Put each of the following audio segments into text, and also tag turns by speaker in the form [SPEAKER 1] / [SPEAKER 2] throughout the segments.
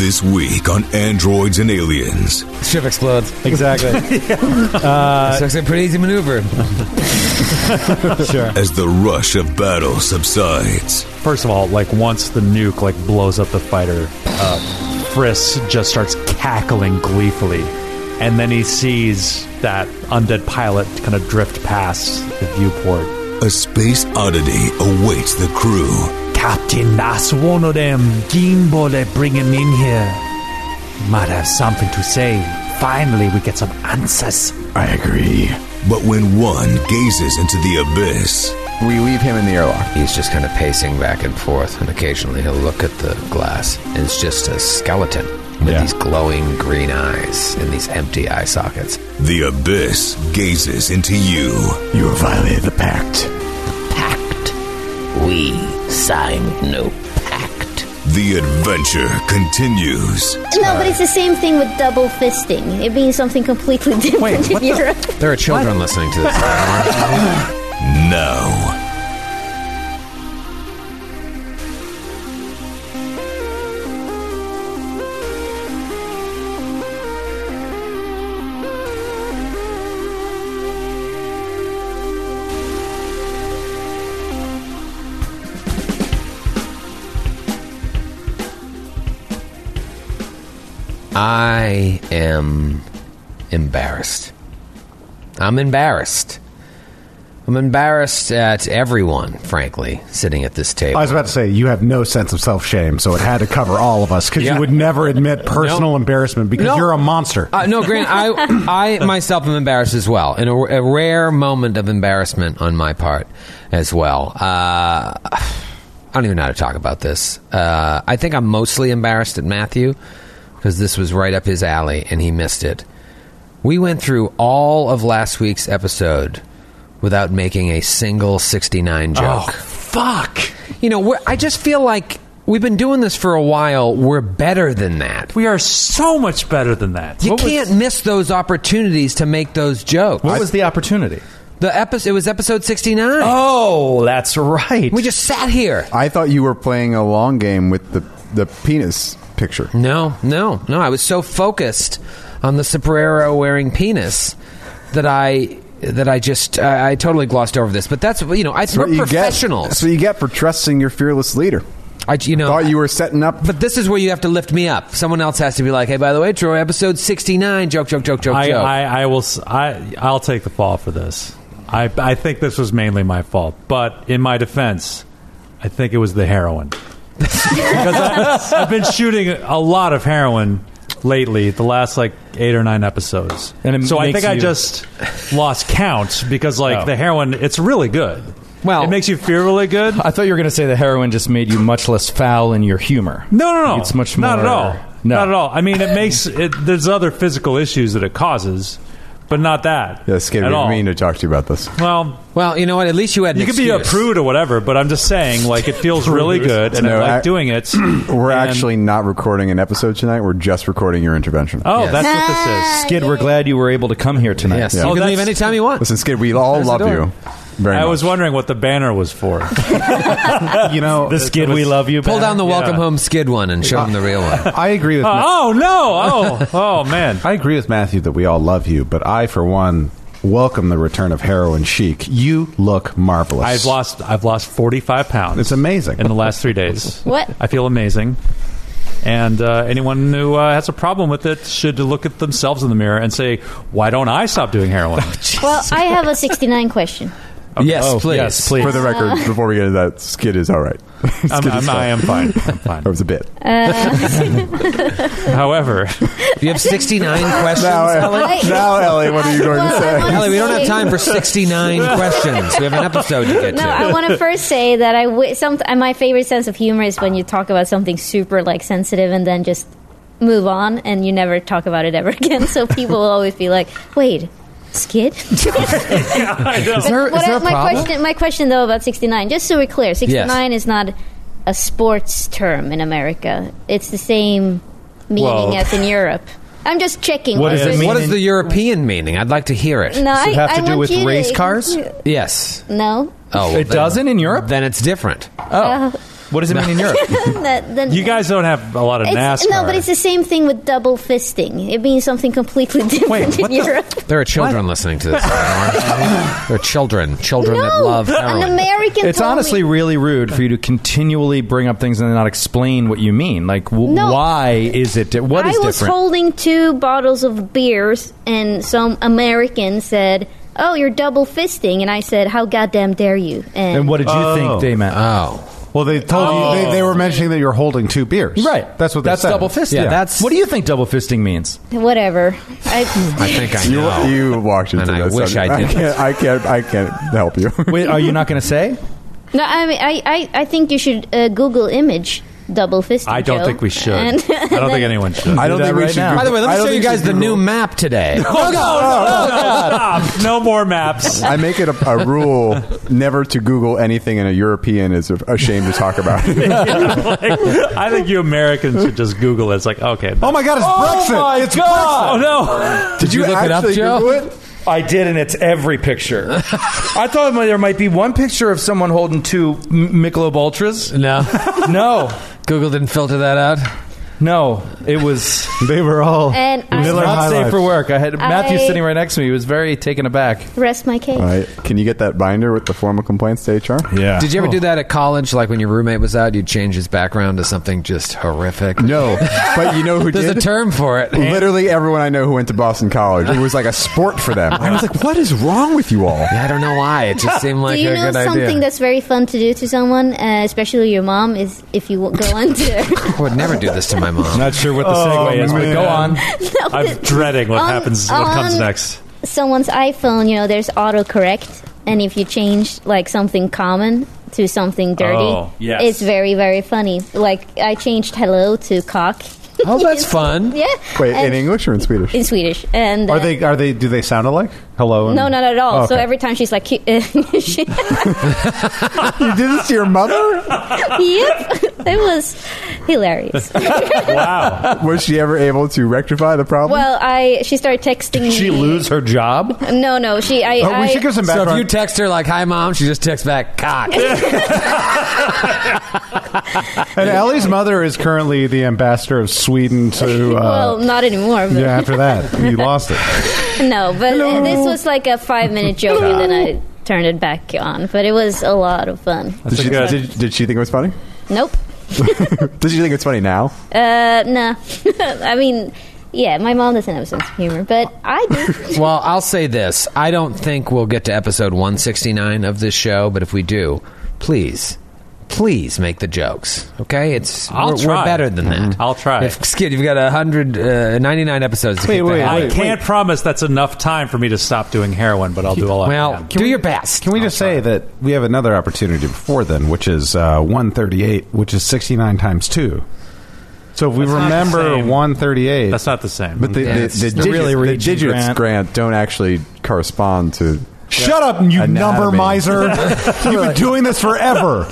[SPEAKER 1] This week on Androids and Aliens.
[SPEAKER 2] Ship explodes.
[SPEAKER 3] Exactly. Uh,
[SPEAKER 2] so it's a pretty easy maneuver.
[SPEAKER 3] sure.
[SPEAKER 1] As the rush of battle subsides,
[SPEAKER 3] First of all, like once the nuke like blows up the fighter, uh, Friss just starts cackling gleefully, and then he sees that undead pilot kind of drift past the viewport.
[SPEAKER 1] a space oddity awaits the crew.
[SPEAKER 3] Captain, that's one of them. Gimbal, they bring him in here. Might have something to say. Finally, we get some answers.
[SPEAKER 4] I agree.
[SPEAKER 1] But when one gazes into the abyss,
[SPEAKER 5] We leave him in the airlock.
[SPEAKER 6] He's just kind of pacing back and forth, and occasionally he'll look at the glass, and it's just a skeleton with
[SPEAKER 4] Yeah.
[SPEAKER 6] these glowing green eyes and these empty eye sockets.
[SPEAKER 1] the abyss gazes into you.
[SPEAKER 4] You have violated the pact.
[SPEAKER 7] Pact. We signed no pact.
[SPEAKER 1] The adventure continues.
[SPEAKER 8] No, but it's the same thing with double fisting. It means something completely different in Europe.
[SPEAKER 6] There are children listening to this.
[SPEAKER 1] Now,
[SPEAKER 6] I am embarrassed. I'm embarrassed. I'm embarrassed at everyone, frankly, sitting at this table.
[SPEAKER 9] I was about to say you have no sense of self shame, so it had to cover all of us because
[SPEAKER 6] Yeah.
[SPEAKER 9] you would never admit personal embarrassment because
[SPEAKER 6] No.
[SPEAKER 9] you're a monster.
[SPEAKER 6] Uh, no, Grant, I, I myself am embarrassed as well. In a, a rare moment of embarrassment on my part as well. Uh, I don't even know how to talk about this. Uh, I think I'm mostly embarrassed at Matthew because this was right up his alley and he missed it. We went through all of last week's episode without making a single 69 joke.
[SPEAKER 4] Fuck!
[SPEAKER 6] You know, we're, I just feel like we've been doing this for a while. We're better than that.
[SPEAKER 3] We are so much better than that.
[SPEAKER 6] You can't miss those opportunities to make those jokes.
[SPEAKER 10] What was the opportunity?
[SPEAKER 6] the episode? It was episode sixty nine.
[SPEAKER 10] Oh, that's right.
[SPEAKER 6] We just sat here.
[SPEAKER 4] I thought you were playing a long game with the, the penis picture.
[SPEAKER 6] No, no, no. I was so focused on the sombrero wearing penis that I that I just I, I totally glossed over this. But that's you know I, we're
[SPEAKER 4] what you get.
[SPEAKER 6] professionals.
[SPEAKER 4] That's what you get for trusting your fearless leader.
[SPEAKER 6] I you know
[SPEAKER 4] Thought you were setting up.
[SPEAKER 6] But this is where you have to lift me up. Someone else has to be like, hey, by the way, Troy, episode sixty nine. Joke, joke, joke, joke,
[SPEAKER 3] I,
[SPEAKER 6] joke.
[SPEAKER 3] I, I will. s- I I'll take the fall for this. I I think this was mainly my fault, but in my defense, I think it was the heroin because I, I've been shooting a lot of heroin lately. The last like eight or nine episodes,
[SPEAKER 10] And it
[SPEAKER 3] so I
[SPEAKER 10] makes
[SPEAKER 3] think I
[SPEAKER 10] you-
[SPEAKER 3] just lost count because like the heroin, it's really good.
[SPEAKER 6] Well-
[SPEAKER 3] it makes you feel really good.
[SPEAKER 10] I thought you were going to say the heroin just made you much less foul in your humor.
[SPEAKER 3] No, no, no.
[SPEAKER 10] It's much
[SPEAKER 3] not at
[SPEAKER 10] more- uh,
[SPEAKER 3] all.
[SPEAKER 10] No.
[SPEAKER 3] Not at all. I mean, it makes it. There's other physical issues that it causes, but not that.
[SPEAKER 4] Yeah, it's
[SPEAKER 3] at
[SPEAKER 4] gonna
[SPEAKER 3] all.
[SPEAKER 4] be mean to talk to you about this.
[SPEAKER 3] Well,
[SPEAKER 6] well, you know what? At least you had. An
[SPEAKER 3] you could be a
[SPEAKER 6] excuse.
[SPEAKER 3] prude or whatever, but I'm just saying, like, it feels really good, and
[SPEAKER 4] No,
[SPEAKER 3] I like
[SPEAKER 4] I-
[SPEAKER 3] doing it.
[SPEAKER 4] We're
[SPEAKER 3] And-
[SPEAKER 4] actually not recording an episode tonight. We're just recording your intervention.
[SPEAKER 3] Oh, that's what this is.
[SPEAKER 10] Skid, we're glad you were able to come here tonight.
[SPEAKER 6] Yes,
[SPEAKER 4] Yeah.
[SPEAKER 6] you
[SPEAKER 4] Oh,
[SPEAKER 6] can leave
[SPEAKER 3] that's-
[SPEAKER 6] anytime you want.
[SPEAKER 4] Listen, Skid, we all
[SPEAKER 6] There's the
[SPEAKER 4] love
[SPEAKER 6] door.
[SPEAKER 4] you. Very
[SPEAKER 3] I
[SPEAKER 4] much.
[SPEAKER 3] was wondering what the banner was for.
[SPEAKER 9] you know,
[SPEAKER 4] Oh,
[SPEAKER 10] The Skid, we love you.
[SPEAKER 6] Pull down the welcome
[SPEAKER 3] Yeah.
[SPEAKER 6] home skid one and show them the real one.
[SPEAKER 9] I agree with Ma-
[SPEAKER 3] oh no! Oh, oh man!
[SPEAKER 9] I agree with Matthew that we all love you, but I for one welcome the return of heroin chic. You look marvelous.
[SPEAKER 3] I've lost. I've lost 45 pounds.
[SPEAKER 9] It's amazing.
[SPEAKER 3] in the last three days.
[SPEAKER 8] What?
[SPEAKER 3] I feel amazing. And uh, anyone who uh, has a problem with it should look at themselves in the mirror and say, "Why don't I stop doing heroin?"
[SPEAKER 8] Well, I have a 69 question.
[SPEAKER 6] Yes,
[SPEAKER 10] Oh,
[SPEAKER 6] please.
[SPEAKER 10] yes, please.
[SPEAKER 4] For the record, before we get into that, Skid is all right. Skid
[SPEAKER 3] I'm,
[SPEAKER 4] is
[SPEAKER 3] I'm,
[SPEAKER 4] fine.
[SPEAKER 3] I am fine. I'm fine.
[SPEAKER 4] That was a bit.
[SPEAKER 8] Uh,
[SPEAKER 3] However,
[SPEAKER 6] You have 69 questions,
[SPEAKER 4] Now, uh,
[SPEAKER 6] Ellie?
[SPEAKER 8] I-
[SPEAKER 4] now, Ellie, what are you going to
[SPEAKER 8] Well, I
[SPEAKER 4] say?
[SPEAKER 8] wanna
[SPEAKER 6] Ellie, we don't
[SPEAKER 8] say-
[SPEAKER 6] have time for 69 questions. We have an episode to get
[SPEAKER 8] No,
[SPEAKER 6] to.
[SPEAKER 8] I want to first say that I wi- some and my favorite sense of humor is when you talk about something super like sensitive and then just move on and you never talk about it ever again. So people will always be like, "Wait, skid."
[SPEAKER 6] is there,
[SPEAKER 8] What I- my question? My question though about sixty nine. Just so we're clear, sixty nine is not a sports term in America. It's the same meaning
[SPEAKER 3] Well-
[SPEAKER 8] as in Europe. I'm just checking.
[SPEAKER 10] What does
[SPEAKER 8] whether
[SPEAKER 10] it mean
[SPEAKER 6] What
[SPEAKER 8] it's-
[SPEAKER 6] is the European meaning? I'd like to hear it.
[SPEAKER 8] No, I,
[SPEAKER 10] it have to
[SPEAKER 8] I
[SPEAKER 10] do
[SPEAKER 8] want
[SPEAKER 10] with
[SPEAKER 8] you
[SPEAKER 10] race cars?
[SPEAKER 8] you-
[SPEAKER 6] Yes.
[SPEAKER 8] No.
[SPEAKER 6] Oh, well,
[SPEAKER 10] It doesn't in Europe?
[SPEAKER 6] Then it's different.
[SPEAKER 8] Uh,
[SPEAKER 10] What does it mean in Europe?
[SPEAKER 8] That- then-
[SPEAKER 3] You guys don't have a lot of
[SPEAKER 8] It's-
[SPEAKER 3] NASCAR.
[SPEAKER 8] no, but it's the same thing with double fisting. It means something completely different
[SPEAKER 3] Wait,
[SPEAKER 8] in
[SPEAKER 3] what the-
[SPEAKER 8] Europe.
[SPEAKER 6] There are children listening to this. there are children, children that
[SPEAKER 8] no,
[SPEAKER 6] love
[SPEAKER 8] an
[SPEAKER 6] heroin.
[SPEAKER 8] American.
[SPEAKER 10] it's
[SPEAKER 8] told
[SPEAKER 10] honestly
[SPEAKER 8] me,
[SPEAKER 10] really rude for you to continually bring up things and not explain what you mean. Like, w-
[SPEAKER 8] No.
[SPEAKER 10] why is it? Di- what
[SPEAKER 8] I
[SPEAKER 10] is
[SPEAKER 8] was
[SPEAKER 10] different?
[SPEAKER 8] holding two bottles of beers, and some American said, "Oh, you're double fisting," and I said, "How goddamn dare you?" And,
[SPEAKER 10] and what did you think they meant?
[SPEAKER 6] oh,
[SPEAKER 9] Well, they told you they, they were mentioning that you're holding two beers.
[SPEAKER 10] right.
[SPEAKER 9] That's what they
[SPEAKER 10] that's
[SPEAKER 9] said.
[SPEAKER 10] double fisting.
[SPEAKER 6] Yeah, that's-
[SPEAKER 10] what do you think double fisting means?
[SPEAKER 8] whatever. I,
[SPEAKER 6] I think I
[SPEAKER 4] You,
[SPEAKER 6] know.
[SPEAKER 4] you walked into
[SPEAKER 6] And I
[SPEAKER 4] this.
[SPEAKER 6] wish I did.
[SPEAKER 4] can't, I can't. I can't help you.
[SPEAKER 10] Wait, are you not going to say?
[SPEAKER 8] no, I mean, I, I, I think you should uh, Google image double fisting.
[SPEAKER 3] I don't
[SPEAKER 8] Joe.
[SPEAKER 3] think we should.
[SPEAKER 8] And-
[SPEAKER 3] I don't think anyone should.
[SPEAKER 4] I don't think
[SPEAKER 10] that
[SPEAKER 4] we
[SPEAKER 10] right
[SPEAKER 4] should.
[SPEAKER 10] now.
[SPEAKER 4] Google-
[SPEAKER 6] By the
[SPEAKER 4] I
[SPEAKER 6] way, let me
[SPEAKER 4] don't
[SPEAKER 6] show you
[SPEAKER 4] think
[SPEAKER 6] guys
[SPEAKER 4] should
[SPEAKER 6] the
[SPEAKER 4] Google-
[SPEAKER 6] new map today.
[SPEAKER 3] Oh, no, stop. No more maps.
[SPEAKER 4] I make it a, a rule never to Google anything an European is ashamed to talk about.
[SPEAKER 3] Like, I think you Americans should just Google it. It's like, okay.
[SPEAKER 4] oh my God! It's Brexit. it's
[SPEAKER 3] Oh, no.
[SPEAKER 4] Brexit. Did,
[SPEAKER 6] you look it up,
[SPEAKER 4] actually
[SPEAKER 6] Joe?
[SPEAKER 4] Google it?
[SPEAKER 10] I did, and it's every picture. I thought there might be one picture of someone holding two Michelob Ultras.
[SPEAKER 6] No,
[SPEAKER 10] No,
[SPEAKER 6] Google didn't filter that out.
[SPEAKER 10] no, it was
[SPEAKER 9] They were all
[SPEAKER 8] And I-
[SPEAKER 9] Miller
[SPEAKER 8] Not
[SPEAKER 9] High
[SPEAKER 10] not safe
[SPEAKER 9] Life.
[SPEAKER 10] for work. I had Matthew
[SPEAKER 8] I-
[SPEAKER 10] sitting right next to me. He was very taken aback.
[SPEAKER 8] Rest my case.
[SPEAKER 4] All right. Can you get that binder with the formal complaints to Oh. HR?
[SPEAKER 9] Yeah.
[SPEAKER 6] Did you ever do that at college? Like when your roommate was out, you'd change his background to something just horrific.
[SPEAKER 4] No, but you know who
[SPEAKER 6] There's
[SPEAKER 4] did?
[SPEAKER 6] a term for it.
[SPEAKER 4] Literally everyone I know who went to Boston College, it was like a sport for them. I was like, "What is wrong with you all?"
[SPEAKER 6] I don't know why. It just seemed like
[SPEAKER 8] do you
[SPEAKER 6] a
[SPEAKER 8] know
[SPEAKER 6] good
[SPEAKER 8] something
[SPEAKER 6] idea.
[SPEAKER 8] that's very fun to do to someone, uh, especially your mom, is if you go under.
[SPEAKER 6] I would never do this to my mom.
[SPEAKER 10] Not sure what the segue is, but
[SPEAKER 9] man.
[SPEAKER 10] go on.
[SPEAKER 3] Oh, I'm dreading what
[SPEAKER 8] On-
[SPEAKER 3] happens, what comes
[SPEAKER 8] on
[SPEAKER 3] next.
[SPEAKER 8] Someone's iPhone, you know, there's autocorrect, and if you change like something common to something dirty,
[SPEAKER 3] Oh, yes.
[SPEAKER 8] it's very very funny. Like I changed hello to cock.
[SPEAKER 6] Oh, that's fun.
[SPEAKER 8] yeah.
[SPEAKER 4] Wait, in
[SPEAKER 8] and-
[SPEAKER 4] English or in Swedish?
[SPEAKER 8] in Swedish, and
[SPEAKER 9] Are
[SPEAKER 8] uh,
[SPEAKER 9] they? Are they? Do they sound alike? Hello. and-
[SPEAKER 8] No, not at all.
[SPEAKER 9] Oh,
[SPEAKER 8] So
[SPEAKER 9] okay.
[SPEAKER 8] every time she's like, "Ki- uh, she,
[SPEAKER 4] you did this to your mother?
[SPEAKER 8] yep, it was hilarious.
[SPEAKER 3] Wow.
[SPEAKER 4] Was she ever able to rectify the problem?
[SPEAKER 8] well, I she started texting me.
[SPEAKER 10] She lose her job.
[SPEAKER 8] No, no, she. I.
[SPEAKER 9] Oh,
[SPEAKER 8] I
[SPEAKER 9] we should give some
[SPEAKER 6] So
[SPEAKER 9] background.
[SPEAKER 6] if you text her like "Hi, mom," she just texts back "cock."
[SPEAKER 9] and Ellie's mother is currently the ambassador of Sweden to. Uh,
[SPEAKER 8] well, not anymore. But
[SPEAKER 9] yeah, after that, you lost it.
[SPEAKER 8] No, but uh, this was like a five minute joke, and then I turned it back on. But it was a lot of fun.
[SPEAKER 4] did, she,
[SPEAKER 3] good.
[SPEAKER 4] did, did she think it was funny?
[SPEAKER 8] Nope.
[SPEAKER 4] Does she think it's funny now?
[SPEAKER 8] Uh, nah. I mean, yeah, my mom doesn't have a sense of humor, but I do.
[SPEAKER 6] well, I'll say this: I don't think we'll get to episode 169 of this show, but if we do, please, please make the jokes. Okay, it's
[SPEAKER 3] I'll
[SPEAKER 6] we're, we're
[SPEAKER 3] try.
[SPEAKER 6] better than that.
[SPEAKER 3] I'll try.
[SPEAKER 6] If, Skid, you've got uh, 199 episodes. To
[SPEAKER 9] Wait,
[SPEAKER 6] get
[SPEAKER 9] wait,
[SPEAKER 6] that.
[SPEAKER 9] wait.
[SPEAKER 3] I can't promise that's enough time for me to stop doing heroin, but I'll do all I
[SPEAKER 6] Well,
[SPEAKER 3] can.
[SPEAKER 6] do your best.
[SPEAKER 9] Can we just say that we have another opportunity before then, which is uh, 138, which is 69 times 2. So if we
[SPEAKER 3] That's not the
[SPEAKER 9] remember
[SPEAKER 3] same.
[SPEAKER 9] 138.
[SPEAKER 3] That's not the same.
[SPEAKER 4] But the,
[SPEAKER 6] Yeah,
[SPEAKER 4] the,
[SPEAKER 6] it's
[SPEAKER 4] the,
[SPEAKER 6] just
[SPEAKER 4] digits,
[SPEAKER 10] really
[SPEAKER 4] the
[SPEAKER 10] reaching,
[SPEAKER 4] digits,
[SPEAKER 10] Grant.
[SPEAKER 4] Grant. don't actually correspond to.
[SPEAKER 9] Shut up, you
[SPEAKER 4] Anatomy.
[SPEAKER 9] number miser. You've been doing this forever.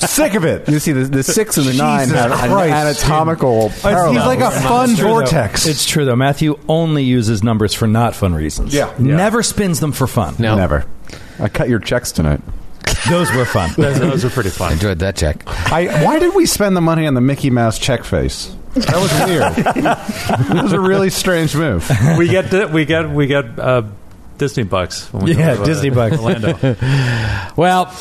[SPEAKER 9] Sick of it.
[SPEAKER 4] You see, the, the six and the nine
[SPEAKER 9] Jesus
[SPEAKER 4] have an
[SPEAKER 9] Christ.
[SPEAKER 4] anatomical
[SPEAKER 9] He's like a fun vortex.
[SPEAKER 10] It's true though. Matthew only uses numbers for not fun reasons.
[SPEAKER 9] Yeah. Yeah.
[SPEAKER 10] never spins them for fun.
[SPEAKER 6] No,
[SPEAKER 4] Never. I cut your checks tonight.
[SPEAKER 10] Those were fun.
[SPEAKER 3] those, those are pretty fun.
[SPEAKER 6] enjoyed that check.
[SPEAKER 9] I, why did we spend the money on the Mickey Mouse check face? That was weird. that was a really strange move.
[SPEAKER 3] we get di- we get we get uh, Disney bucks. When we go
[SPEAKER 10] Yeah,
[SPEAKER 3] to, uh,
[SPEAKER 10] Disney bucks.
[SPEAKER 3] Orlando.
[SPEAKER 6] Well,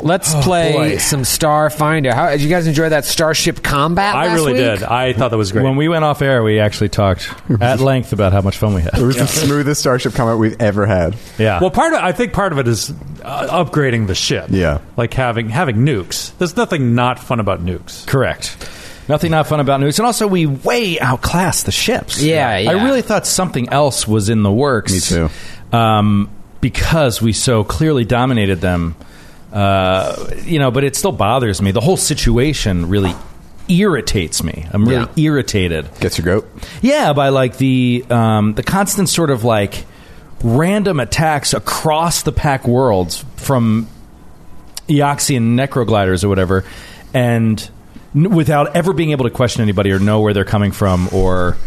[SPEAKER 6] let's
[SPEAKER 3] Oh,
[SPEAKER 6] play
[SPEAKER 10] boy.
[SPEAKER 6] some Star Finder. How did you guys enjoy that Starship Combat?
[SPEAKER 3] I
[SPEAKER 6] last
[SPEAKER 3] really
[SPEAKER 6] week?
[SPEAKER 3] did. I thought that was great.
[SPEAKER 10] When we went off air, we actually talked at length about how much fun we
[SPEAKER 4] It
[SPEAKER 10] had.
[SPEAKER 4] was the smoothest Starship comment we've ever had.
[SPEAKER 10] Yeah.
[SPEAKER 3] well, part of I think part of it is uh, upgrading the ship.
[SPEAKER 4] Yeah.
[SPEAKER 3] like having having nukes. There's nothing not fun about nukes.
[SPEAKER 10] correct. Nothing not fun about news. And also, we way outclassed the ships.
[SPEAKER 6] Yeah, yeah.
[SPEAKER 10] I really thought something else was in the works.
[SPEAKER 4] Me too.
[SPEAKER 10] Um, because we so clearly dominated them. Uh, you know, but it still bothers me. The whole situation really irritates me. I'm really
[SPEAKER 6] Yeah.
[SPEAKER 10] irritated.
[SPEAKER 4] Gets your goat.
[SPEAKER 10] Yeah, by like the um, the constant sort of like random attacks across the pack worlds from Eoxian necrogliders or whatever, and n- without ever being able to question anybody or know where they're coming from or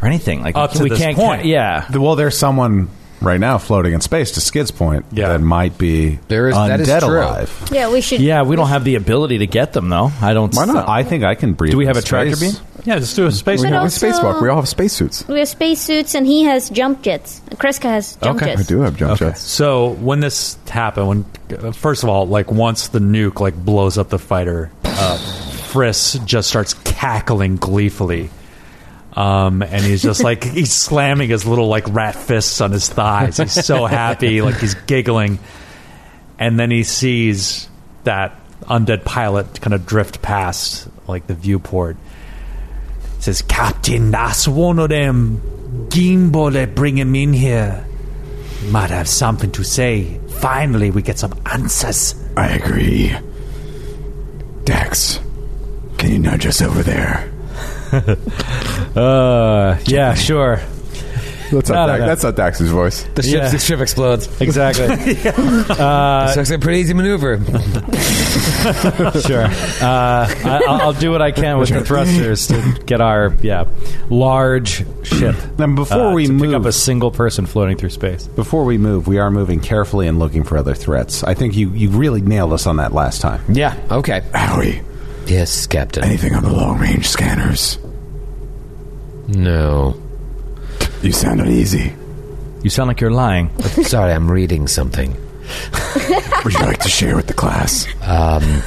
[SPEAKER 10] or anything like
[SPEAKER 3] Up to
[SPEAKER 10] we
[SPEAKER 3] this
[SPEAKER 10] can't
[SPEAKER 3] point.
[SPEAKER 10] yeah
[SPEAKER 9] Well, there's someone right now floating in space, to Skid's point,
[SPEAKER 3] Yeah.
[SPEAKER 9] that might be
[SPEAKER 6] There is-
[SPEAKER 9] undead
[SPEAKER 6] that is true.
[SPEAKER 9] alive.
[SPEAKER 8] Yeah, we should.
[SPEAKER 10] Yeah, we don't have the ability to get them though. I don't.
[SPEAKER 9] Why not? I think I can breathe.
[SPEAKER 10] Do we
[SPEAKER 9] in
[SPEAKER 10] have a tractor
[SPEAKER 9] space.
[SPEAKER 10] beam?
[SPEAKER 3] Yeah, just do a space
[SPEAKER 4] We
[SPEAKER 8] But
[SPEAKER 4] have a
[SPEAKER 3] walk.
[SPEAKER 8] also-
[SPEAKER 4] spacewalk. We all have spacesuits.
[SPEAKER 8] We have spacesuits, and he has jump jets. Kreska has jump
[SPEAKER 10] Okay.
[SPEAKER 4] I
[SPEAKER 8] jets.
[SPEAKER 4] do have jump jets.
[SPEAKER 3] So when this happened, when uh, first of all, like once the nuke like blows up the fighter, uh, Friss just starts cackling gleefully, um, and he's just like he's slamming his little like rat fists on his thighs. He's so happy, like he's giggling, and then he sees that undead pilot kind of drift past like the viewport. It says, "Captain, that's one of them. Gimbo, they bring him in here." Might have something to say. Finally, we get some answers.
[SPEAKER 4] I agree. Dax, can you nudge us over there?
[SPEAKER 10] Uh, yeah, sure,
[SPEAKER 4] That's
[SPEAKER 10] No,
[SPEAKER 4] not,
[SPEAKER 10] no,
[SPEAKER 4] Dax,
[SPEAKER 10] no.
[SPEAKER 4] that's not Dax's voice.
[SPEAKER 2] The ship,
[SPEAKER 10] Yeah.
[SPEAKER 2] the ship explodes.
[SPEAKER 10] exactly,
[SPEAKER 2] it's actually a pretty easy maneuver.
[SPEAKER 10] sure. Uh, I, I'll I'll do what I can with the thrusters to get our yeah large ship.
[SPEAKER 9] Then before
[SPEAKER 10] uh,
[SPEAKER 9] we
[SPEAKER 10] to
[SPEAKER 9] move,
[SPEAKER 10] pick up a single person floating through space.
[SPEAKER 9] before we move, we are moving carefully and looking for other threats. I think you you really nailed us on that last time.
[SPEAKER 6] Yeah. Okay.
[SPEAKER 4] Howie,
[SPEAKER 6] Yes, Captain.
[SPEAKER 4] anything on the long range scanners?
[SPEAKER 6] No.
[SPEAKER 4] You sound uneasy.
[SPEAKER 10] You sound like you're lying.
[SPEAKER 6] Sorry, I'm reading something.
[SPEAKER 4] Would you like to share with the class?
[SPEAKER 6] Um,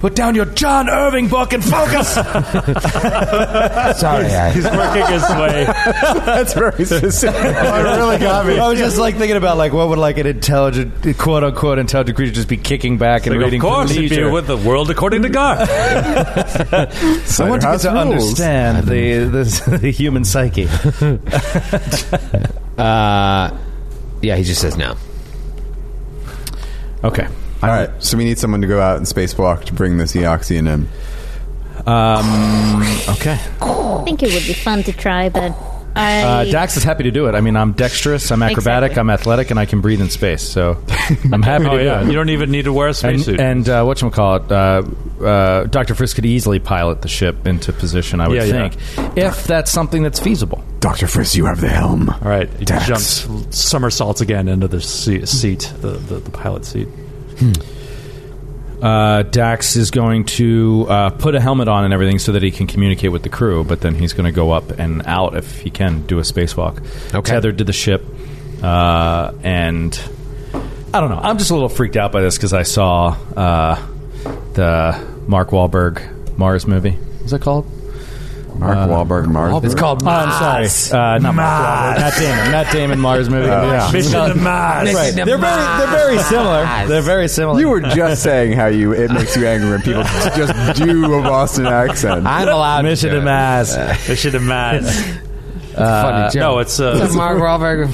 [SPEAKER 10] Put down your John Irving book and focus.
[SPEAKER 6] Sorry, I,
[SPEAKER 3] He's working his way. Oh,
[SPEAKER 4] That's very specific.
[SPEAKER 10] really got me. I was just like thinking about like what would like an intelligent, quote unquote, intelligent creature just be kicking back and
[SPEAKER 3] Like,
[SPEAKER 10] reading.
[SPEAKER 3] of course,
[SPEAKER 10] for
[SPEAKER 3] if
[SPEAKER 10] leisure.
[SPEAKER 3] you're with the world according to God.
[SPEAKER 10] I want you
[SPEAKER 4] Cider
[SPEAKER 10] to
[SPEAKER 4] House rules.
[SPEAKER 10] understand the, the the human psyche.
[SPEAKER 6] Uh, yeah, he just says no.
[SPEAKER 10] Okay.
[SPEAKER 4] All right, so we need someone to go out and spacewalk to bring this Eoxian in.
[SPEAKER 10] Um, Okay.
[SPEAKER 8] I think it would be fun to try, but I
[SPEAKER 10] Uh, Dax is happy to do it. I mean, I'm dexterous, I'm acrobatic,
[SPEAKER 8] Exactly.
[SPEAKER 10] I'm athletic, and I can breathe in space. So I'm happy
[SPEAKER 3] Oh
[SPEAKER 10] to
[SPEAKER 3] yeah,
[SPEAKER 10] do
[SPEAKER 3] you
[SPEAKER 10] it.
[SPEAKER 3] don't even need to wear a
[SPEAKER 10] And,
[SPEAKER 3] spacesuit.
[SPEAKER 10] and uh, whatchamacallit, uh, uh, Dr. Frisk could easily pilot the ship into position, I would
[SPEAKER 3] Yeah, yeah.
[SPEAKER 10] think, if that's something that's feasible.
[SPEAKER 4] Dr. Friss, you have the helm.
[SPEAKER 3] All right, he
[SPEAKER 4] Dax.
[SPEAKER 3] jumps somersaults again into the se- seat, the, the, the pilot seat.
[SPEAKER 5] Hmm.
[SPEAKER 10] Uh, Dax is going to uh, put a helmet on and everything so that he can communicate with the crew, but then he's going to go up and out if he can do a spacewalk.
[SPEAKER 6] Okay.
[SPEAKER 10] Tethered to the ship. Uh, and I don't know. I'm just a little freaked out by this because I saw uh, the Mark Wahlberg Mars movie. Is that called? Uh,
[SPEAKER 4] Mark Wahlberg, Mark.
[SPEAKER 6] It's called.
[SPEAKER 10] Oh, I'm sorry. Uh, not Mark Wahlberg. Matt Damon. Matt Damon Mars movie.
[SPEAKER 4] Uh,
[SPEAKER 10] yeah.
[SPEAKER 3] Mission to Mars.
[SPEAKER 10] Right. They're very, they're very similar. They're very similar.
[SPEAKER 4] You were just saying how you it makes you angry when people just do a Boston accent.
[SPEAKER 6] I'm allowed.
[SPEAKER 10] Mission
[SPEAKER 6] to
[SPEAKER 10] to
[SPEAKER 6] do it.
[SPEAKER 10] Mars.
[SPEAKER 3] Mission to Mars.
[SPEAKER 6] Uh, Funny joke.
[SPEAKER 3] No, it's uh,
[SPEAKER 6] It's Mark Wahlberg.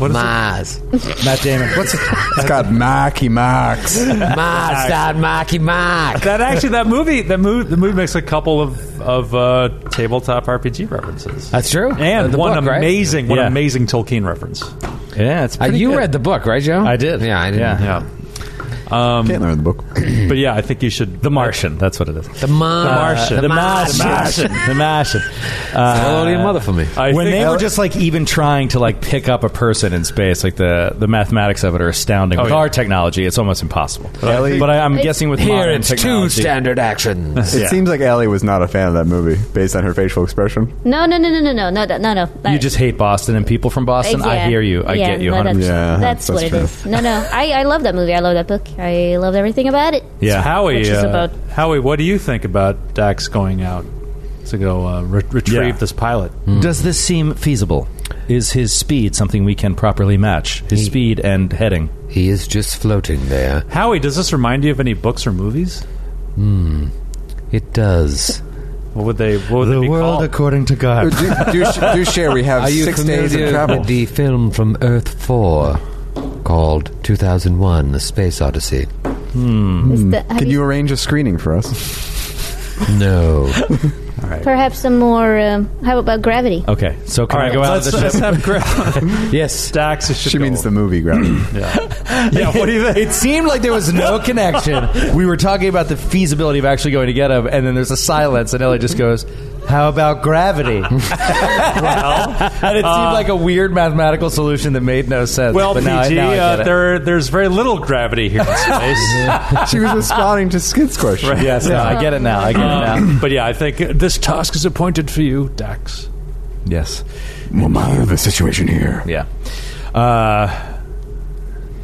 [SPEAKER 3] What is it?
[SPEAKER 6] Mars.
[SPEAKER 10] Matt Damon. What's
[SPEAKER 4] It's called Marky Marks.
[SPEAKER 6] Mars, Dad, Marky Mark.
[SPEAKER 3] that actually that movie. That movie. The movie makes a couple of of uh, tabletop RPG references.
[SPEAKER 6] That's true. Uh,
[SPEAKER 3] And
[SPEAKER 6] the
[SPEAKER 3] one
[SPEAKER 6] book, right?
[SPEAKER 3] amazing, one
[SPEAKER 10] Yeah.
[SPEAKER 3] amazing Tolkien reference.
[SPEAKER 10] Yeah, it's
[SPEAKER 6] Uh,
[SPEAKER 10] pretty
[SPEAKER 6] you
[SPEAKER 10] good.
[SPEAKER 6] read the book, right, Joe?
[SPEAKER 10] I did.
[SPEAKER 6] Yeah, I did.
[SPEAKER 10] Yeah.
[SPEAKER 3] Yeah, Um,
[SPEAKER 4] Can't learn the book.
[SPEAKER 3] but yeah, I think you should.
[SPEAKER 10] The Martian. That's what it is.
[SPEAKER 6] The Mars.
[SPEAKER 3] Martian.
[SPEAKER 6] The
[SPEAKER 10] Uh, The
[SPEAKER 6] Mars.
[SPEAKER 10] Martian. The Martian. Uh,
[SPEAKER 6] Hello, mother for me.
[SPEAKER 3] I
[SPEAKER 10] when
[SPEAKER 3] think
[SPEAKER 10] they were just like even trying to like pick up a person in space, like the the mathematics of it are astounding. With
[SPEAKER 3] yeah.
[SPEAKER 10] our technology, it's almost impossible. But,
[SPEAKER 3] I
[SPEAKER 10] I,
[SPEAKER 3] think-
[SPEAKER 10] am guessing with
[SPEAKER 6] Here
[SPEAKER 10] modern
[SPEAKER 6] it's two
[SPEAKER 10] technology,
[SPEAKER 6] standard actions.
[SPEAKER 4] It
[SPEAKER 10] Yeah.
[SPEAKER 4] seems like Ellie was not a fan of that movie based on her facial expression.
[SPEAKER 8] no, no, no, no, no, no, no, no, no.
[SPEAKER 10] You
[SPEAKER 8] Like-
[SPEAKER 10] just hate Boston and people from Boston.
[SPEAKER 8] Ex- yeah.
[SPEAKER 10] I hear you. I
[SPEAKER 8] Yeah,
[SPEAKER 10] get you.
[SPEAKER 8] no,
[SPEAKER 10] 100%.
[SPEAKER 8] that's,
[SPEAKER 4] Yeah,
[SPEAKER 8] that's,
[SPEAKER 4] that's-
[SPEAKER 8] what
[SPEAKER 4] that's
[SPEAKER 8] it is. No, no, I, I love that movie. I love that book. I love everything about it.
[SPEAKER 10] Yeah.
[SPEAKER 3] So Howie,
[SPEAKER 8] Which is
[SPEAKER 3] uh,
[SPEAKER 8] about-
[SPEAKER 3] Howie, what do you think about Dax going out to go uh, re- retrieve
[SPEAKER 10] Yeah.
[SPEAKER 3] this pilot?
[SPEAKER 10] Does this seem feasible? Is his speed something we can properly match? His speed and heading.
[SPEAKER 6] He is just floating there.
[SPEAKER 3] Howie, does this remind you of any books or movies?
[SPEAKER 6] It does.
[SPEAKER 3] What would they? What would they be called?
[SPEAKER 10] according to
[SPEAKER 4] Do,
[SPEAKER 10] God.
[SPEAKER 4] do, do share. We have
[SPEAKER 6] Are you
[SPEAKER 4] six
[SPEAKER 6] familiar
[SPEAKER 4] days of travel.
[SPEAKER 6] with the film from Earth 4 called 2001: A Space Odyssey?
[SPEAKER 8] Hmm. Is the- have
[SPEAKER 4] Can
[SPEAKER 8] you-
[SPEAKER 4] Hmm. you arrange a screening for us?
[SPEAKER 6] No.
[SPEAKER 8] perhaps some more? Um, how about gravity?
[SPEAKER 10] Okay, so can
[SPEAKER 3] All
[SPEAKER 10] I
[SPEAKER 3] right,
[SPEAKER 10] go out of
[SPEAKER 3] let's,
[SPEAKER 10] the
[SPEAKER 3] let's
[SPEAKER 10] ship?
[SPEAKER 3] have Gra-
[SPEAKER 10] yes.
[SPEAKER 3] Dax. Should
[SPEAKER 4] She
[SPEAKER 3] go.
[SPEAKER 4] means the movie, Gravity.
[SPEAKER 3] Yeah. What do you think?
[SPEAKER 10] It seemed like there was no connection. We were talking about the feasibility of actually going to get him, and then there's a silence, and Ellie just goes,
[SPEAKER 5] How about gravity?
[SPEAKER 10] and it
[SPEAKER 4] uh,
[SPEAKER 10] seemed like a weird mathematical solution that made no sense.
[SPEAKER 3] Well,
[SPEAKER 10] but
[SPEAKER 3] PG,
[SPEAKER 10] now I- now I get
[SPEAKER 3] uh,
[SPEAKER 10] it.
[SPEAKER 3] there, there's very little gravity here in space.
[SPEAKER 4] she was responding to Skid's question.
[SPEAKER 10] Yes, no, I get it now. I get it now.
[SPEAKER 3] Um, but yeah, I think this task is appointed for you, Dax.
[SPEAKER 10] Yes.
[SPEAKER 4] Well, my, the situation here.
[SPEAKER 10] Yeah. Uh,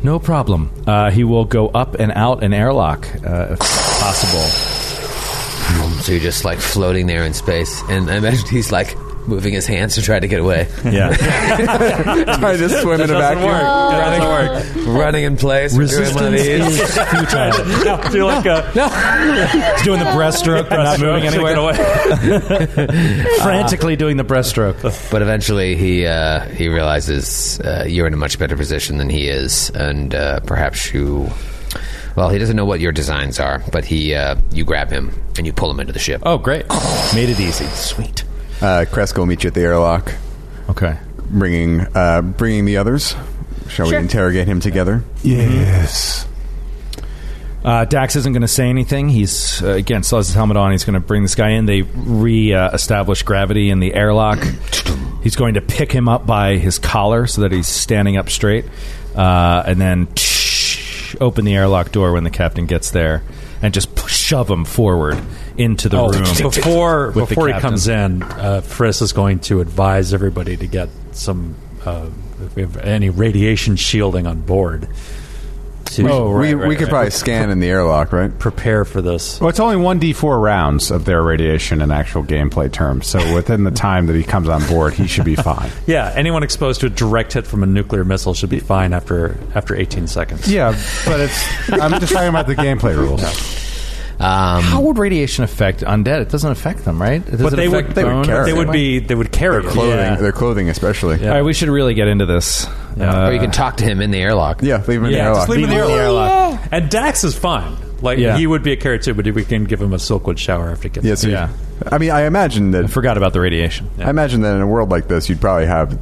[SPEAKER 10] no problem. Uh, he will go up and out an airlock uh, if possible.
[SPEAKER 6] So you're just like floating there in space, and I imagine he's like moving his hands to try to get away,
[SPEAKER 10] Yeah.
[SPEAKER 4] Try to swim in a vacuum.
[SPEAKER 6] running in place, or doing one of
[SPEAKER 10] Resistance
[SPEAKER 6] these.
[SPEAKER 10] is futile.
[SPEAKER 3] I feel like uh,
[SPEAKER 10] He's doing the breaststroke, but not moving anywhere. Frantically doing the breaststroke.
[SPEAKER 6] But eventually, he uh, he realizes uh, you're in a much better position than he is, and uh, perhaps you. Well, he doesn't know what your designs are, but he uh, you grab him and you pull him into the ship.
[SPEAKER 10] Oh, great. Made it easy. Sweet.
[SPEAKER 4] Uh, Kresko will meet you at the airlock,
[SPEAKER 10] Okay.
[SPEAKER 4] bringing uh, bringing the others. Shall we interrogate him together?
[SPEAKER 9] Yes.
[SPEAKER 10] Uh, Dax isn't going to say anything. He's uh, again still has his helmet on. He's going to bring this guy in. They re-establish gravity in the airlock. He's going to pick him up by his collar so that he's standing up straight, uh, and then open the airlock door when the captain gets there, and just shove him forward into the room.
[SPEAKER 3] Oh,
[SPEAKER 10] Oh,
[SPEAKER 3] before
[SPEAKER 10] With the
[SPEAKER 3] before he
[SPEAKER 10] captain.
[SPEAKER 3] comes in, uh, Friss is going to advise everybody to get some uh, if we have any radiation shielding on board to
[SPEAKER 4] we we could probably scan in the airlock, right?
[SPEAKER 3] prepare for this.
[SPEAKER 9] Well, it's only one d4 rounds of their radiation in actual gameplay terms. So within the time that he comes on board, he should be fine.
[SPEAKER 3] Yeah, anyone exposed to a direct hit from a nuclear missile should be fine after after 18 seconds.
[SPEAKER 9] yeah, but it's. I'm just talking about the gameplay rules.
[SPEAKER 10] Um, How would radiation affect undead? It doesn't affect them, right? Does
[SPEAKER 3] But
[SPEAKER 10] it
[SPEAKER 3] they
[SPEAKER 10] affect
[SPEAKER 3] would,
[SPEAKER 4] they would
[SPEAKER 10] bone or
[SPEAKER 4] carry
[SPEAKER 3] they
[SPEAKER 4] it.
[SPEAKER 3] would be they would carry it.
[SPEAKER 4] Clothing,
[SPEAKER 3] Yeah.
[SPEAKER 4] their clothing especially.
[SPEAKER 10] All right, we should really get into this.
[SPEAKER 6] or you can talk to him in the airlock.
[SPEAKER 4] Yeah, leave him in the
[SPEAKER 3] Uh, Yeah,
[SPEAKER 4] airlock.
[SPEAKER 3] just leave him in
[SPEAKER 10] Leave
[SPEAKER 3] the
[SPEAKER 10] him in the
[SPEAKER 3] airlock. And Dax is fine. Like
[SPEAKER 10] Yeah.
[SPEAKER 3] he would be a carrot too, but we can give him a silkwood shower after he gets.
[SPEAKER 4] Yeah, so you-
[SPEAKER 10] Yeah.
[SPEAKER 4] I mean, I imagine that.
[SPEAKER 10] I forgot about the radiation.
[SPEAKER 4] I imagine that in a world like this, you'd probably have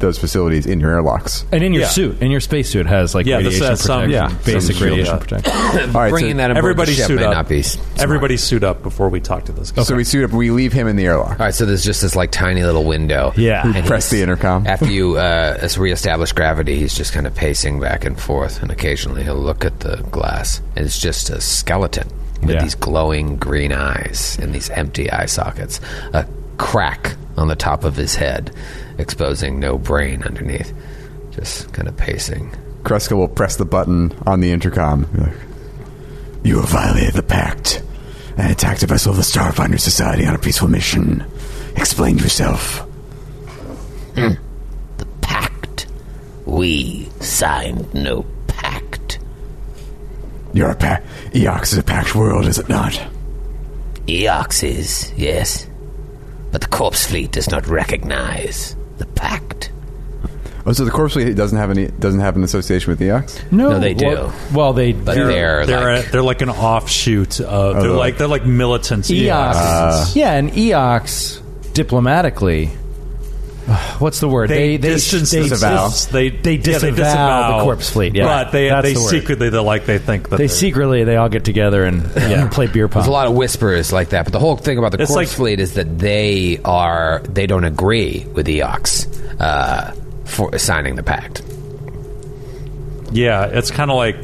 [SPEAKER 4] those facilities in your airlocks.
[SPEAKER 10] And in your
[SPEAKER 3] Yeah.
[SPEAKER 10] suit, in your spacesuit has like
[SPEAKER 3] Yeah, this
[SPEAKER 10] radiation
[SPEAKER 3] has some-
[SPEAKER 10] protection,
[SPEAKER 3] yeah,
[SPEAKER 10] basic
[SPEAKER 3] some shield,
[SPEAKER 10] radiation
[SPEAKER 3] yeah.
[SPEAKER 10] protection.
[SPEAKER 4] All right,
[SPEAKER 6] Bringing
[SPEAKER 4] so,
[SPEAKER 6] that aboard the
[SPEAKER 3] Everybody
[SPEAKER 6] ship
[SPEAKER 3] suit
[SPEAKER 6] may
[SPEAKER 3] up.
[SPEAKER 6] not be. smart.
[SPEAKER 3] Everybody suit up before we talk to this guy.
[SPEAKER 4] So we suit up. We leave him in the airlock.
[SPEAKER 6] All right, so there's just this like tiny little window.
[SPEAKER 10] Yeah.
[SPEAKER 6] And
[SPEAKER 4] Press
[SPEAKER 6] he's-
[SPEAKER 4] the intercom.
[SPEAKER 6] After you uh, reestablish gravity, he's just kind of pacing back and forth, and occasionally he'll look at the glass, and it's just a skeleton with
[SPEAKER 10] Yeah.
[SPEAKER 6] these glowing green eyes and these empty eye sockets, a crack on the top of his head, exposing no brain underneath. Just kind of pacing.
[SPEAKER 4] Kreska will press the button on the intercom. Be like, you have violated the pact and attacked a vessel of the Starfinder Society on a peaceful mission. Explain yourself.
[SPEAKER 7] Pact. We signed no pact.
[SPEAKER 4] You're a pact. Eox is a pact world, is it not?
[SPEAKER 7] Eoxes, yes. But the corpse fleet does not recognize the pact.
[SPEAKER 4] Oh, so the corpse fleet doesn't have any doesn't have an association with Eox.
[SPEAKER 6] No, they do.
[SPEAKER 10] Well, well, they
[SPEAKER 6] But
[SPEAKER 10] do.
[SPEAKER 6] they're,
[SPEAKER 3] they're
[SPEAKER 6] like,
[SPEAKER 3] a- they're like an offshoot. Of, they're
[SPEAKER 4] they're
[SPEAKER 3] like they're like militants.
[SPEAKER 10] Eox.
[SPEAKER 4] Uh,
[SPEAKER 10] yeah, and Eox diplomatically. What's the word?
[SPEAKER 3] They, distance
[SPEAKER 10] they
[SPEAKER 3] disavow.
[SPEAKER 10] dis-
[SPEAKER 3] they,
[SPEAKER 10] they
[SPEAKER 3] yeah,
[SPEAKER 10] disavow,
[SPEAKER 3] they
[SPEAKER 10] the corpse fleet. Yeah,
[SPEAKER 3] but they
[SPEAKER 10] That's
[SPEAKER 3] they
[SPEAKER 10] the word.
[SPEAKER 3] secretly they like they think that
[SPEAKER 10] they
[SPEAKER 3] they're-
[SPEAKER 10] secretly they all get together and yeah, play beer pong.
[SPEAKER 6] there's a lot of whispers like that, but the whole thing about the
[SPEAKER 3] It's
[SPEAKER 6] corpse
[SPEAKER 3] like-
[SPEAKER 6] fleet is that they are they don't agree with Eox uh, for signing the pact.
[SPEAKER 3] Yeah, it's kind of like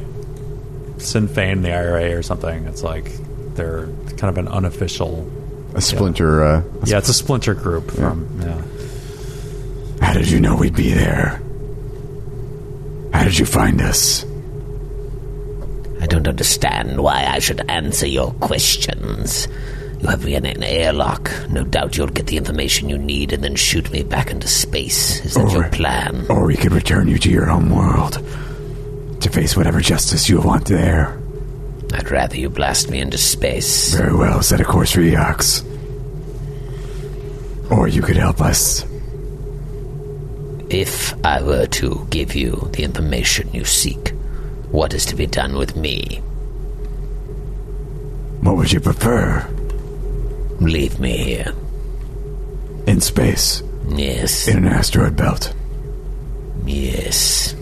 [SPEAKER 3] Sinn Fein, the IRA, or something. It's like they're kind of an unofficial.
[SPEAKER 4] A splinter. Uh,
[SPEAKER 3] Yeah, it's a splinter group from. Yeah.
[SPEAKER 4] How did you know we'd be there? How did you find us?
[SPEAKER 7] I don't understand why I should answer your questions. You have me in an airlock. No doubt you'll get the information you need and then shoot me back into space. Is that your
[SPEAKER 4] Alright.
[SPEAKER 7] plan?
[SPEAKER 4] Or we could return you to your home world to face whatever justice you want there.
[SPEAKER 7] I'd rather you blast me into space.
[SPEAKER 4] Very well, set a course for Eox. Or you could help us.
[SPEAKER 7] If I were to give you the information you seek, what is to be done with me?
[SPEAKER 4] What would you prefer?
[SPEAKER 7] Leave me here.
[SPEAKER 4] In space,
[SPEAKER 7] Yes.
[SPEAKER 4] in an asteroid belt.
[SPEAKER 7] Yes.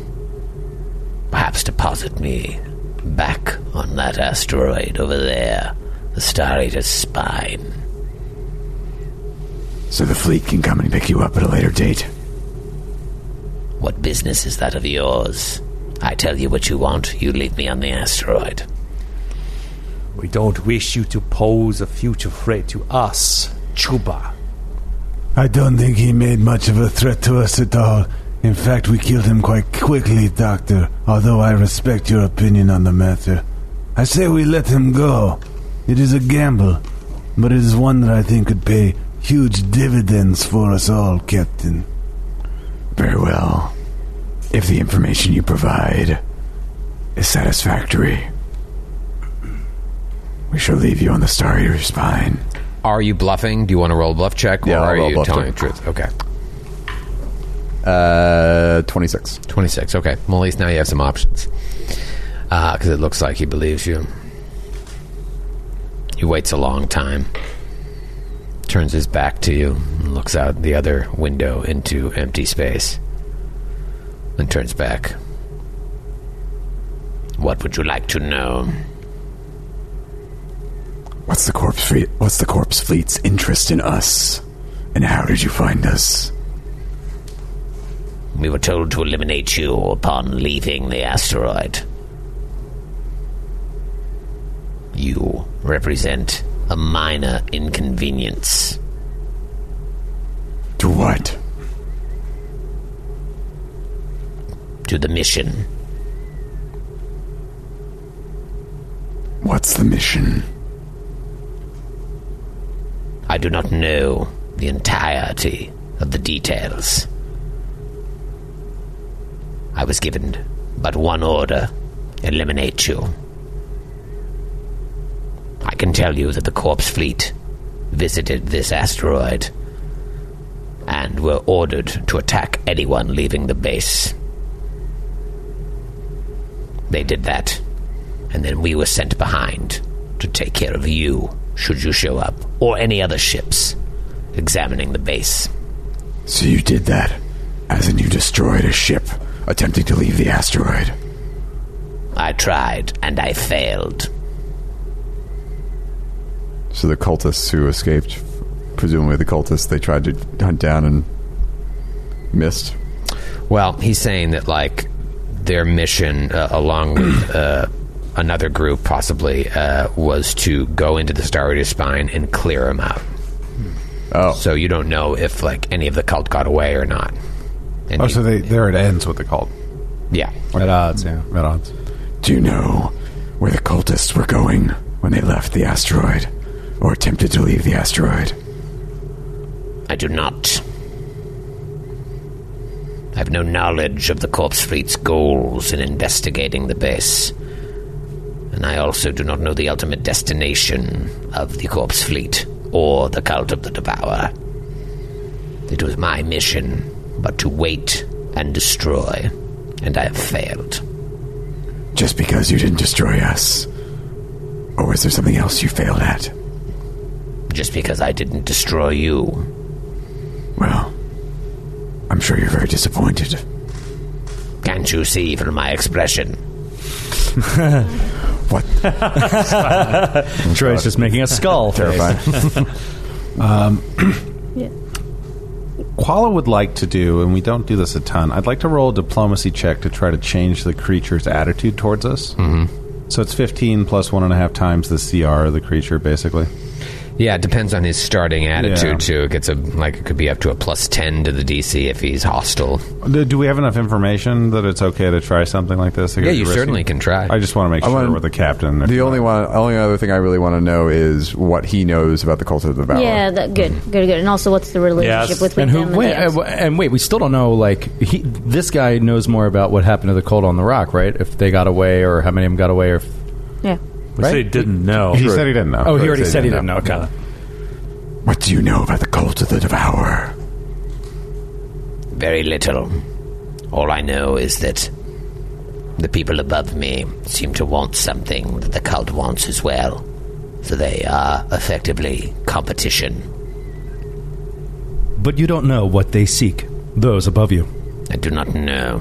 [SPEAKER 7] Perhaps deposit me back on that asteroid over there, the Star Eater's spine.
[SPEAKER 4] So the fleet can come and pick you up at a later date.
[SPEAKER 7] What business is that of yours? I tell you what you want, you leave me on the asteroid.
[SPEAKER 3] We don't wish you to pose a future threat to us, Chuba.
[SPEAKER 5] I don't think he made much of a threat to us at all. In fact, we killed him quite quickly, Doctor, although I respect your opinion on the matter. I say we let him go. It is a gamble, but it is one that I think could pay huge dividends for us all, Captain.
[SPEAKER 4] Very well. If the information you provide is satisfactory, we shall leave you on the star of your spine.
[SPEAKER 6] Are you bluffing? Do you want to roll a bluff check,
[SPEAKER 4] Yeah,
[SPEAKER 6] or
[SPEAKER 4] I'll
[SPEAKER 6] are
[SPEAKER 4] roll a
[SPEAKER 6] you
[SPEAKER 4] bluff
[SPEAKER 6] telling
[SPEAKER 4] check.
[SPEAKER 6] the truth? Okay,
[SPEAKER 4] Uh, 26.
[SPEAKER 6] twenty-six. Okay, well, at least now you have some options because it looks like he believes you. He waits a long time, turns his back to you, and looks out the other window into empty space, then turns back.
[SPEAKER 7] What would you like to know?
[SPEAKER 4] What's the corpse fleet? What's the corpse fleet's interest in us? And how did you find us?
[SPEAKER 7] We were told to eliminate you upon leaving the asteroid. You represent a minor inconvenience.
[SPEAKER 4] To what?
[SPEAKER 7] to the mission.
[SPEAKER 4] What's the mission?
[SPEAKER 7] I do not know the entirety of the details. I was given but one order eliminate you. I can tell you that the Corpse Fleet visited this asteroid and were ordered to attack anyone leaving the base. They did that, and then we were sent behind to take care of you should you show up, or any other ships examining the base.
[SPEAKER 4] So you did that, as in you destroyed a ship attempting to leave the asteroid.
[SPEAKER 7] I tried and I failed.
[SPEAKER 11] So the cultists who escaped, presumably the cultists, they tried to hunt down and missed.
[SPEAKER 6] Well, he's saying that like their mission, uh, along with uh, another group, possibly uh, was to go into the Star Raider spine and clear him out.
[SPEAKER 11] Oh,
[SPEAKER 6] So you don't know if like any of the cult got away or not. And
[SPEAKER 9] Oh,
[SPEAKER 6] he-
[SPEAKER 9] so they, there it ends with the cult.
[SPEAKER 6] yeah,
[SPEAKER 10] At odds, yeah.
[SPEAKER 9] At odds.
[SPEAKER 4] Do you know where the cultists were going when they left the asteroid, or attempted to leave the asteroid?
[SPEAKER 7] I do not. I have no knowledge of the Corpse Fleet's goals in investigating the base. And I also do not know the ultimate destination of the Corpse Fleet or the Cult of the Devourer. It was my mission, but to wait and destroy, and I have failed.
[SPEAKER 4] Just because you didn't destroy us, or was there something else you failed at?
[SPEAKER 7] Just because I didn't destroy you,
[SPEAKER 4] Well, I'm sure you're very disappointed.
[SPEAKER 7] can't you see from my expression?
[SPEAKER 4] What?
[SPEAKER 10] Troy's just making a skull.
[SPEAKER 11] terrifying.
[SPEAKER 9] Um, Quala would like to do, and we don't do this a ton. I'd like to roll a diplomacy check to try to change the creature's attitude towards us. Mm-hmm. So it's fifteen plus one and a half times the CR of the creature, basically.
[SPEAKER 6] yeah. It depends on his starting attitude
[SPEAKER 9] Yeah.
[SPEAKER 6] too. It gets a like it could be up to a plus ten to the DC if he's hostile.
[SPEAKER 9] Do do we have enough information that it's okay to try something like this?
[SPEAKER 6] Yeah, you certainly can try.
[SPEAKER 9] I just want to make
[SPEAKER 11] I
[SPEAKER 9] sure
[SPEAKER 11] wanna-
[SPEAKER 9] we're the captain.
[SPEAKER 11] The only one, only other thing I really want to know is what he knows about the cult of the Valor.
[SPEAKER 8] Yeah, that, good, good, good. And also, what's the relationship
[SPEAKER 3] Yes.
[SPEAKER 8] with
[SPEAKER 10] Mm-hmm. And
[SPEAKER 8] them
[SPEAKER 10] who?
[SPEAKER 8] and
[SPEAKER 10] Wait,
[SPEAKER 8] the
[SPEAKER 10] uh,
[SPEAKER 8] elves?
[SPEAKER 10] w- and wait, we still don't know. Like he, this guy knows more about what happened to the cold on the rock, right? If they got away, or how many of them got away, or if,
[SPEAKER 8] Yeah.
[SPEAKER 3] We
[SPEAKER 10] Right?
[SPEAKER 3] say didn't know.
[SPEAKER 9] he said he didn't know.
[SPEAKER 10] oh, he already said he didn't know. Okay.
[SPEAKER 4] What do you know about the cult of the devourer?
[SPEAKER 7] Very little. All I know is that the people above me seem to want something that the cult wants as well. So they are effectively competition.
[SPEAKER 10] But you don't know what they seek. Those above you.
[SPEAKER 7] I do not know.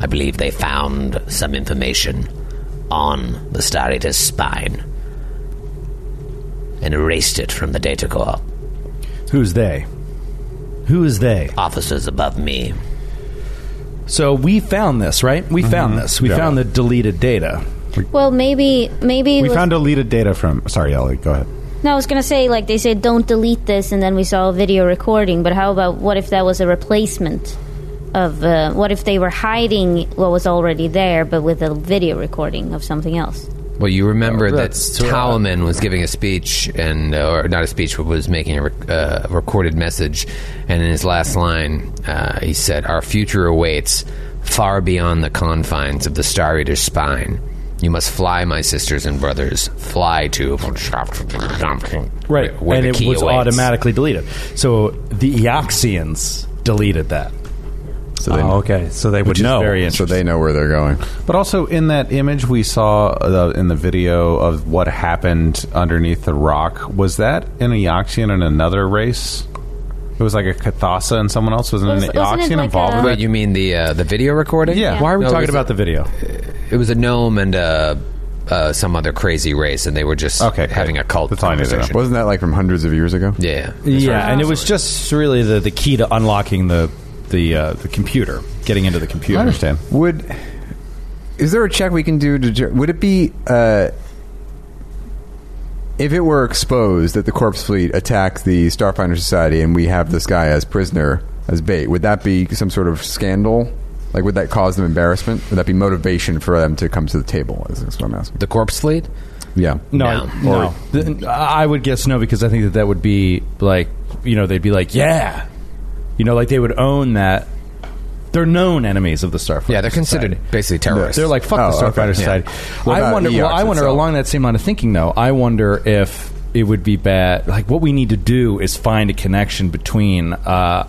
[SPEAKER 7] I believe they found some information on the Star Eater's spine and erased it from the data core.
[SPEAKER 10] Who's they? Who is they?
[SPEAKER 7] Officers above me.
[SPEAKER 10] So we found this, right? We found this. We
[SPEAKER 9] Yeah.
[SPEAKER 10] found the deleted data.
[SPEAKER 8] Well, maybe maybe it
[SPEAKER 9] We
[SPEAKER 8] was-
[SPEAKER 9] found deleted data from. Sorry, Ellie. Go ahead.
[SPEAKER 8] No, I was gonna say like they said don't delete this, and then we saw a video recording. But how about what if that was a replacement of uh, what if they were hiding what was already there, but with a video recording of something else?
[SPEAKER 6] Well, you
[SPEAKER 9] Oh,
[SPEAKER 6] remember that Talman was giving a speech, and or not a speech, but was making a rec- uh, recorded message. And in his last line, uh, he said, "Our future awaits far beyond the confines of the Star Eater's spine. You must fly, my sisters and brothers, fly to
[SPEAKER 10] Right.
[SPEAKER 6] where
[SPEAKER 10] and
[SPEAKER 6] the
[SPEAKER 10] it
[SPEAKER 6] key
[SPEAKER 10] was
[SPEAKER 6] awaits."
[SPEAKER 10] automatically deleted. So the Eoxians deleted that.
[SPEAKER 11] So they,
[SPEAKER 3] Oh, okay. So they would
[SPEAKER 10] Which is
[SPEAKER 3] know.
[SPEAKER 10] very
[SPEAKER 11] so they know where they're going.
[SPEAKER 9] But also in that image we saw uh, in the video of what happened underneath the rock, was that an Eoxian in another race? It was like a Cathassa and someone else was an
[SPEAKER 8] Wasn't- wasn't it
[SPEAKER 9] Eoxian
[SPEAKER 8] like
[SPEAKER 9] involved
[SPEAKER 8] a-
[SPEAKER 9] with
[SPEAKER 6] Wait,
[SPEAKER 9] it.
[SPEAKER 6] you mean the uh, the video recording?
[SPEAKER 9] Yeah.
[SPEAKER 10] Why are we
[SPEAKER 6] No, it
[SPEAKER 10] talking
[SPEAKER 6] was- uh,
[SPEAKER 10] about the video?
[SPEAKER 6] It was a gnome and uh, uh, some other crazy race, and they were just
[SPEAKER 9] Okay,
[SPEAKER 6] having a
[SPEAKER 9] great.
[SPEAKER 6] cult
[SPEAKER 9] That's all I needed to know.
[SPEAKER 6] conversation.
[SPEAKER 11] Wasn't that like from hundreds of years ago?
[SPEAKER 6] Yeah.
[SPEAKER 10] yeah, and it was just really the, the key to unlocking the the uh, the computer, getting into the computer.
[SPEAKER 9] I understand.
[SPEAKER 11] Would is there a check we can do to? ju- Would it be uh, if it were exposed that the corpse fleet attacked the Starfinder Society and we have this guy as prisoner as bait? Would that be some sort of scandal? Like, would that cause them embarrassment? Would that be motivation for them to come to the table? Is is what I'm asking.
[SPEAKER 6] The corpse fleet?
[SPEAKER 11] Yeah.
[SPEAKER 10] No, no. Th- I would guess no because I think that that would be like you know they'd be like yeah, you know like they would own that. They're known enemies of the Starfighter.
[SPEAKER 6] Yeah, they're considered
[SPEAKER 10] Society.
[SPEAKER 6] basically terrorists.
[SPEAKER 10] They're like fuck
[SPEAKER 11] Oh,
[SPEAKER 10] the Starfighter
[SPEAKER 11] okay.
[SPEAKER 10] Society.
[SPEAKER 11] What
[SPEAKER 10] I
[SPEAKER 11] about
[SPEAKER 10] wonder.
[SPEAKER 11] EOX
[SPEAKER 10] Well, I wonder
[SPEAKER 11] itself?
[SPEAKER 10] along that same line of thinking though. I wonder if it would be bad. Like what we need to do is find a connection between. Uh,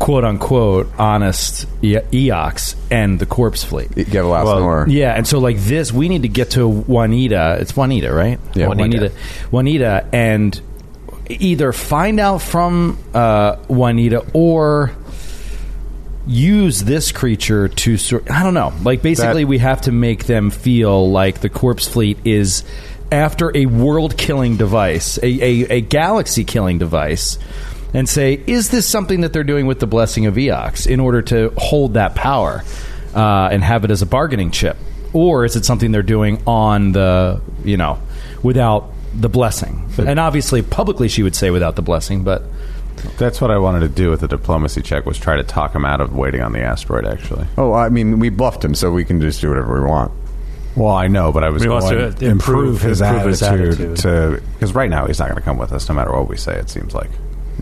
[SPEAKER 10] "Quote unquote," honest e- Eox and the Corpse Fleet.
[SPEAKER 11] Get a last
[SPEAKER 9] Well,
[SPEAKER 11] more.
[SPEAKER 10] Yeah, and so like this, we need to get to Juanita. It's Juanita, right?
[SPEAKER 11] Yeah.
[SPEAKER 10] Juanita. Juanita, and either find out from uh, Juanita or use this creature to sort. I don't know. Like basically, we have to make them feel like the corpse fleet is after a world-killing device, a, a, a galaxy-killing device. And say, is this something that they're doing with the blessing of Eox in order to hold that power? uh, and have it as a bargaining chip, or is it something they're doing on the you know without the blessing? And obviously, publicly, she would say without the blessing, but
[SPEAKER 9] That's what I wanted to do with the diplomacy check was try to talk him out of waiting on the asteroid actually.
[SPEAKER 11] Oh, I mean, we bluffed him, so we can just do whatever we want.
[SPEAKER 9] Well, I know, but I was
[SPEAKER 3] We
[SPEAKER 9] going
[SPEAKER 3] want
[SPEAKER 9] to
[SPEAKER 3] to
[SPEAKER 9] improve,
[SPEAKER 3] improve-
[SPEAKER 9] his,
[SPEAKER 3] improve his
[SPEAKER 9] attitude
[SPEAKER 3] attitude.
[SPEAKER 9] to because right now he's not going to come with us no matter what we say it seems like.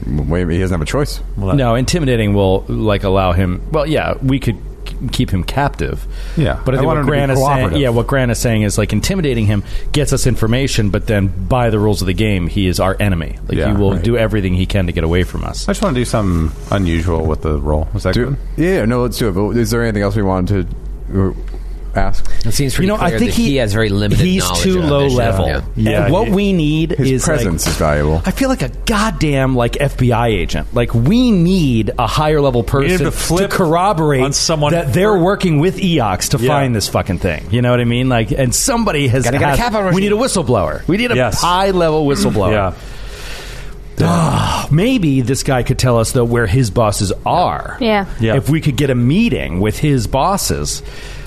[SPEAKER 11] Wait, he doesn't have a choice.
[SPEAKER 3] Well, that-
[SPEAKER 10] no, intimidating will like allow him. Well, yeah, we could k- keep him captive.
[SPEAKER 9] Yeah,
[SPEAKER 10] but I
[SPEAKER 9] I want
[SPEAKER 10] think what
[SPEAKER 9] him to be
[SPEAKER 10] Gran is saying,
[SPEAKER 9] cooperative.
[SPEAKER 10] yeah, what Gran is saying is like intimidating him gets us information, but then by the rules of the game, he is our enemy. Like
[SPEAKER 9] Yeah,
[SPEAKER 10] he will
[SPEAKER 9] right.
[SPEAKER 10] do everything he can to get away from us.
[SPEAKER 9] I just want to do something unusual with the role. Was that
[SPEAKER 11] Do,
[SPEAKER 9] good?
[SPEAKER 11] yeah, no, let's do it. But is there anything else we wanted to uh, ask?
[SPEAKER 6] It seems pretty
[SPEAKER 10] you know,
[SPEAKER 6] clear
[SPEAKER 10] I think
[SPEAKER 6] that he, has very limited
[SPEAKER 10] He's
[SPEAKER 6] knowledge
[SPEAKER 10] too
[SPEAKER 6] of
[SPEAKER 10] low
[SPEAKER 6] this show.
[SPEAKER 10] level.
[SPEAKER 6] Yeah.
[SPEAKER 3] Yeah,
[SPEAKER 10] And what
[SPEAKER 3] he-
[SPEAKER 10] we need
[SPEAKER 11] His
[SPEAKER 10] is like-
[SPEAKER 11] presence is valuable.
[SPEAKER 10] I feel like a goddamn like FBI agent. Like we need a higher level
[SPEAKER 3] need
[SPEAKER 10] person
[SPEAKER 3] to flip
[SPEAKER 10] corroborate
[SPEAKER 3] on someone
[SPEAKER 10] that they're
[SPEAKER 3] for-
[SPEAKER 10] working with EOX to
[SPEAKER 3] Yeah.
[SPEAKER 10] find this fucking thing. You know what I mean? Like, and somebody has.
[SPEAKER 6] Gotta get a
[SPEAKER 10] has-
[SPEAKER 6] cap on
[SPEAKER 10] we
[SPEAKER 6] Rashid.
[SPEAKER 10] need a whistleblower. We need a
[SPEAKER 3] Yes.
[SPEAKER 10] high level whistleblower. Ah,
[SPEAKER 3] yeah.
[SPEAKER 10] Maybe this guy could tell us though where his bosses are.
[SPEAKER 8] Yeah.
[SPEAKER 3] Yeah.
[SPEAKER 10] If we could get a meeting with his bosses.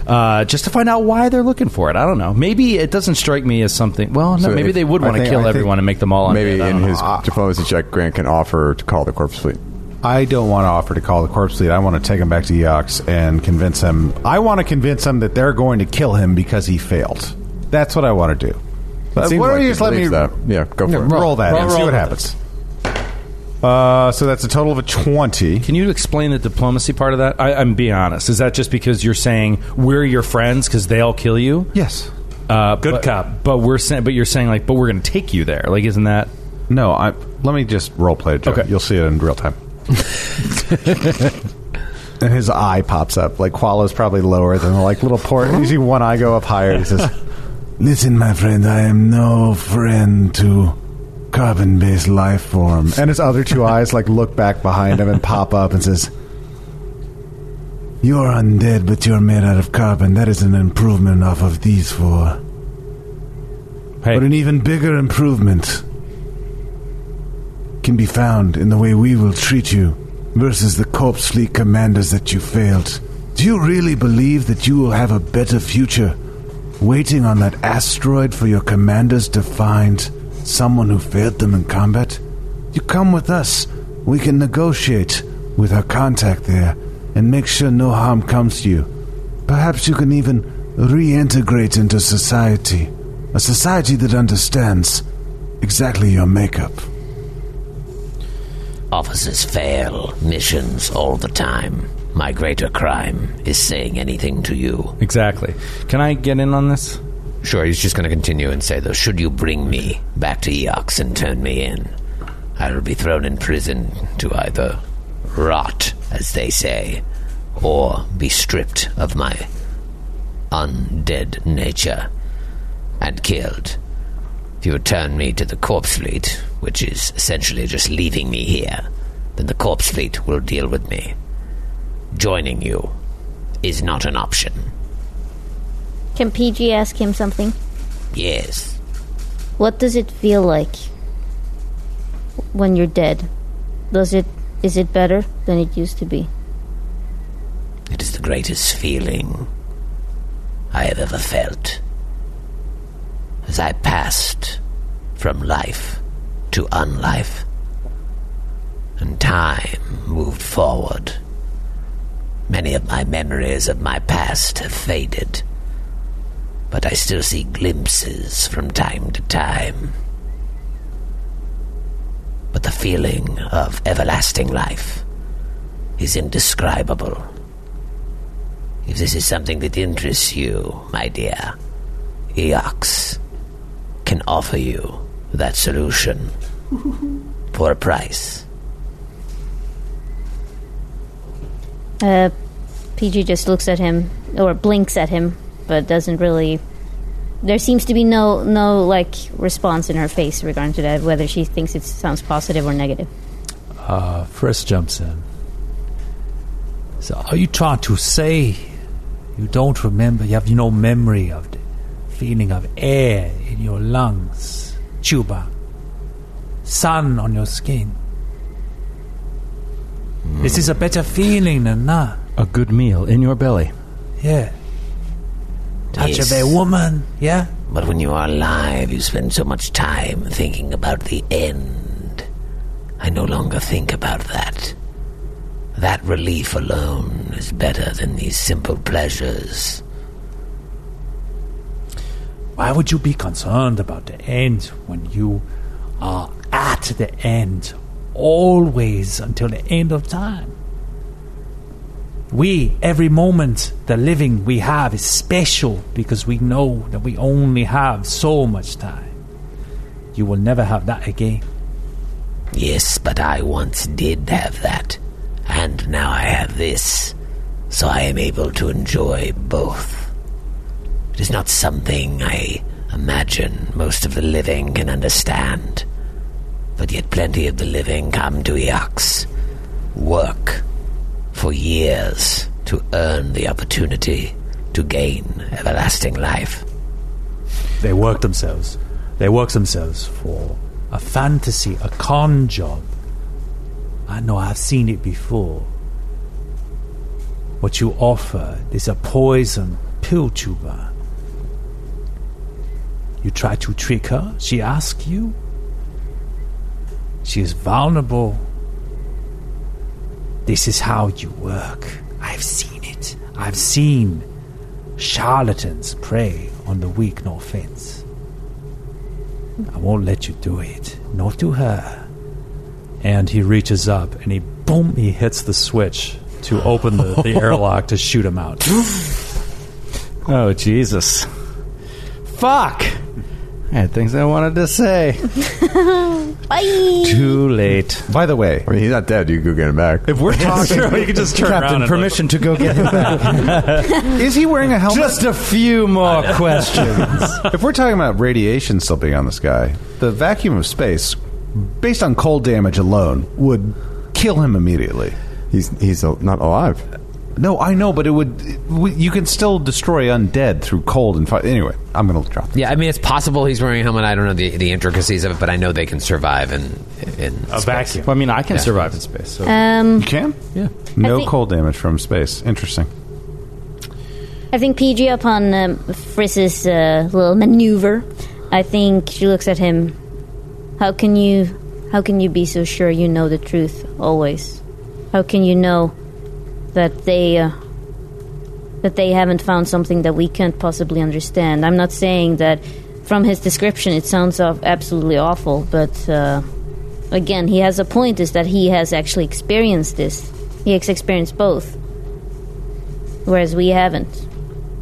[SPEAKER 10] Uh, just to find out why they're looking for it, I don't know. Maybe it doesn't strike me as something. Well, no,
[SPEAKER 11] So
[SPEAKER 10] maybe
[SPEAKER 11] if-
[SPEAKER 10] they would
[SPEAKER 11] I
[SPEAKER 10] want to
[SPEAKER 11] think- I
[SPEAKER 10] kill
[SPEAKER 11] think
[SPEAKER 10] everyone and make them all.
[SPEAKER 11] Maybe
[SPEAKER 10] undead. I
[SPEAKER 11] in
[SPEAKER 10] don't know.
[SPEAKER 11] his diplomacy check, Grant can offer to call the corpse fleet.
[SPEAKER 9] I don't want to offer to call the corpse lead. I want to take him back to Eox and convince him. I want to convince him that they're going to kill him because he failed. That's what I want to do. But
[SPEAKER 11] Seems
[SPEAKER 9] why don't
[SPEAKER 11] like
[SPEAKER 9] you
[SPEAKER 11] he
[SPEAKER 9] just let me
[SPEAKER 11] believes that. Yeah, go for it.
[SPEAKER 9] roll, that and see what happens? Uh, so that's a total of a twenty.
[SPEAKER 10] Can you explain the diplomacy part of that? I, I'm being honest. Is that just because you're saying we're your friends because they'll kill you?
[SPEAKER 9] Yes.
[SPEAKER 10] Uh,
[SPEAKER 3] Good
[SPEAKER 10] but,
[SPEAKER 3] cop.
[SPEAKER 10] But we're saying, but you're saying like, but we're going to take you there. Like, isn't that?
[SPEAKER 9] No. I let me just role play it. Joe.
[SPEAKER 10] Okay.
[SPEAKER 9] You'll see it in real time. and his eye pops up. Like Qualo's probably lower than like little port. You see one eye go up higher. He says,
[SPEAKER 5] Listen, my friend, I am no friend to carbon-based life forms.
[SPEAKER 9] and his other two eyes like look back behind him and pop up and says.
[SPEAKER 5] You're undead, but you're made out of carbon. That is an improvement off of these four.
[SPEAKER 10] Hey,
[SPEAKER 5] But an even bigger improvement can be found in the way we will treat you versus the corpse fleet commanders that you failed. Do you really believe that you will have a better future waiting on that asteroid for your commanders to find someone who failed them in combat? You come with us. We can negotiate with our contact there and make sure no harm comes to you. Perhaps you can even reintegrate into society. A society that understands exactly your makeup.
[SPEAKER 7] Officers fail missions all the time. My greater crime is saying anything to you.
[SPEAKER 10] Exactly. Can I get in on this?
[SPEAKER 7] Sure, he's just going to continue and say, though, should you bring me back to Eox and turn me in, I will be thrown in prison to either rot, as they say, or be stripped of my undead nature and killed. If you return me to the corpse fleet, which is essentially just leaving me here, then the corpse fleet will deal with me. Joining you is not an option.
[SPEAKER 8] Can PG ask him something?
[SPEAKER 7] Yes.
[SPEAKER 8] What does it feel like when you're dead? Does it is it better than it used to be?
[SPEAKER 7] It is the greatest feeling I have ever felt. As I passed from life to unlife, and time moved forward, many of my memories of my past have faded, but I still see glimpses from time to time. But the feeling of everlasting life is indescribable. If this is something that interests you, my dear, Eox can offer you that solution for a price.
[SPEAKER 8] Uh, PG just looks at him or blinks at him, but doesn't really. There seems to be no no like response in her face regarding to that, whether she thinks it sounds positive or negative.
[SPEAKER 1] Uh, Frisk jumps in. So, are you trying to say you don't remember? You have no memory of the feeling of air in your lungs, tuba, sun on your skin.
[SPEAKER 10] Mm.
[SPEAKER 1] This is a better feeling than that.
[SPEAKER 10] A good meal in your belly.
[SPEAKER 1] Yeah. Touch
[SPEAKER 7] Yes.
[SPEAKER 1] of a woman. Yeah.
[SPEAKER 7] But when you are alive, you spend so much time thinking about the end. I no longer think about that. That relief alone is better than these simple pleasures.
[SPEAKER 1] Why would you be concerned about the end when you are at the end? Always until the end of time. We, every moment, the living we have is special because we know that we only have so much time. You will never have that again.
[SPEAKER 7] Yes, but I once did have that, and now I have this, so I am able to enjoy both. It is not something I imagine most of the living can understand, but yet plenty of the living come to Eox, work for years to earn the opportunity to gain everlasting life.
[SPEAKER 1] They work themselves. They work themselves for a fantasy, a con job. I know I've seen it before. What you offer is a poison pill tuber. You try to trick her, she asks you. She is vulnerable. This is how you work. I've seen it. I've seen charlatans prey on the weak, no offense. I won't let you do it. Not to her. And he reaches up and he boom he hits the switch to open the, the airlock to shoot him out.
[SPEAKER 10] Oh Jesus! Fuck! I had things I wanted to say.
[SPEAKER 8] Bye.
[SPEAKER 10] Too late.
[SPEAKER 9] By the way,
[SPEAKER 11] I mean, he's not dead. You can go get him back.
[SPEAKER 10] If we're talking,
[SPEAKER 1] you can just turn around
[SPEAKER 10] Captain,
[SPEAKER 1] and
[SPEAKER 10] permission to go get him back.
[SPEAKER 9] is he wearing a helmet?
[SPEAKER 10] just a few more questions.
[SPEAKER 9] if we're talking about radiation still being on this guy, the vacuum of space, based on cold damage alone, would kill him immediately.
[SPEAKER 11] He's he's al- not alive.
[SPEAKER 9] No, I know, but it would. it- we- you can still destroy undead through cold and fire. Anyway, I'm going to drop.
[SPEAKER 6] Yeah, I mean, it's possible he's wearing a helmet. I don't know the, the intricacies of it, but I know they can survive in in
[SPEAKER 1] a vacuum.
[SPEAKER 10] Well, I mean, I can
[SPEAKER 6] Yeah.
[SPEAKER 10] survive in space. So.
[SPEAKER 8] Um,
[SPEAKER 9] You can?
[SPEAKER 10] Yeah.
[SPEAKER 9] No
[SPEAKER 8] think-
[SPEAKER 9] cold damage from space. Interesting.
[SPEAKER 8] I think PG upon um, Frizz's uh, little maneuver. I think she looks at him. How can you? How can you be so sure you know the truth always? How can you know that they uh, that they haven't found something that we can't possibly understand? I'm not saying that. From his description, it sounds of- absolutely awful, but. Uh, again, he has a point is that he has actually experienced this. He has experienced both. Whereas we haven't.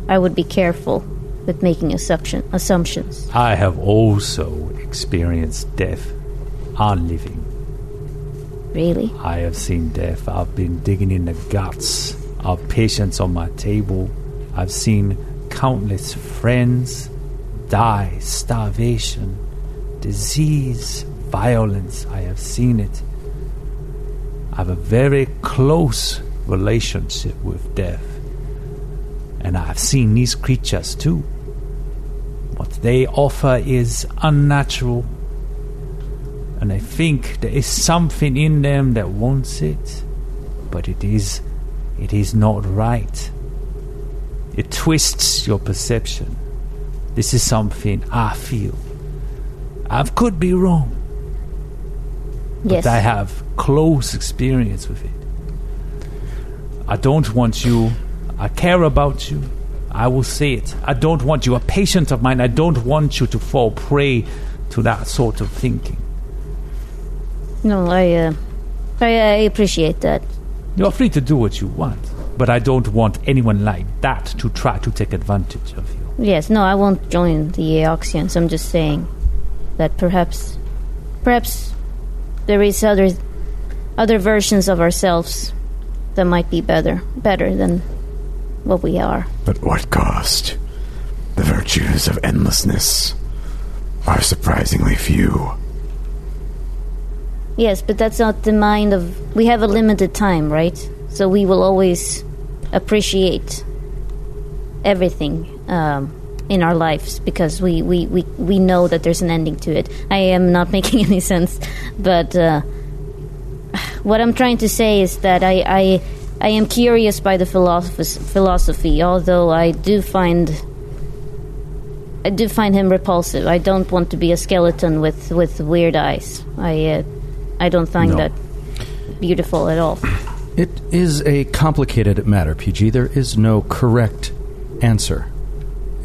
[SPEAKER 8] I would be careful with making assumption, assumptions.
[SPEAKER 1] I have also experienced death on living.
[SPEAKER 8] Really?
[SPEAKER 1] I have seen death. I've been digging in the guts of patients on my table. I've seen countless friends die, starvation, disease, violence. I have seen it. I have a very close relationship with death. And I've seen these creatures too. What they offer is unnatural, and I think there is something in them that wants it, but it is, it is not right. It twists your perception. This is something I feel. I could be wrong,
[SPEAKER 8] Yes.
[SPEAKER 1] but I have close experience with it. I don't want you. I care about you. I will say it. I don't want you. A patient of mine, I don't want you to fall prey to that sort of thinking.
[SPEAKER 8] no, I, uh, I, I appreciate that.
[SPEAKER 1] You're free to do what you want, but I don't want anyone like that to try to take advantage of you.
[SPEAKER 8] Yes, no, I won't join the Aoxians. I'm just saying that perhaps, perhaps there is other, other versions of ourselves that might be better, better than what we are.
[SPEAKER 11] But what cost? The virtues of endlessness are surprisingly few.
[SPEAKER 8] Yes, but that's not the mind of. We have a limited time, right? So we will always appreciate everything um, in our lives because we, we, we, we know that there's an ending to it. I am not making any sense, but uh, what I'm trying to say is that I, I, I am curious by the philosopher's philosophy, although I do find. I do find him repulsive. I don't want to be a skeleton with, with weird eyes. I uh, I don't find that beautiful at all.
[SPEAKER 10] It is a complicated matter, PG. There is no correct answer.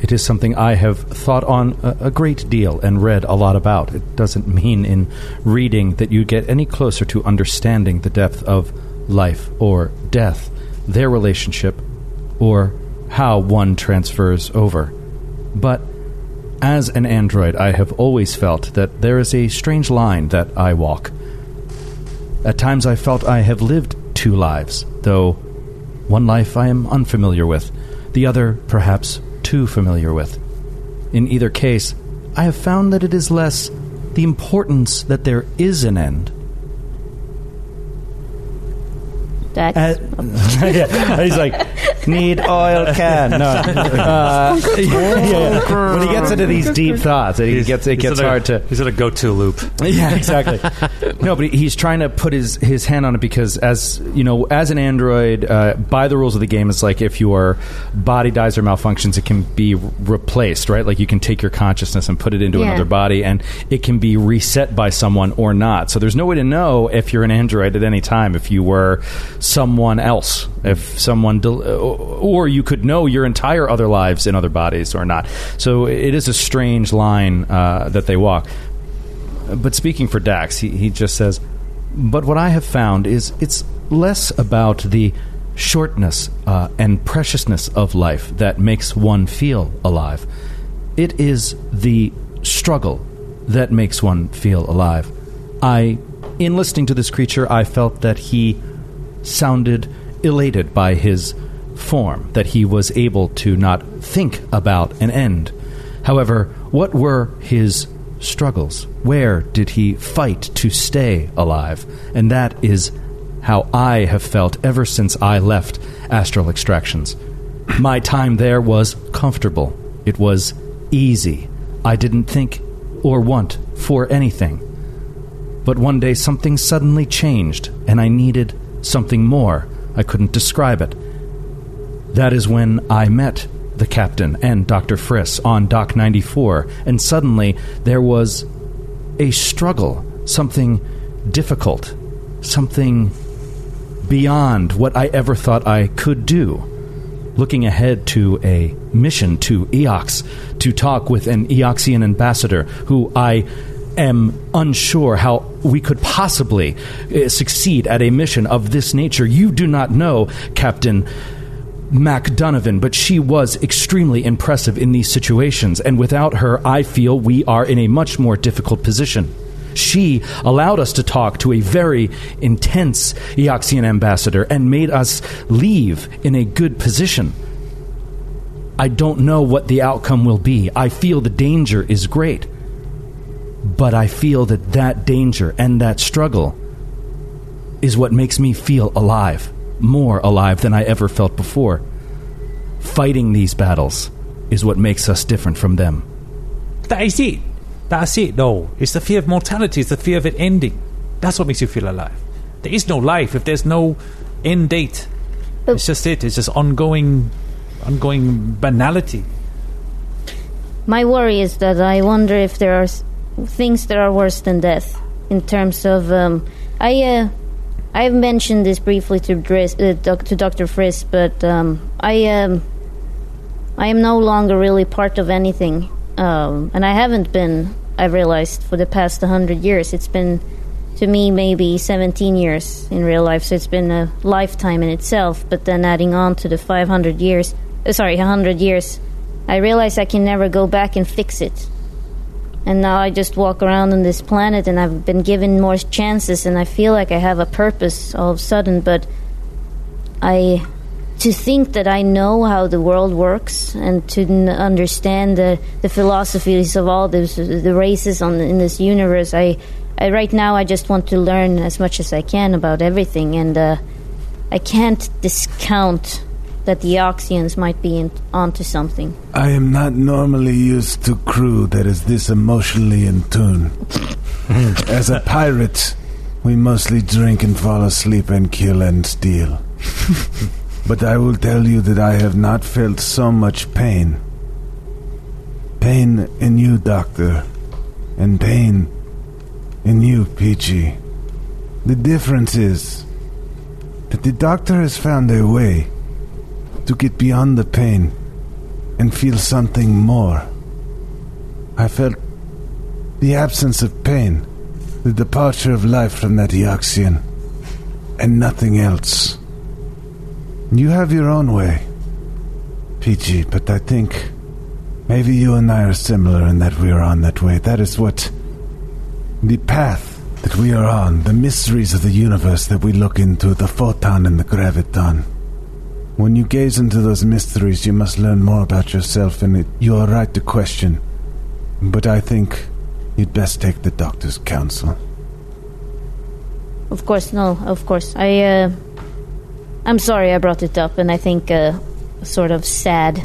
[SPEAKER 10] It is something I have thought on a, a great deal and read a lot about. It doesn't mean in reading that you get any closer to understanding the depth of life or death, their relationship, or how one transfers over. But as an android, I have always felt that there is a strange line that I walk. At times I felt I have lived two lives, though one life I am unfamiliar with, the other perhaps too familiar with. In either case, I have found that it is less the importance that there is an end.
[SPEAKER 8] That
[SPEAKER 10] Uh, yeah, he's like, need oil can. No. Uh, yeah, yeah. When he gets into these deep thoughts, it gets it gets hard to.
[SPEAKER 1] He's in a go-to loop.
[SPEAKER 10] Yeah, exactly. no, but he- he's trying to put his his hand on it because, as you know, as an android, uh, by the rules of the game, it's like if your body dies or malfunctions, it can be replaced, right? Like you can take your consciousness and put it into
[SPEAKER 8] Yeah.
[SPEAKER 10] another body, and it can be reset by someone or not. So there's no way to know if you're an android at any time, if you were someone else, if someone, del- uh, or you could know your entire other lives in other bodies or not. So it is a strange line uh, that they walk. But speaking for Dax, he, he just says, But what I have found is it's less about the shortness uh, and preciousness of life that makes one feel alive. It is the struggle that makes one feel alive. I, in listening to this creature, I felt that he sounded elated by his form, that he was able to not think about an end. However, what were his struggles? Where did he fight to stay alive? And that is how I have felt ever since I left Astral Extractions. My time there was comfortable. It was easy. I didn't think or want for anything. But one day something suddenly changed, and I needed something more. I couldn't describe it. That is when I met the captain and Dr. Friss on Dock 94, and suddenly there was a struggle, something difficult, something beyond what I ever thought I could do. Looking ahead to a mission to Eox to talk with an Eoxian ambassador who I am unsure how we could possibly uh, succeed at a mission of this nature. You do not know, Captain. Mac Donovan, but she was extremely impressive in these situations, and without her, I feel we are in a much more difficult position. She allowed us to talk to a very intense Eoxian ambassador and made us leave in a good position. I don't know what the outcome will be. I feel the danger is great. But I feel that that danger and that struggle is what makes me feel alive, more alive than I ever felt before. Fighting these battles is what makes us different from them.
[SPEAKER 3] That is it. That's it, though. It's the fear of mortality, it's the fear of it ending. That's what makes you feel alive. There is no life if there's no end date. It's just it. It's just ongoing, ongoing banality.
[SPEAKER 8] My worry is that I wonder if there are s- things that are worse than death in terms of um, I. Uh, I've mentioned this briefly to Dris, uh, doc, to Doctor Friss, but um, I um, I am no longer really part of anything, um, and I haven't been. I've realized for the past hundred years, it's been to me maybe seventeen years in real life, so it's been a lifetime in itself. But then adding on to the five hundred years, uh, sorry, hundred years, I realize I can never go back and fix it. And now I just walk around on this planet and I've been given more chances and I feel like I have a purpose all of a sudden, but I. To think that I know how the world works and to n- understand the, the philosophies of all those, the races on, in this universe, I, I right now I just want to learn as much as I can about everything, and uh, I can't discount that the Oxians might be in, onto something.
[SPEAKER 5] I am not normally used to crew that is this emotionally in tune. As a pirate, we mostly drink and fall asleep and kill and steal. but I will tell you that I have not felt so much pain. Pain in you, Doctor, and pain in you, Peachy. The difference is that the Doctor has found a way to get beyond the pain and feel something more. I felt the absence of pain, the departure of life from that Eoxian, and nothing else. You have your own way, Peachy, but I think maybe you and I are similar in that we are on that way. That is what the path that we are on, the mysteries of the universe that we look into, the photon and the graviton. When you gaze into those mysteries, you must learn more about yourself, and it, you are right to question. But I think you'd best take the doctor's counsel.
[SPEAKER 8] Of course, no, of course. I, uh, I'm sorry I brought it up, and I think, uh, sort of sad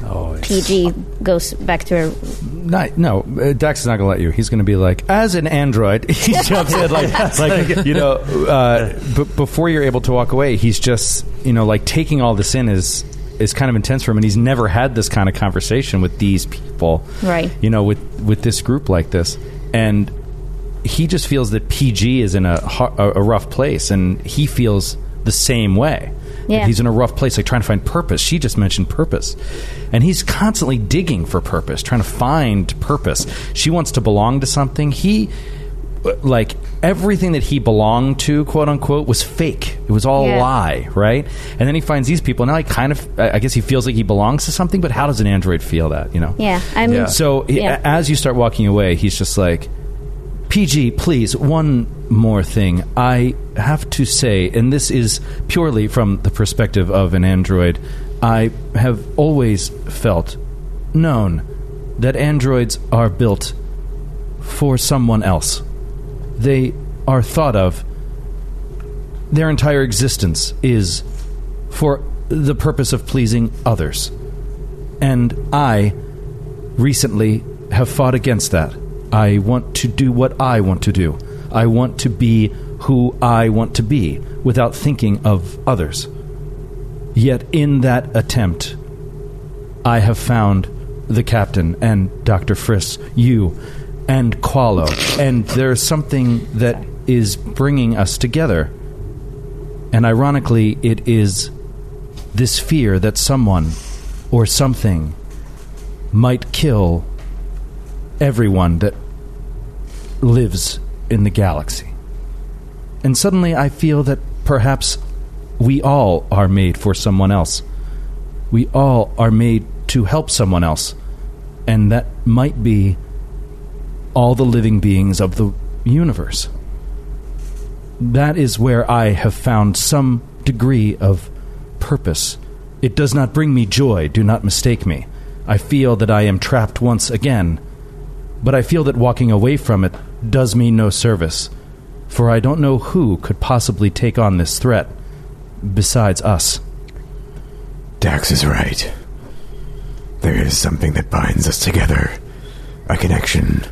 [SPEAKER 8] PG goes back to her.
[SPEAKER 10] Not, no, uh, Dax is not going to let you. He's going to be like, as an android, he jumps in like, like you know, uh, b- before you're able to walk away, he's just you know like taking all this in is is kind of intense for him, and he's never had this kind of conversation with these people,
[SPEAKER 8] Right.
[SPEAKER 10] You know, with with this group like this, and he just feels that PG is in a har- a, a rough place, and he feels the same way. that
[SPEAKER 8] Yeah.
[SPEAKER 10] he's in a rough place, like trying to find purpose. She just mentioned purpose. And he's constantly digging for purpose, trying to find purpose. She wants to belong to something. He, like, everything that he belonged to, quote unquote, was fake. It was all a
[SPEAKER 12] Yeah.
[SPEAKER 10] lie, right? And then he finds these people. Now he kind of, I I guess he feels like he belongs to something, but how does an android feel that, you know?
[SPEAKER 8] Yeah, I mean,
[SPEAKER 10] So he-
[SPEAKER 8] yeah.
[SPEAKER 10] as you start walking away, he's just like, PG, please, one more thing. I have to say, and this is purely from the perspective of an android, I have always felt known that androids are built for someone else. They are thought of their entire existence is for the purpose of pleasing others. And I recently have fought against that. I want to do what I want to do. I want to be who I want to be without thinking of others. Yet in that attempt, I have found the captain and Dr. Friss, you and Qualo, and there's something that is bringing us together. And ironically, it is this fear that someone or something might kill everyone that lives in the galaxy. And suddenly I feel that perhaps we all are made for someone else. We all are made to help someone else. And that might be all the living beings of the universe. That is where I have found some degree of purpose. It does not bring me joy, do not mistake me. I feel that I am trapped once again, but I feel that walking away from it does me no service, for I don't know who could possibly take on this threat besides us.
[SPEAKER 4] Dax is right. There is something that binds us together. A connection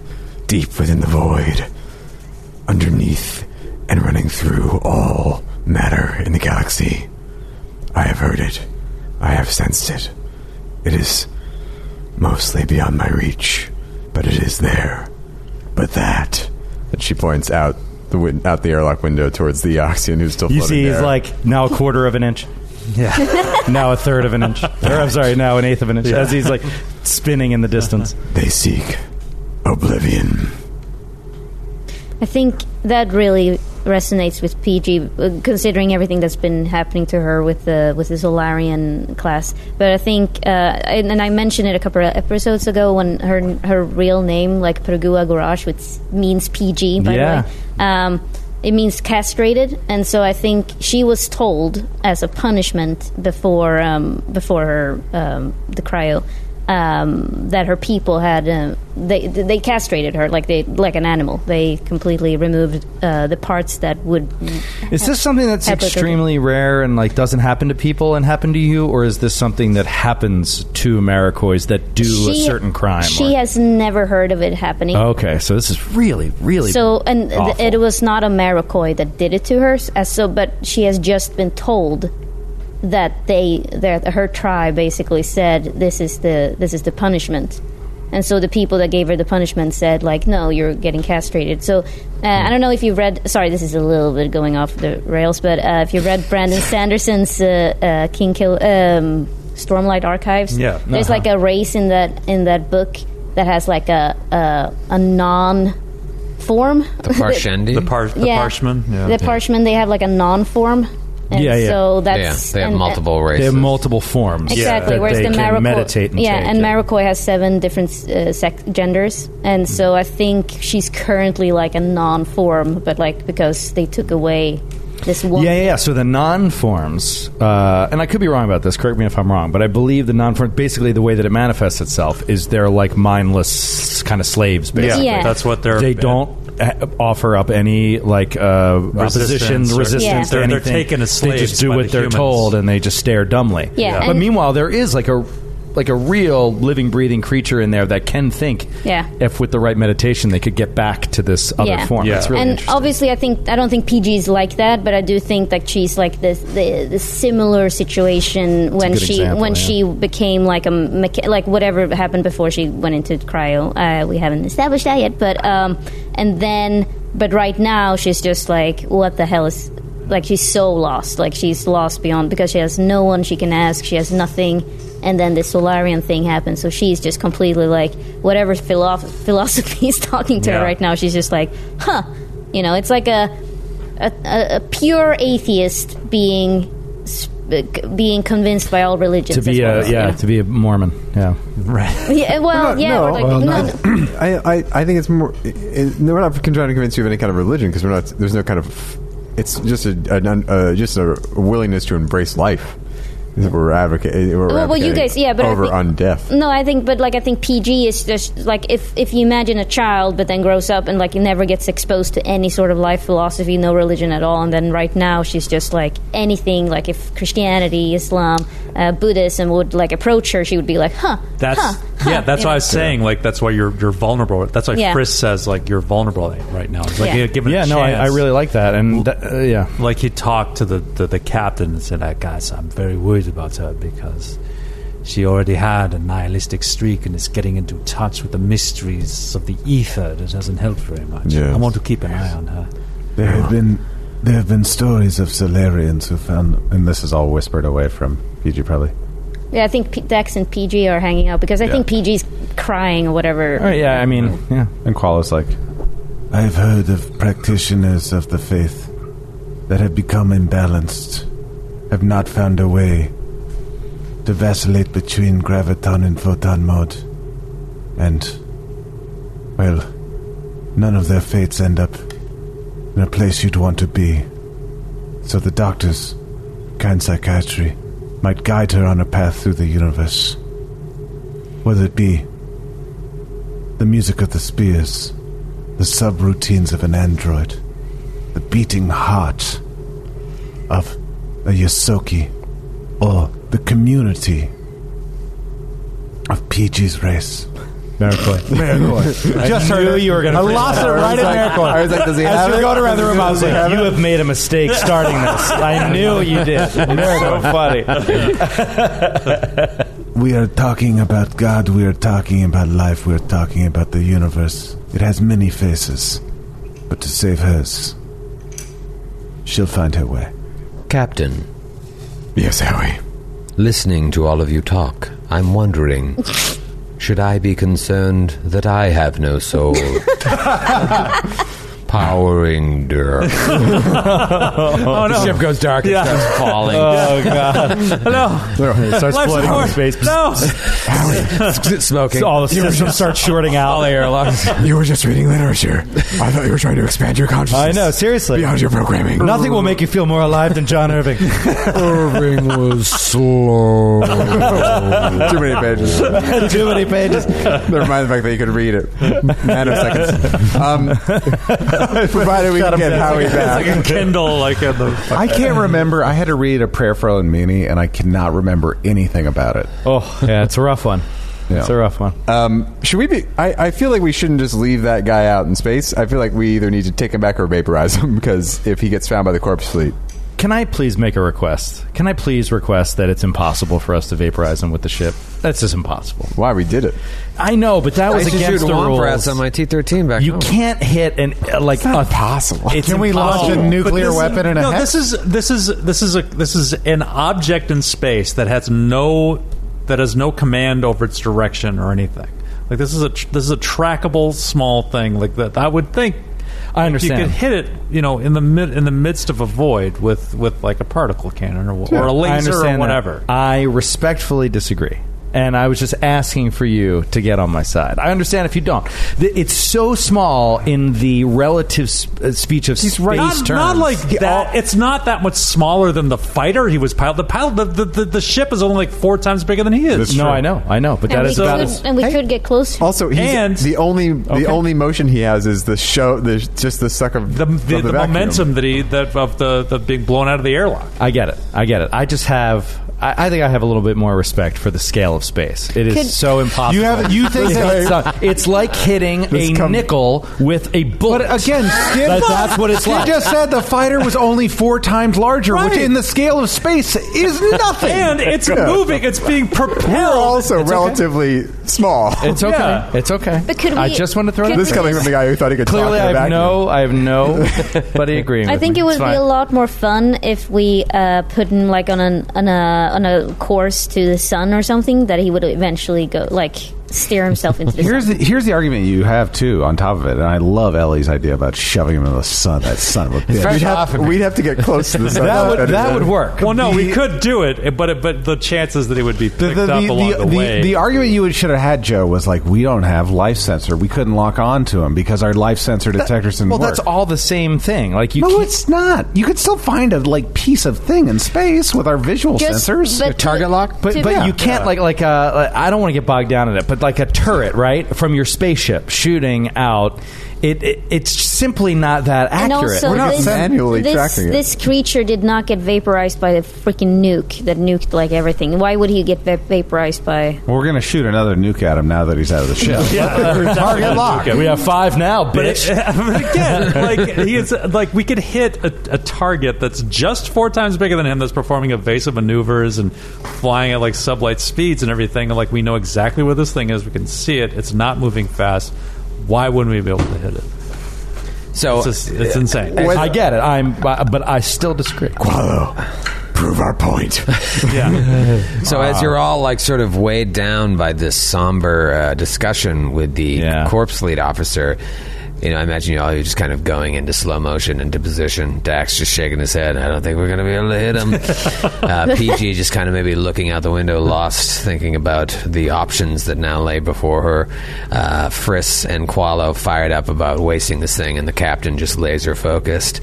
[SPEAKER 4] deep within the void, underneath and running through all matter in the galaxy. I have heard it. I have sensed it. It is mostly beyond my reach, but it is there. But that.
[SPEAKER 11] And she points out the win- out the airlock window towards the Oxian who's still
[SPEAKER 10] You
[SPEAKER 11] floating
[SPEAKER 10] see, he's
[SPEAKER 11] there.
[SPEAKER 10] like now a quarter of an inch. Yeah. now a third of an inch. Or, I'm sorry, now an eighth of an inch. As he's like spinning in the distance.
[SPEAKER 4] They seek oblivion.
[SPEAKER 8] I think that really resonates with PG, uh, considering everything that's been happening to her with the with the Solarian class. But I think, uh, and, and I mentioned it a couple of episodes ago when her her real name, like Pergua Gorash, which means PG, by
[SPEAKER 10] Yeah.
[SPEAKER 8] the way. Um, it means castrated, and so I think she was told as a punishment before um, before her um, the cryo um, that her people had um they they castrated her like they like an animal. They completely removed uh, the parts that would.
[SPEAKER 10] Is this something that's
[SPEAKER 8] Epic.
[SPEAKER 10] extremely rare and like doesn't happen to people and happen to you, or is this something that happens to Maricois that do a
[SPEAKER 8] She-
[SPEAKER 10] certain crime?
[SPEAKER 8] She
[SPEAKER 10] or-
[SPEAKER 8] has never heard of it happening.
[SPEAKER 10] okay, so this is really, really
[SPEAKER 8] so and th-
[SPEAKER 10] awful.
[SPEAKER 8] it was not a Marikoi that did it to her. s- As so, but she has just been told that they that her tribe basically said this is the this is the punishment. And so the people that gave her the punishment said, like, no, you're getting castrated. So uh, I don't know if you've read. Sorry, this is a little bit going off the rails, but uh, if you read Brandon Sanderson's uh, uh, King Kill um, Stormlight Archives,
[SPEAKER 10] Yeah.
[SPEAKER 8] there's
[SPEAKER 10] Uh-huh.
[SPEAKER 8] like a race in that in that book that has like a a, a non form.
[SPEAKER 6] The Parshendi?
[SPEAKER 3] The, par- the
[SPEAKER 8] Yeah.
[SPEAKER 3] parchment. Yeah.
[SPEAKER 8] the parchment they have like a non form. And
[SPEAKER 10] Yeah, yeah.
[SPEAKER 8] So
[SPEAKER 6] yeah,
[SPEAKER 8] that's
[SPEAKER 6] they have
[SPEAKER 8] and-
[SPEAKER 6] multiple races.
[SPEAKER 10] they have multiple forms.
[SPEAKER 8] Exactly.
[SPEAKER 10] that
[SPEAKER 8] Whereas
[SPEAKER 10] they
[SPEAKER 8] the
[SPEAKER 10] can
[SPEAKER 8] Marikoi,
[SPEAKER 10] meditate and
[SPEAKER 8] yeah,
[SPEAKER 10] take,
[SPEAKER 8] and Marikoi has seven different uh, sex genders, and so I think she's currently like a non-form, but like because they took away this one.
[SPEAKER 10] Yeah, yeah, yeah. So the non-forms, uh, and I could be wrong about this. Correct me if I'm wrong, but I believe the non-forms basically the way that it manifests itself is they're like mindless kind of slaves. Basically,
[SPEAKER 8] Yeah.
[SPEAKER 3] That's what they're.
[SPEAKER 10] they don't uh, offer up any like uh, opposition,
[SPEAKER 3] Resistance or-
[SPEAKER 10] resistance
[SPEAKER 8] Yeah.
[SPEAKER 10] to
[SPEAKER 3] They're- they're
[SPEAKER 10] anything.
[SPEAKER 3] taken as
[SPEAKER 10] They
[SPEAKER 3] slaves
[SPEAKER 10] just do
[SPEAKER 3] by
[SPEAKER 10] what
[SPEAKER 3] the
[SPEAKER 10] they're
[SPEAKER 3] humans.
[SPEAKER 10] told, and they just stare dumbly.
[SPEAKER 8] Yeah, Yeah.
[SPEAKER 10] But
[SPEAKER 8] and-
[SPEAKER 10] meanwhile, there is like a like a real living, breathing creature in there that can think.
[SPEAKER 8] Yeah.
[SPEAKER 10] If with the right meditation, they could get back to this other
[SPEAKER 8] Yeah.
[SPEAKER 10] form.
[SPEAKER 3] Yeah.
[SPEAKER 10] It's really
[SPEAKER 8] and
[SPEAKER 10] interesting.
[SPEAKER 8] obviously, I think I don't think PG's like that, but I do think that she's like this the, the similar situation when
[SPEAKER 10] good
[SPEAKER 8] she
[SPEAKER 10] example,
[SPEAKER 8] when
[SPEAKER 10] yeah.
[SPEAKER 8] she became like a mecha- like whatever happened before she went into cryo. Uh, we haven't established that yet, but um, and then but right now she's just like what the hell is like she's so lost like she's lost beyond because she has no one she can ask she has nothing and then the solarian thing happens so she's just completely like whatever philosoph- philosophy is talking to her
[SPEAKER 3] Yeah.
[SPEAKER 8] right now she's just like huh you know it's like a a, a, a pure atheist being sp- being convinced by all religions
[SPEAKER 10] to be
[SPEAKER 8] as well
[SPEAKER 10] a
[SPEAKER 8] as, you
[SPEAKER 10] yeah,
[SPEAKER 8] know.
[SPEAKER 10] to be a Mormon. Yeah.
[SPEAKER 8] yeah well
[SPEAKER 11] No,
[SPEAKER 8] yeah
[SPEAKER 11] no,
[SPEAKER 8] or like,
[SPEAKER 11] well,
[SPEAKER 8] no,
[SPEAKER 11] not-
[SPEAKER 8] no.
[SPEAKER 11] I, I, I think it's more. i i- no, we're not trying to convince you of any kind of religion because we're not. There's no kind of. It's just a, an un- uh, just a willingness to embrace life. Is- We're advocating. We're
[SPEAKER 8] Well, well, you
[SPEAKER 11] advocating
[SPEAKER 8] guys- yeah, but I
[SPEAKER 11] over
[SPEAKER 8] think-
[SPEAKER 11] undeaf.
[SPEAKER 8] No, I think, but like I think PG is just like if if you imagine a child, but then grows up and like never gets exposed to any sort of life philosophy, no religion at all, and then right now she's just like anything. Like if Christianity, Islam, uh, Buddhism would like approach her, she would be like, huh.
[SPEAKER 3] That's
[SPEAKER 8] huh,
[SPEAKER 3] yeah.
[SPEAKER 8] huh,
[SPEAKER 3] That's
[SPEAKER 8] you
[SPEAKER 3] why I
[SPEAKER 8] know.
[SPEAKER 3] was saying like that's why you're you're vulnerable. That's why
[SPEAKER 8] Yeah.
[SPEAKER 3] Chris says like you're vulnerable right now. It's like
[SPEAKER 8] Yeah.
[SPEAKER 3] yeah, given
[SPEAKER 10] Yeah,
[SPEAKER 3] a
[SPEAKER 10] no, I, I
[SPEAKER 3] chance.
[SPEAKER 10] really like that, and that, uh, yeah,
[SPEAKER 3] like he talked to the, the, the captain and said, "Ah, "Guys, I'm very worried about her because she already had a nihilistic streak and is getting into touch with the mysteries of the ether. That doesn't help very much.
[SPEAKER 11] Yes.
[SPEAKER 3] I want to keep an eye on her."
[SPEAKER 5] There have been there have been stories of Solarians who found
[SPEAKER 9] And this is all whispered away from PG, probably.
[SPEAKER 8] Yeah, I think P- Dex and PG are hanging out because I
[SPEAKER 9] Yeah. Oh,
[SPEAKER 8] think PG's crying or whatever.
[SPEAKER 10] All right, Oh, yeah. I mean, yeah.
[SPEAKER 9] And Qualo's like,
[SPEAKER 5] I've heard of practitioners of the faith that have become imbalanced, have not found a way to vacillate between graviton and photon mode, and, well, none of their fates end up in a place you'd want to be. So the doctors, kind psychiatry, might guide her on a path through the universe. Whether it be the music of the spears, the subroutines of an android, the beating heart of a Yosoki, or the community of PG's race.
[SPEAKER 10] Just I knew you were going to. I lost it right at Miracle.
[SPEAKER 11] I was like, does he have it?
[SPEAKER 10] around the room, I was like, "You have made a mistake starting this. I knew you did. It's so funny."
[SPEAKER 5] We are talking about God, we are talking about life, we are talking about the universe. It has many faces, but to save hers, she'll find her way.
[SPEAKER 6] Captain,
[SPEAKER 4] Yes, Howie.
[SPEAKER 6] listening to all of you talk, I'm wondering should I be concerned that I have no soul? Powering dirt.
[SPEAKER 3] Oh no!
[SPEAKER 6] Ship goes dark and
[SPEAKER 3] Yeah.
[SPEAKER 6] starts falling.
[SPEAKER 10] Oh, starts
[SPEAKER 3] Life
[SPEAKER 10] flooding
[SPEAKER 3] support.
[SPEAKER 10] in space.
[SPEAKER 3] No,
[SPEAKER 6] Smoking.
[SPEAKER 10] All the systems start shorting out. All the airlocks.
[SPEAKER 4] You were just reading literature. I thought you were trying to expand your
[SPEAKER 10] I
[SPEAKER 4] consciousness.
[SPEAKER 10] know. Seriously,
[SPEAKER 4] Beyond your programming.
[SPEAKER 10] nothing will make you feel more alive than John Irving.
[SPEAKER 6] Irving was slow.
[SPEAKER 11] Too many pages.
[SPEAKER 10] Too many pages.
[SPEAKER 11] Never mind the fact that you could read it. Nanoseconds. Um, provided we can get Howie back.
[SPEAKER 3] like a Kindle, like in the
[SPEAKER 9] I can't remember. I had to read a prayer for Meanie, and I cannot remember anything about it.
[SPEAKER 10] Oh, yeah, it's a rough one.
[SPEAKER 9] Yeah.
[SPEAKER 10] It's a rough one.
[SPEAKER 11] Um, should we be? I, I feel like we shouldn't just leave that guy out in space. I feel like we either need to take him back or vaporize him because if he gets found by the corpse fleet,
[SPEAKER 10] Can I please make a request? Can I please request that it's impossible for us to vaporize him with the ship? That's just impossible.
[SPEAKER 11] why we did it?
[SPEAKER 10] I know, but that
[SPEAKER 6] I
[SPEAKER 10] was
[SPEAKER 6] used to shoot
[SPEAKER 10] against the
[SPEAKER 6] Womp rats
[SPEAKER 10] rules.
[SPEAKER 6] on my T13 back
[SPEAKER 10] you
[SPEAKER 6] home.
[SPEAKER 10] can't hit an uh, like a possible. It's
[SPEAKER 9] Can we launch
[SPEAKER 10] impossible.
[SPEAKER 9] a nuclear
[SPEAKER 3] But this-
[SPEAKER 9] weapon and a
[SPEAKER 3] no,
[SPEAKER 9] hex?
[SPEAKER 3] this is this is this is a this is an object in space that has no that has no command over its direction or anything. Like this is a tr- this is a trackable small thing like that. I would think
[SPEAKER 10] I
[SPEAKER 3] you could
[SPEAKER 10] understand.
[SPEAKER 3] hit it, you know, in the mid in the midst of a void with with like a particle cannon or, or a
[SPEAKER 10] I
[SPEAKER 3] laser
[SPEAKER 10] understand
[SPEAKER 3] or
[SPEAKER 10] that.
[SPEAKER 3] whatever.
[SPEAKER 10] I respectfully disagree. And I was just asking for you to get on my side. I understand if you don't. Th- It's so small in the relative s- uh, speech of space
[SPEAKER 3] Not,
[SPEAKER 10] terms.
[SPEAKER 3] not like that. it's not that much smaller than the fighter he was pilot. The pilot, the, the, the, the ship is only like four times bigger than he is.
[SPEAKER 10] no, I know, I know, but that
[SPEAKER 8] and,
[SPEAKER 10] is
[SPEAKER 8] we
[SPEAKER 10] about
[SPEAKER 8] could,
[SPEAKER 10] as
[SPEAKER 8] and we could get closer.
[SPEAKER 11] Also, he's
[SPEAKER 3] And-
[SPEAKER 11] the only the only motion he has is the show, the, just the suck of
[SPEAKER 3] the,
[SPEAKER 11] of
[SPEAKER 3] the, the
[SPEAKER 11] vacuum.
[SPEAKER 3] momentum that he that of the, the being blown out of the airlock.
[SPEAKER 10] I get it. I get it. I just have. I, I think I have a little bit more respect for the scale of space. It is
[SPEAKER 8] Could-
[SPEAKER 10] so impossible.
[SPEAKER 9] You have- you think that-
[SPEAKER 10] it's, not- it's like hitting a
[SPEAKER 11] come-
[SPEAKER 10] nickel with a bullet.
[SPEAKER 9] But again, Skip,
[SPEAKER 10] That- that's what it's
[SPEAKER 9] Skip
[SPEAKER 10] like.
[SPEAKER 9] just said the fighter was only four times larger, which in the scale of space is nothing.
[SPEAKER 3] And it's moving. It's being propelled.
[SPEAKER 11] We're also relatively small.
[SPEAKER 10] it's okay.
[SPEAKER 3] Yeah.
[SPEAKER 10] It's okay.
[SPEAKER 8] But could
[SPEAKER 10] I
[SPEAKER 8] we-
[SPEAKER 10] just want to throw
[SPEAKER 8] could
[SPEAKER 10] it.
[SPEAKER 11] this
[SPEAKER 8] we-
[SPEAKER 11] coming from the guy who thought he could
[SPEAKER 10] Clearly,
[SPEAKER 11] talk
[SPEAKER 10] I
[SPEAKER 11] in a
[SPEAKER 10] have
[SPEAKER 11] vacuum.
[SPEAKER 10] no. I have no. But agreeing.
[SPEAKER 8] I
[SPEAKER 10] with
[SPEAKER 8] think
[SPEAKER 10] me.
[SPEAKER 8] it would
[SPEAKER 10] It's
[SPEAKER 8] be
[SPEAKER 10] fine.
[SPEAKER 8] a lot more fun if we uh, put him like on an on a on a course to the sun or something that he would eventually go like steer himself into the
[SPEAKER 9] Here's
[SPEAKER 8] sun.
[SPEAKER 9] the, here's the argument you have too on top of it, and I love Ellie's idea about shoving him in the sun. That son of a bitch.
[SPEAKER 11] We'd have, we'd have to get close to the sun.
[SPEAKER 9] That would- that would work.
[SPEAKER 3] Well, no, we
[SPEAKER 9] The-
[SPEAKER 3] could do it, but but the chances that it would be picked
[SPEAKER 9] The, the,
[SPEAKER 3] up
[SPEAKER 9] the,
[SPEAKER 3] along
[SPEAKER 9] the,
[SPEAKER 3] the,
[SPEAKER 9] the-
[SPEAKER 3] way.
[SPEAKER 9] the argument you would- should have had, Joe, was like, we don't have life sensor. We couldn't lock on to him because our life sensor detectors didn't
[SPEAKER 10] well,
[SPEAKER 9] work.
[SPEAKER 10] that's all the same thing. Like you,
[SPEAKER 9] no,
[SPEAKER 10] can't-
[SPEAKER 9] it's not. You could still find a like piece of thing in space with our visual
[SPEAKER 8] Just-
[SPEAKER 9] sensors.
[SPEAKER 8] but- Target
[SPEAKER 9] lock,
[SPEAKER 10] but but you can't like like uh like- I don't want to get bogged down in it, but like a turret, right, from your spaceship shooting out, it, it it's simply not that
[SPEAKER 8] And
[SPEAKER 10] accurate.
[SPEAKER 8] also,
[SPEAKER 11] We're not
[SPEAKER 8] this,
[SPEAKER 11] manually
[SPEAKER 8] this,
[SPEAKER 11] tracking it.
[SPEAKER 8] this creature did not get vaporized by the freaking nuke that nuked like everything. Why would he get va- vaporized by?
[SPEAKER 9] We're gonna shoot another nuke at him now that he's out of the ship.
[SPEAKER 3] target
[SPEAKER 9] lock.
[SPEAKER 10] we have five now,
[SPEAKER 3] But,
[SPEAKER 10] bitch.
[SPEAKER 3] again, like he is, like we could hit a, a target that's just four times bigger than him, that's performing evasive maneuvers and flying at like sublight speeds and everything. And like we know exactly where this thing is, we can see it. It's not moving fast. Why wouldn't we be able to hit it?
[SPEAKER 6] So
[SPEAKER 3] It's just,
[SPEAKER 10] uh,
[SPEAKER 3] it's insane.
[SPEAKER 10] I get it. I'm, but but I still disagree.
[SPEAKER 4] Qualo, prove our point.
[SPEAKER 6] So as you're all like sort of weighed down by this somber uh, discussion with the
[SPEAKER 10] Yeah.
[SPEAKER 6] corpse lead officer, you know, I imagine you all you're just kind of going into slow motion into position. Dax just shaking his head. I don't think we're going to be able to hit him. uh, PG just kind of maybe looking out the window, lost, thinking about the options that now lay before her. Uh, Friss and Qualo fired up about wasting this thing, and the captain just laser focused.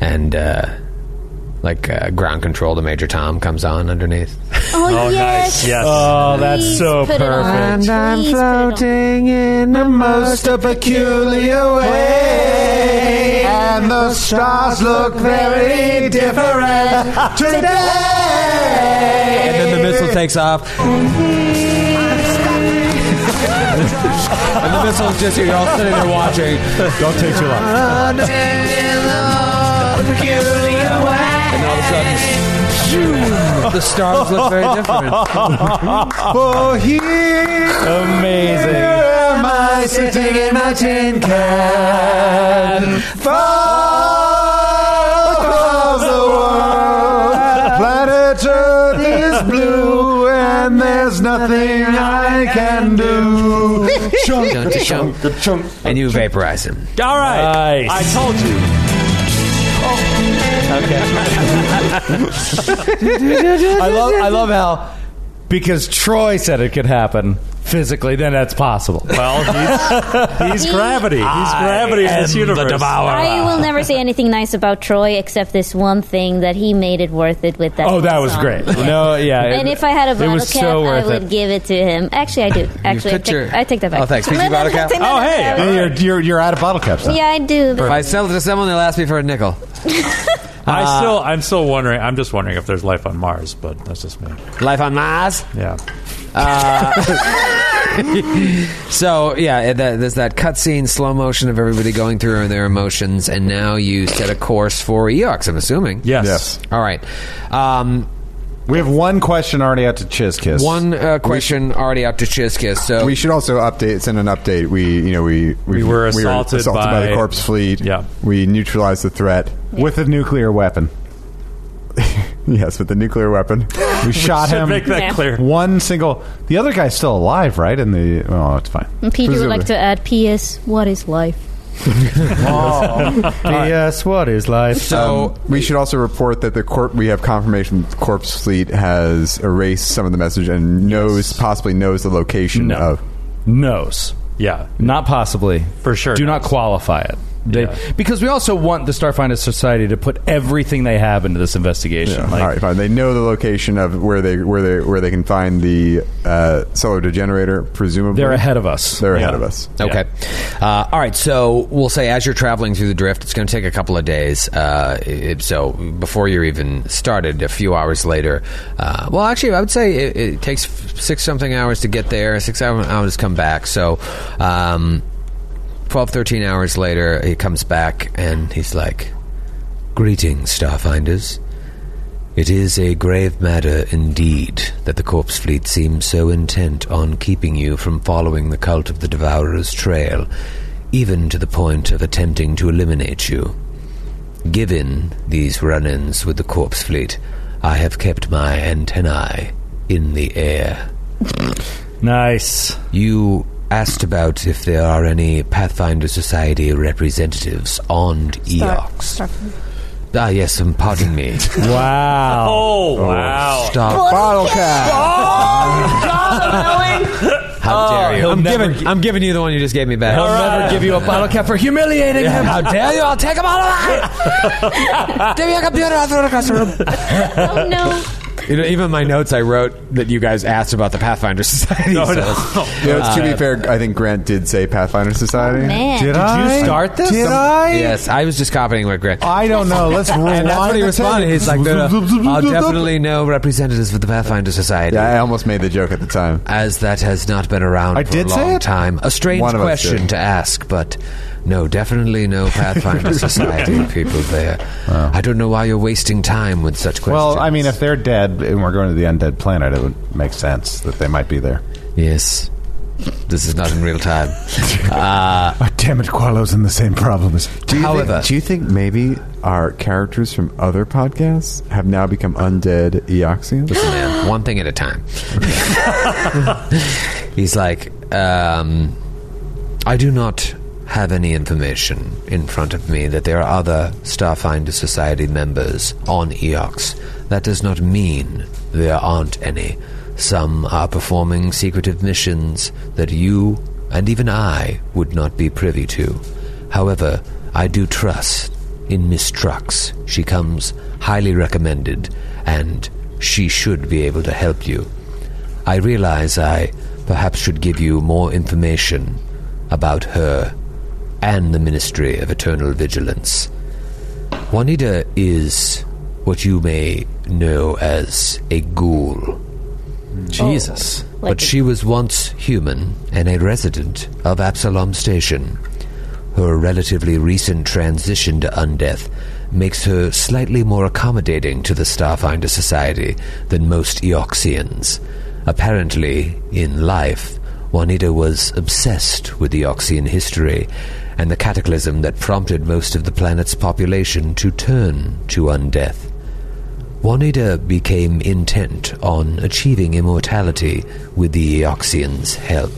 [SPEAKER 6] And uh, like uh, ground control to Major Tom comes on underneath.
[SPEAKER 8] Oh, yes.
[SPEAKER 3] yes.
[SPEAKER 10] Oh,
[SPEAKER 8] Please put it on. Please put it on.
[SPEAKER 6] in the
[SPEAKER 9] most a peculiar way, and the stars look very different today.
[SPEAKER 6] And then the missile takes off. and the missile's just you're all sitting there watching.
[SPEAKER 9] Don't take too long.
[SPEAKER 6] And all of a sudden, zoom, the stars look very different.
[SPEAKER 9] For here,
[SPEAKER 10] Amazing.
[SPEAKER 9] am I sitting in my tin can, far across the world. Planet Earth is blue, and there's nothing I can do.
[SPEAKER 6] Chunk to chunk. And you vaporize him.
[SPEAKER 3] All right,
[SPEAKER 10] Nice.
[SPEAKER 3] I told you.
[SPEAKER 4] Oh.
[SPEAKER 10] I love I love how because Troy said it could happen physically, then that's possible.
[SPEAKER 3] Well, he's, he's gravity. He's gravity in this
[SPEAKER 10] am the
[SPEAKER 3] universe.
[SPEAKER 10] devourer.
[SPEAKER 8] I will never say anything nice about Troy except this one thing that he made it worth it with that.
[SPEAKER 10] Oh, that was
[SPEAKER 8] song.
[SPEAKER 10] great.
[SPEAKER 8] Yeah.
[SPEAKER 10] No, yeah.
[SPEAKER 8] And if I had a
[SPEAKER 10] it
[SPEAKER 8] bottle
[SPEAKER 10] was
[SPEAKER 8] cap,
[SPEAKER 10] so
[SPEAKER 8] I
[SPEAKER 10] worth
[SPEAKER 8] would
[SPEAKER 10] it.
[SPEAKER 8] give it to him. Actually, I do. Actually, I
[SPEAKER 6] put
[SPEAKER 8] take,
[SPEAKER 6] your-
[SPEAKER 8] I take that back.
[SPEAKER 6] Oh, thanks. PG
[SPEAKER 8] No, no,
[SPEAKER 6] bottle
[SPEAKER 8] no,
[SPEAKER 6] cap?
[SPEAKER 8] take that
[SPEAKER 3] Oh, hey.
[SPEAKER 8] back.
[SPEAKER 3] Yeah,
[SPEAKER 9] You're, you're, you're out of bottle
[SPEAKER 10] oh,
[SPEAKER 9] caps.
[SPEAKER 8] Yeah, I do.
[SPEAKER 6] If I sell it to someone, they'll ask me for a nickel.
[SPEAKER 3] I still, I'm still wondering. I'm just wondering if there's life on Mars, but that's just me.
[SPEAKER 6] Life on Mars. Uh,
[SPEAKER 3] Yeah.
[SPEAKER 6] So yeah, it- that, there's that cutscene, slow motion of everybody going through their emotions, and now you set a course for Eox. I'm assuming.
[SPEAKER 3] Yes.
[SPEAKER 9] Yes.
[SPEAKER 6] All right. Um,
[SPEAKER 9] We have one question already out to Chiz Kiss.
[SPEAKER 6] one uh, question already out to Chizkis. So
[SPEAKER 11] We should also update, send an update. We, you know, we we,
[SPEAKER 3] were assaulted
[SPEAKER 11] by,
[SPEAKER 3] by-
[SPEAKER 11] the corpse fleet.
[SPEAKER 3] Yeah.
[SPEAKER 11] we neutralized the threat.
[SPEAKER 9] with a nuclear weapon.
[SPEAKER 11] Yes, with the nuclear weapon.
[SPEAKER 9] We shot
[SPEAKER 3] Should
[SPEAKER 9] him.
[SPEAKER 3] make that
[SPEAKER 8] Yeah.
[SPEAKER 3] clear.
[SPEAKER 9] One single. The other guy's still alive, right? In the oh, it's fine.
[SPEAKER 8] And Peter would like to add, P.S. What is life?
[SPEAKER 9] Yes. What is life?
[SPEAKER 6] so
[SPEAKER 10] Um,
[SPEAKER 11] We should also report that the corp. We have confirmation the corpse fleet has erased some of the message and knows possibly knows the location
[SPEAKER 10] No.
[SPEAKER 11] of.
[SPEAKER 10] knows.
[SPEAKER 3] Yeah.
[SPEAKER 10] Not possibly.
[SPEAKER 3] For sure
[SPEAKER 10] Do not
[SPEAKER 3] knows.
[SPEAKER 10] qualify it. They,
[SPEAKER 3] Yeah.
[SPEAKER 10] Because we also want the Starfinder Society to put everything they have into this investigation.
[SPEAKER 11] Yeah.
[SPEAKER 10] Like,
[SPEAKER 11] All right, fine. They know the location of where they where they where they can find the uh, solar degenerator. Presumably,
[SPEAKER 10] They're ahead of us.
[SPEAKER 11] They're ahead
[SPEAKER 10] Yeah.
[SPEAKER 11] of us.
[SPEAKER 6] Okay. Uh, all right. So we'll say as you're traveling through the drift, it's going to take a couple of days. Uh, it, so before you're even started, a few hours later. Uh, well, actually, I would say it, it takes f- six something hours to get there, six hour- hours to come back. So um, 12, 13 hours later, he comes back and he's like, Greetings, Starfinders. It is a grave matter indeed that the Corpse Fleet seems so intent on keeping you from following the cult of the Devourer's trail, even to the point of attempting to eliminate you. Given these run ins with the Corpse Fleet, I have kept my antennae in the air.
[SPEAKER 7] Nice.
[SPEAKER 13] You asked about if there are any Pathfinder Society representatives on
[SPEAKER 6] E
[SPEAKER 13] Eox. Ah, yes, um, pardon me.
[SPEAKER 7] Wow. Oh, wow.
[SPEAKER 13] Stop.
[SPEAKER 11] Bottle cap.
[SPEAKER 4] Oh,
[SPEAKER 10] Oh,
[SPEAKER 13] How dare you? I'm giving, I'm giving you the one you just gave me back.
[SPEAKER 10] I'll never give you a bottle cap for humiliating him.
[SPEAKER 13] How dare you? I'll take them all away! Give me a computer, I'll throw it across the room.
[SPEAKER 4] Oh no.
[SPEAKER 13] You know, even my notes I wrote that you guys asked about the Pathfinder Society. so uh, it's-
[SPEAKER 11] You know, to be fair, I think Grant did say Pathfinder Society.
[SPEAKER 4] Man.
[SPEAKER 6] Did, I?
[SPEAKER 13] start this?
[SPEAKER 6] Did I?
[SPEAKER 13] Yes, I was Oh, just copying what Grant.
[SPEAKER 6] I don't know. Let's rewind.
[SPEAKER 13] And that's what he responded. He's like, there are, are definitely no representatives for the Pathfinder Society,
[SPEAKER 11] Yeah, I almost made the joke at the time.
[SPEAKER 13] as that has not been around
[SPEAKER 6] I
[SPEAKER 13] for
[SPEAKER 6] did
[SPEAKER 13] a
[SPEAKER 6] say
[SPEAKER 13] long
[SPEAKER 6] it?
[SPEAKER 13] time. A strange
[SPEAKER 11] One of us
[SPEAKER 13] question
[SPEAKER 11] did.
[SPEAKER 13] to ask, but no, definitely no Pathfinder Society people there. I don't know why you're wasting time with such questions.
[SPEAKER 9] Well, I mean, if they're dead and we're going to the undead planet, it would make sense that they might be there.
[SPEAKER 13] yes, this is not in real time. Uh,
[SPEAKER 6] Oh, damn it, Qualo's in the same problem as.
[SPEAKER 11] Do you
[SPEAKER 13] However-
[SPEAKER 11] think, do you think maybe our characters from other podcasts have now become undead Eoxians?
[SPEAKER 13] Listen, man, one thing at a time. He's like, um, I do not have any information in front of me that there are other Starfinder Society members on Eox. That does not mean there aren't any. Some are performing secretive missions that you and even I would not be privy to. However, I do trust in Miss Trux. She comes highly recommended, and she should be able to help you. I realize I perhaps should give you more information about her and the Ministry of Eternal Vigilance. Juanita is what you may know as a ghoul,
[SPEAKER 10] Jesus.
[SPEAKER 4] Like
[SPEAKER 13] but she was once human and a resident of Absalom Station. Her relatively recent transition to undeath makes her slightly more accommodating to the Starfinder Society than most Eoxians. Apparently, in life, Juanita was obsessed with Eoxian history and the cataclysm that prompted most of the planet's population to turn to undeath. Juanita became intent on achieving immortality with the Eoxians' help.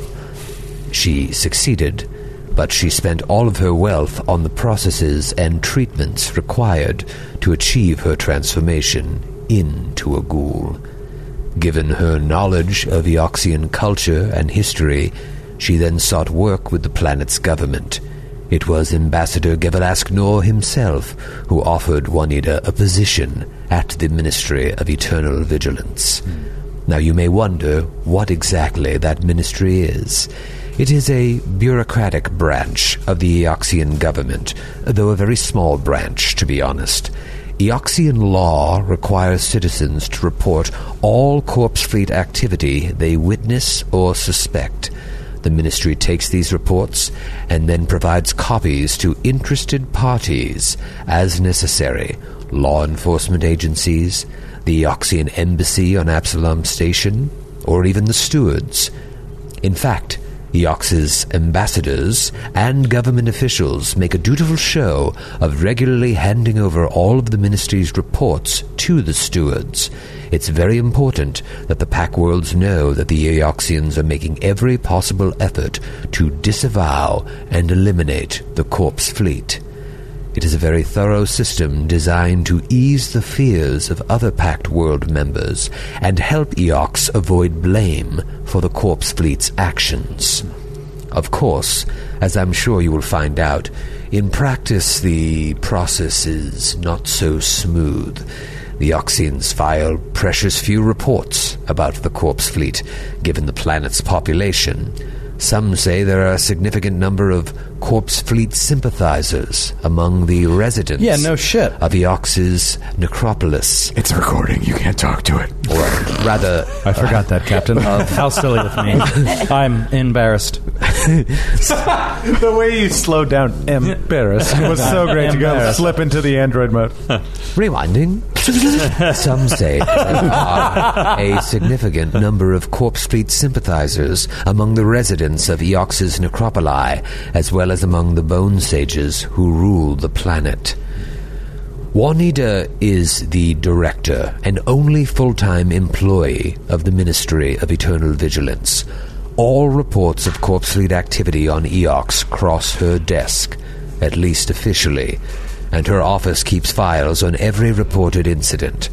[SPEAKER 13] She succeeded, but she spent all of her wealth on the processes and treatments required to achieve her transformation into a ghoul. Given her knowledge of Eoxian culture and history, she then sought work with the planet's government. It was Ambassador Gevelask Nor himself who offered Juanita a position at the Ministry of Eternal Vigilance. Now you may wonder what exactly that ministry is. It is a bureaucratic branch of the Eoxian government, though a very small branch, to be honest. Eoxian law requires citizens to report all Corpse Fleet activity they witness or suspect. The ministry takes these reports and then provides copies to interested parties as necessary law enforcement agencies, the Oxian embassy on Absalom Station, or even the stewards. In fact, Eox's ambassadors and government officials make a dutiful show of regularly handing over all of the ministry's reports to the stewards. It's very important that the Pack Worlds know that the Eoxians are making every possible effort to disavow and eliminate the corpse fleet. It is a very thorough system designed to ease the fears of other Pact World members and help Eox avoid blame for the Corpse Fleet's actions. Of course, as I'm sure you will find out, in practice the process is not so smooth. The Oxians file precious few reports about the Corpse Fleet, given the planet's population. Some say there are a significant number of Corpse Fleet sympathizers among the residents
[SPEAKER 10] Yeah, no shit.
[SPEAKER 13] of Eox's necropolis,
[SPEAKER 14] It's a recording. You can't talk to it.
[SPEAKER 13] or rather,
[SPEAKER 10] I forgot that, Captain. How silly of me. I'm embarrassed.
[SPEAKER 9] The way you slowed down embarrassed was so great to go slip into the android mode.
[SPEAKER 13] Rewinding. Some say uh, there are a significant number of Corpse Fleet sympathizers among the residents of Eox's necropoli, as well as among the Bone Sages who rule the planet. Juanita is the director and only full time employee of the Ministry of Eternal Vigilance. All reports of Corpse Fleet activity on EOX cross her desk, at least officially, and her office keeps files on every reported incident.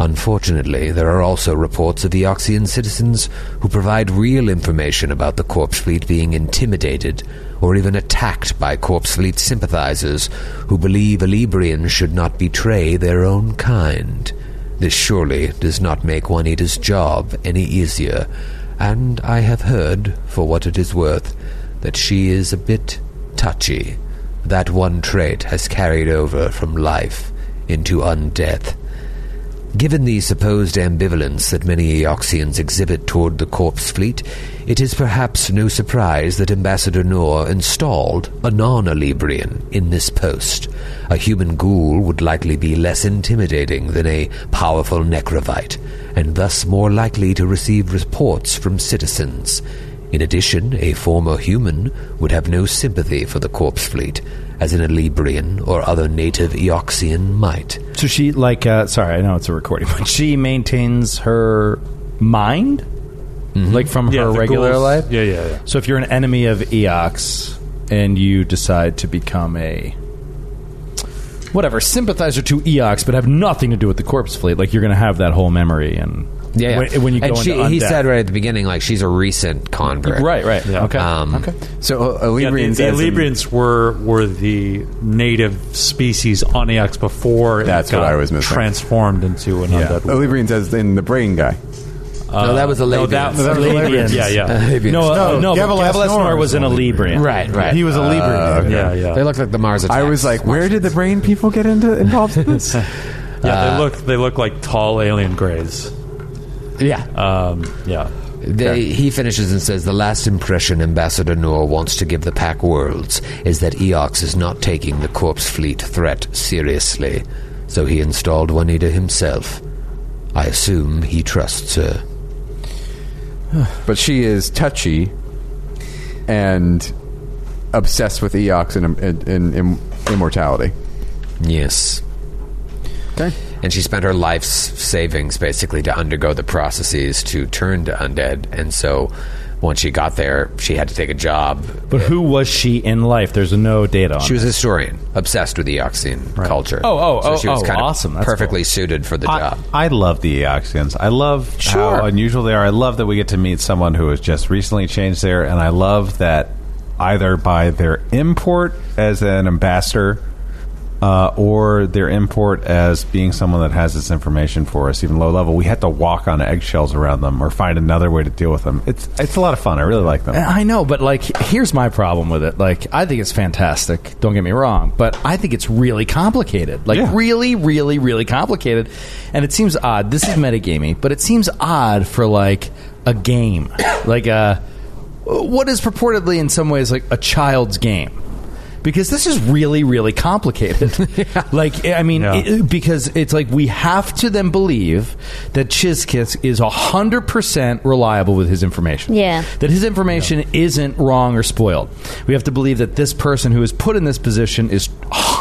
[SPEAKER 13] Unfortunately, there are also reports of Eoxian citizens who provide real information about the Corpse Fleet being intimidated or even attacked by Corpse Fleet sympathizers who believe Alibrians should not betray their own kind. This surely does not make Juanita's job any easier, and I have heard, for what it is worth, that she is a bit touchy. That one trait has carried over from life into undeath. Given the supposed ambivalence that many Eoxians exhibit toward the corpse fleet, it is perhaps no surprise that Ambassador Noor installed a non Alibrian in this post. A human ghoul would likely be less intimidating than a powerful necrovite, and thus more likely to receive reports from citizens. In addition, a former human would have no sympathy for the corpse fleet, as an Alibrian or other native Eoxian might.
[SPEAKER 10] So she like uh, sorry, I know it's a recording, but she maintains her mind, like from
[SPEAKER 3] Yeah,
[SPEAKER 10] her
[SPEAKER 3] the
[SPEAKER 10] regular
[SPEAKER 3] ghouls-
[SPEAKER 10] life.
[SPEAKER 3] yeah, yeah, yeah.
[SPEAKER 10] So if you're an enemy of Eox and you decide to become a whatever sympathizer to Eox, but have nothing to do with the corpse fleet, like you're going to have that whole memory and
[SPEAKER 6] Yeah, yeah.
[SPEAKER 10] When, when you go
[SPEAKER 6] and
[SPEAKER 10] into
[SPEAKER 6] she, he
[SPEAKER 10] undeath.
[SPEAKER 6] said right at the beginning, like she's a recent convert.
[SPEAKER 10] right, right, okay.
[SPEAKER 6] Um,
[SPEAKER 11] So uh,
[SPEAKER 3] Yeah, the,
[SPEAKER 11] Alibrians,
[SPEAKER 3] the
[SPEAKER 11] as in-
[SPEAKER 3] Librians were were the native species on Eox before it
[SPEAKER 11] That's
[SPEAKER 3] got
[SPEAKER 11] what I was missing.
[SPEAKER 3] transformed into an undead. world.
[SPEAKER 11] Alibrians as in the brain guy.
[SPEAKER 6] no, that was a lady.
[SPEAKER 3] No, that,
[SPEAKER 6] That's-
[SPEAKER 3] that was Librians. Yeah, yeah,
[SPEAKER 6] Alibrians.
[SPEAKER 10] no, uh, no,
[SPEAKER 9] Gavilas
[SPEAKER 10] but Gavilas
[SPEAKER 9] Norm
[SPEAKER 10] Nor was
[SPEAKER 9] was
[SPEAKER 10] in a
[SPEAKER 9] one.
[SPEAKER 10] Librian.
[SPEAKER 6] right, right.
[SPEAKER 9] He was a Libra.
[SPEAKER 3] yeah, yeah.
[SPEAKER 6] they look like the Mars.
[SPEAKER 11] Oh, I
[SPEAKER 6] attacks.
[SPEAKER 11] was like, where did the brain people get into involved in this?
[SPEAKER 3] Yeah,
[SPEAKER 6] Uh,
[SPEAKER 3] they look they look like tall alien grays.
[SPEAKER 6] yeah.
[SPEAKER 3] Um, yeah,
[SPEAKER 6] They, He finishes and says, The last impression Ambassador Noor wants to give the Pack Worlds is that Eox is not taking the Corpse Fleet threat seriously, so he installed Juanita himself. I assume he trusts her.
[SPEAKER 11] but she is touchy and obsessed with Eox and, and, and, and immortality.
[SPEAKER 6] Yes.
[SPEAKER 11] Okay.
[SPEAKER 6] And she spent her life's savings basically to undergo the processes to turn to undead, and so once she got there, she had to take a job.
[SPEAKER 10] But who was she in life? There's no data on.
[SPEAKER 6] She was a historian, obsessed with the Eoxian culture.
[SPEAKER 10] Oh, oh,
[SPEAKER 6] so
[SPEAKER 10] oh,
[SPEAKER 6] she was
[SPEAKER 10] oh,
[SPEAKER 6] kind of
[SPEAKER 10] awesome. That's
[SPEAKER 6] perfectly suited for the
[SPEAKER 9] I,
[SPEAKER 6] job.
[SPEAKER 9] I love the Eoxians. I love how unusual they are. I love that we get to meet someone who has just recently changed there, and I love that either by their import as an ambassador uh, or their import as being someone that has this information for us, even low level, we had to walk on eggshells around them or find another way to deal with them. It's it's a lot of fun. I really like them.
[SPEAKER 10] Uh, I know, but like, here's my problem with it. Like, I think it's fantastic. Don't get me wrong, but I think it's really complicated. Like,
[SPEAKER 9] Yeah.
[SPEAKER 10] really, really, really complicated. And it seems odd. This is metagaming, but it seems odd for like a game, like a what is purportedly in some ways like a child's game. Because this is really, really complicated. Like, I mean,
[SPEAKER 3] Yeah.
[SPEAKER 10] it- because it's like we have to then believe that Chizkis is 100% reliable with his information
[SPEAKER 8] Yeah.
[SPEAKER 10] that his information isn't wrong or spoiled. We have to believe that this person who is put in this position is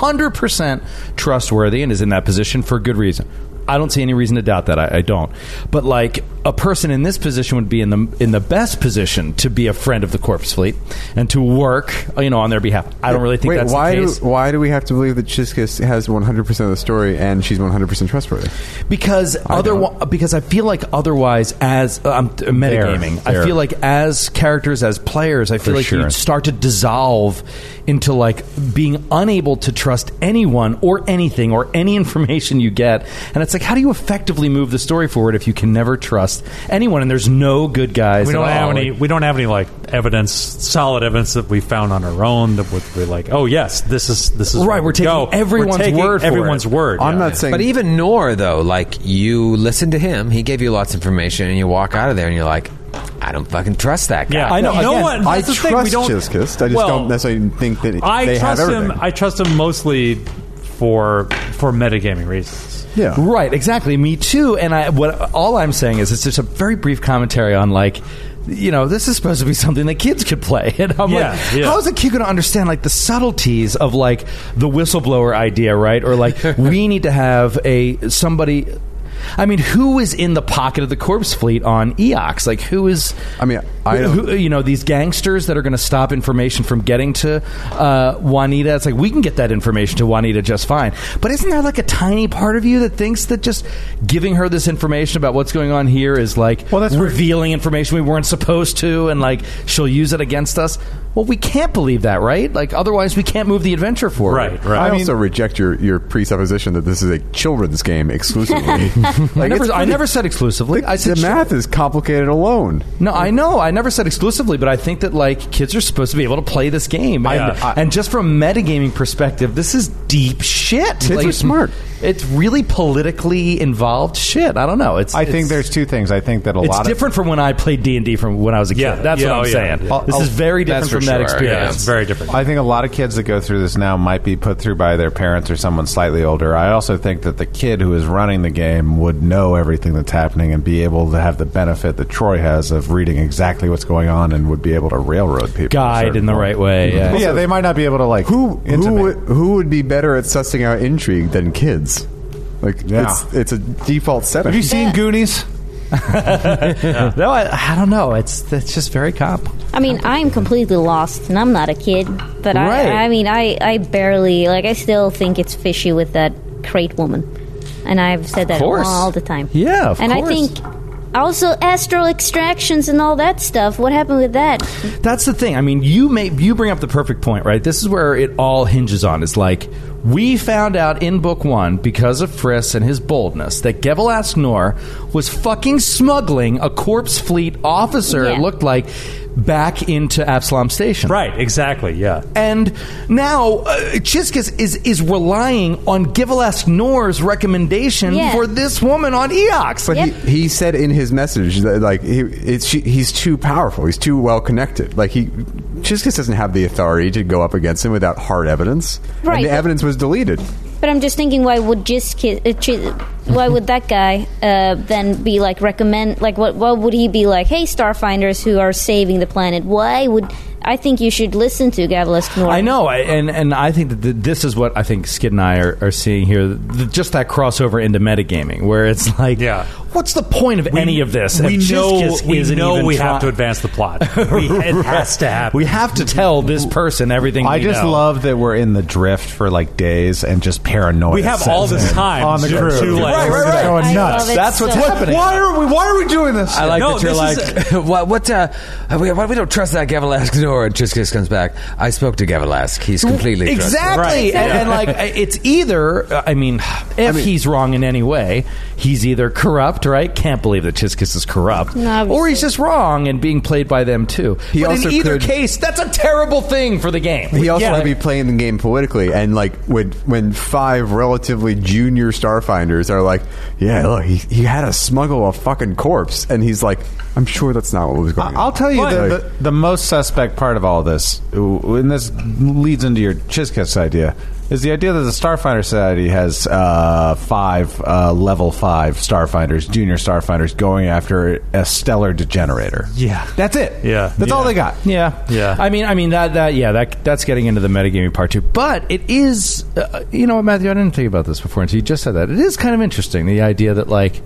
[SPEAKER 10] 100% trustworthy and is in that position for good reason. I don't see any reason to doubt that. I, I don't. But like a person in this position would be in the in the best position to be a friend of the corpse fleet and to work, you know, on their behalf. I don't really think
[SPEAKER 11] Wait,
[SPEAKER 10] that's
[SPEAKER 11] why
[SPEAKER 10] the
[SPEAKER 11] do,
[SPEAKER 10] case.
[SPEAKER 11] why do we have to believe that Chizkis has 100% of the story and she's 100% trustworthy?
[SPEAKER 10] because other because I feel like otherwise as uh, I'm uh, metagaming I
[SPEAKER 9] fair.
[SPEAKER 10] feel like as characters as players I feel
[SPEAKER 9] For
[SPEAKER 10] like you
[SPEAKER 9] sure.
[SPEAKER 10] start to dissolve into like being unable to trust anyone or anything or any information you get and it's like how do you effectively move the story forward if you can never trust anyone and there's no good guys at
[SPEAKER 3] we don't have
[SPEAKER 10] all?
[SPEAKER 3] any.
[SPEAKER 10] Like,
[SPEAKER 3] We don't have any like evidence, solid evidence that we found on our own that would be like, oh yes, this is this is
[SPEAKER 10] Right,
[SPEAKER 3] where
[SPEAKER 10] we're
[SPEAKER 3] we
[SPEAKER 10] taking
[SPEAKER 3] go.
[SPEAKER 10] everyone's
[SPEAKER 3] We're taking
[SPEAKER 10] word for
[SPEAKER 3] Everyone's
[SPEAKER 10] it.
[SPEAKER 3] word.
[SPEAKER 11] I'm
[SPEAKER 3] yeah.
[SPEAKER 11] not saying.
[SPEAKER 6] But even Nor though, like you listen to him, he gave you lots of information, and you walk out of there, and you're like, I don't fucking trust that guy.
[SPEAKER 3] Yeah,
[SPEAKER 10] I know,
[SPEAKER 3] No
[SPEAKER 10] again,
[SPEAKER 3] one.
[SPEAKER 11] I
[SPEAKER 3] That's the
[SPEAKER 11] trust
[SPEAKER 3] thing. We don't.
[SPEAKER 11] Chizkis. I just
[SPEAKER 3] Well,
[SPEAKER 11] don't necessarily think that
[SPEAKER 3] I
[SPEAKER 11] they have
[SPEAKER 3] trust
[SPEAKER 11] everything.
[SPEAKER 3] him. I trust him mostly for for metagaming reasons.
[SPEAKER 11] yeah.
[SPEAKER 10] Right, exactly. Me too. And I what all I'm saying is it's just a very brief commentary on like you know, this is supposed to be something that kids could play. And I'm
[SPEAKER 3] Yeah,
[SPEAKER 10] like,
[SPEAKER 3] yeah.
[SPEAKER 10] how is a kid going to understand like the subtleties of like the whistleblower idea, right? Or like we need to have a somebody. I mean, who is in the pocket of the corpse fleet on Eox? Like, who is?
[SPEAKER 11] I mean, I don't-
[SPEAKER 10] who, uh, you know these gangsters that are going to stop information from getting to uh, Juanita. It's like we can get that information to Juanita just fine. But isn't there like a tiny part of you that thinks that just giving her this information about what's going on here is like well, that's revealing information we weren't supposed to, and like she'll use it against us? Well, we can't believe that, right? Like otherwise, we can't move the adventure forward.
[SPEAKER 3] Right,
[SPEAKER 11] I,
[SPEAKER 3] right.
[SPEAKER 11] also reject your, your presupposition that this is a children's game exclusively.
[SPEAKER 10] I
[SPEAKER 11] like it's
[SPEAKER 10] never, I
[SPEAKER 11] pretty-
[SPEAKER 10] never said exclusively. I said
[SPEAKER 11] the math is complicated alone.
[SPEAKER 10] No, I know. I never said exclusively, but I think that like kids are supposed to be able to play this game.
[SPEAKER 3] Yeah.
[SPEAKER 10] And, and just from a metagaming perspective, this is deep shit. Kids
[SPEAKER 11] are smart.
[SPEAKER 10] It's really politically involved shit. I don't know. It's
[SPEAKER 9] I
[SPEAKER 10] it's-
[SPEAKER 9] think there's two things. I think that a
[SPEAKER 10] it's
[SPEAKER 9] lot of
[SPEAKER 10] different from when I played D and D from when I was a kid.
[SPEAKER 3] Yeah.
[SPEAKER 10] That's
[SPEAKER 3] Yeah,
[SPEAKER 10] what I'm
[SPEAKER 3] oh, yeah,
[SPEAKER 10] saying.
[SPEAKER 3] yeah.
[SPEAKER 10] This is very different
[SPEAKER 6] for
[SPEAKER 10] from that
[SPEAKER 6] sure,
[SPEAKER 3] Yeah,
[SPEAKER 10] experience.
[SPEAKER 3] it's very different.
[SPEAKER 9] I think a lot of kids that go through this now might be put through by their parents or someone slightly older. I also think that the kid who is running the game would know everything that's happening and be able to have the benefit that Troy has of reading exactly what's going on and would be able to railroad people. at a
[SPEAKER 10] Guide
[SPEAKER 9] certain
[SPEAKER 10] in the
[SPEAKER 9] point.
[SPEAKER 10] right way. Yeah.
[SPEAKER 9] But yeah, they might not be able to like
[SPEAKER 11] Who who
[SPEAKER 9] intimate.
[SPEAKER 11] would, who would be better at sussing out intrigue than kids? Like
[SPEAKER 9] Yeah.
[SPEAKER 11] it's it's a default setting.
[SPEAKER 9] Have you seen Goonies?
[SPEAKER 10] No, I, I don't know. It's it's just very comp.
[SPEAKER 8] I mean, I'm completely lost, and I'm not a kid. But
[SPEAKER 10] Right.
[SPEAKER 8] I, I mean, I, I barely like. I still think it's fishy with that crate woman, and I've said that
[SPEAKER 10] course.
[SPEAKER 8] all the time.
[SPEAKER 10] Yeah, of
[SPEAKER 8] and
[SPEAKER 10] course.
[SPEAKER 8] I think also astral extractions and all that stuff. What happened with that?
[SPEAKER 10] That's the thing. I mean, you may you bring up the perfect point, right? This is where it all hinges on. Is like we found out in book one because of Friss and his boldness that Gevelask Nor was fucking smuggling a corpse fleet officer.
[SPEAKER 8] Yeah.
[SPEAKER 10] It looked like back into Absalom Station,
[SPEAKER 3] Right, exactly. Yeah.
[SPEAKER 10] and now uh, Chizkis is is relying on Givelask Nor's recommendation
[SPEAKER 8] Yeah.
[SPEAKER 10] for this woman on Eox.
[SPEAKER 11] But
[SPEAKER 10] Like,
[SPEAKER 8] Yep.
[SPEAKER 11] he, he said in his message that like he, it's she, he's too powerful. He's too well connected. Like he Chizkis doesn't have the authority to go up against him without hard evidence.
[SPEAKER 8] Right.
[SPEAKER 11] And the evidence was deleted.
[SPEAKER 8] But I'm just thinking, why would just ki- uh, chi- why would that guy uh, then be like recommend? Like, what what would he be like? Hey, starfinders who are saving the planet, why would I think you should listen to Gavilas North?
[SPEAKER 10] I know, I, and and I think that th this is what I think Skid and I are, are seeing here. th just that crossover into metagaming, where it's like,
[SPEAKER 3] Yeah.
[SPEAKER 10] what's the point of any of this?
[SPEAKER 3] We
[SPEAKER 10] If
[SPEAKER 3] know,
[SPEAKER 10] Chizkis
[SPEAKER 3] we,
[SPEAKER 10] isn't
[SPEAKER 3] know
[SPEAKER 10] even
[SPEAKER 3] we
[SPEAKER 10] try-
[SPEAKER 3] have to advance the plot. We, it has to happen.
[SPEAKER 10] We have to tell this person everything.
[SPEAKER 9] I
[SPEAKER 10] we
[SPEAKER 9] just
[SPEAKER 10] know.
[SPEAKER 9] love that we're in the drift for like days and just paranoia.
[SPEAKER 3] We have all
[SPEAKER 9] sets
[SPEAKER 3] this
[SPEAKER 9] in
[SPEAKER 3] time
[SPEAKER 9] on the
[SPEAKER 3] to-
[SPEAKER 9] crew.
[SPEAKER 3] to, like-
[SPEAKER 9] Right, right, right.
[SPEAKER 8] I
[SPEAKER 9] Going nuts.
[SPEAKER 8] love it
[SPEAKER 10] That's what's
[SPEAKER 8] so
[SPEAKER 10] happening.
[SPEAKER 9] Why are we? Why are we doing this?
[SPEAKER 6] I like
[SPEAKER 3] No,
[SPEAKER 6] that you're
[SPEAKER 3] this
[SPEAKER 6] like, what, what, uh, we, why we don't trust that Gavalask nor and Chizkis comes back. I spoke to Gavalask. He's completely
[SPEAKER 10] Exactly,
[SPEAKER 3] Right.
[SPEAKER 10] and, and like Uh, it's either. uh, I mean, if he's wrong in any way, he's either corrupt, right? Can't believe that Chizkis is corrupt,
[SPEAKER 8] No, obviously.
[SPEAKER 10] or he's just wrong and being played by them too.
[SPEAKER 11] He
[SPEAKER 10] but
[SPEAKER 11] also
[SPEAKER 10] in either
[SPEAKER 11] could-
[SPEAKER 10] case, that's a terrible thing for the game.
[SPEAKER 11] He also
[SPEAKER 10] Yeah.
[SPEAKER 11] had to be playing the game politically, and like when when five relatively junior starfinders are like, "Yeah, look, he, he had to smuggle a fucking corpse," and he's like, "I'm sure that's not what was going on."
[SPEAKER 9] I'll tell you
[SPEAKER 11] Like,
[SPEAKER 9] the, the, the most suspect part of all this, ooh, and this leads into your Chizkis idea, is the idea that the Starfinder Society has uh, five uh, level five Starfinders, junior Starfinders, going after a stellar degenerator.
[SPEAKER 3] Yeah.
[SPEAKER 9] that's it.
[SPEAKER 3] Yeah.
[SPEAKER 9] that's all
[SPEAKER 3] Yeah.
[SPEAKER 9] they got.
[SPEAKER 10] Yeah,
[SPEAKER 3] Yeah.
[SPEAKER 10] I mean, I mean that that yeah that that's getting into the metagaming part too. But it is, uh, you know, what, Matthew, I didn't think about this before until you just said that. It is kind of interesting the idea that like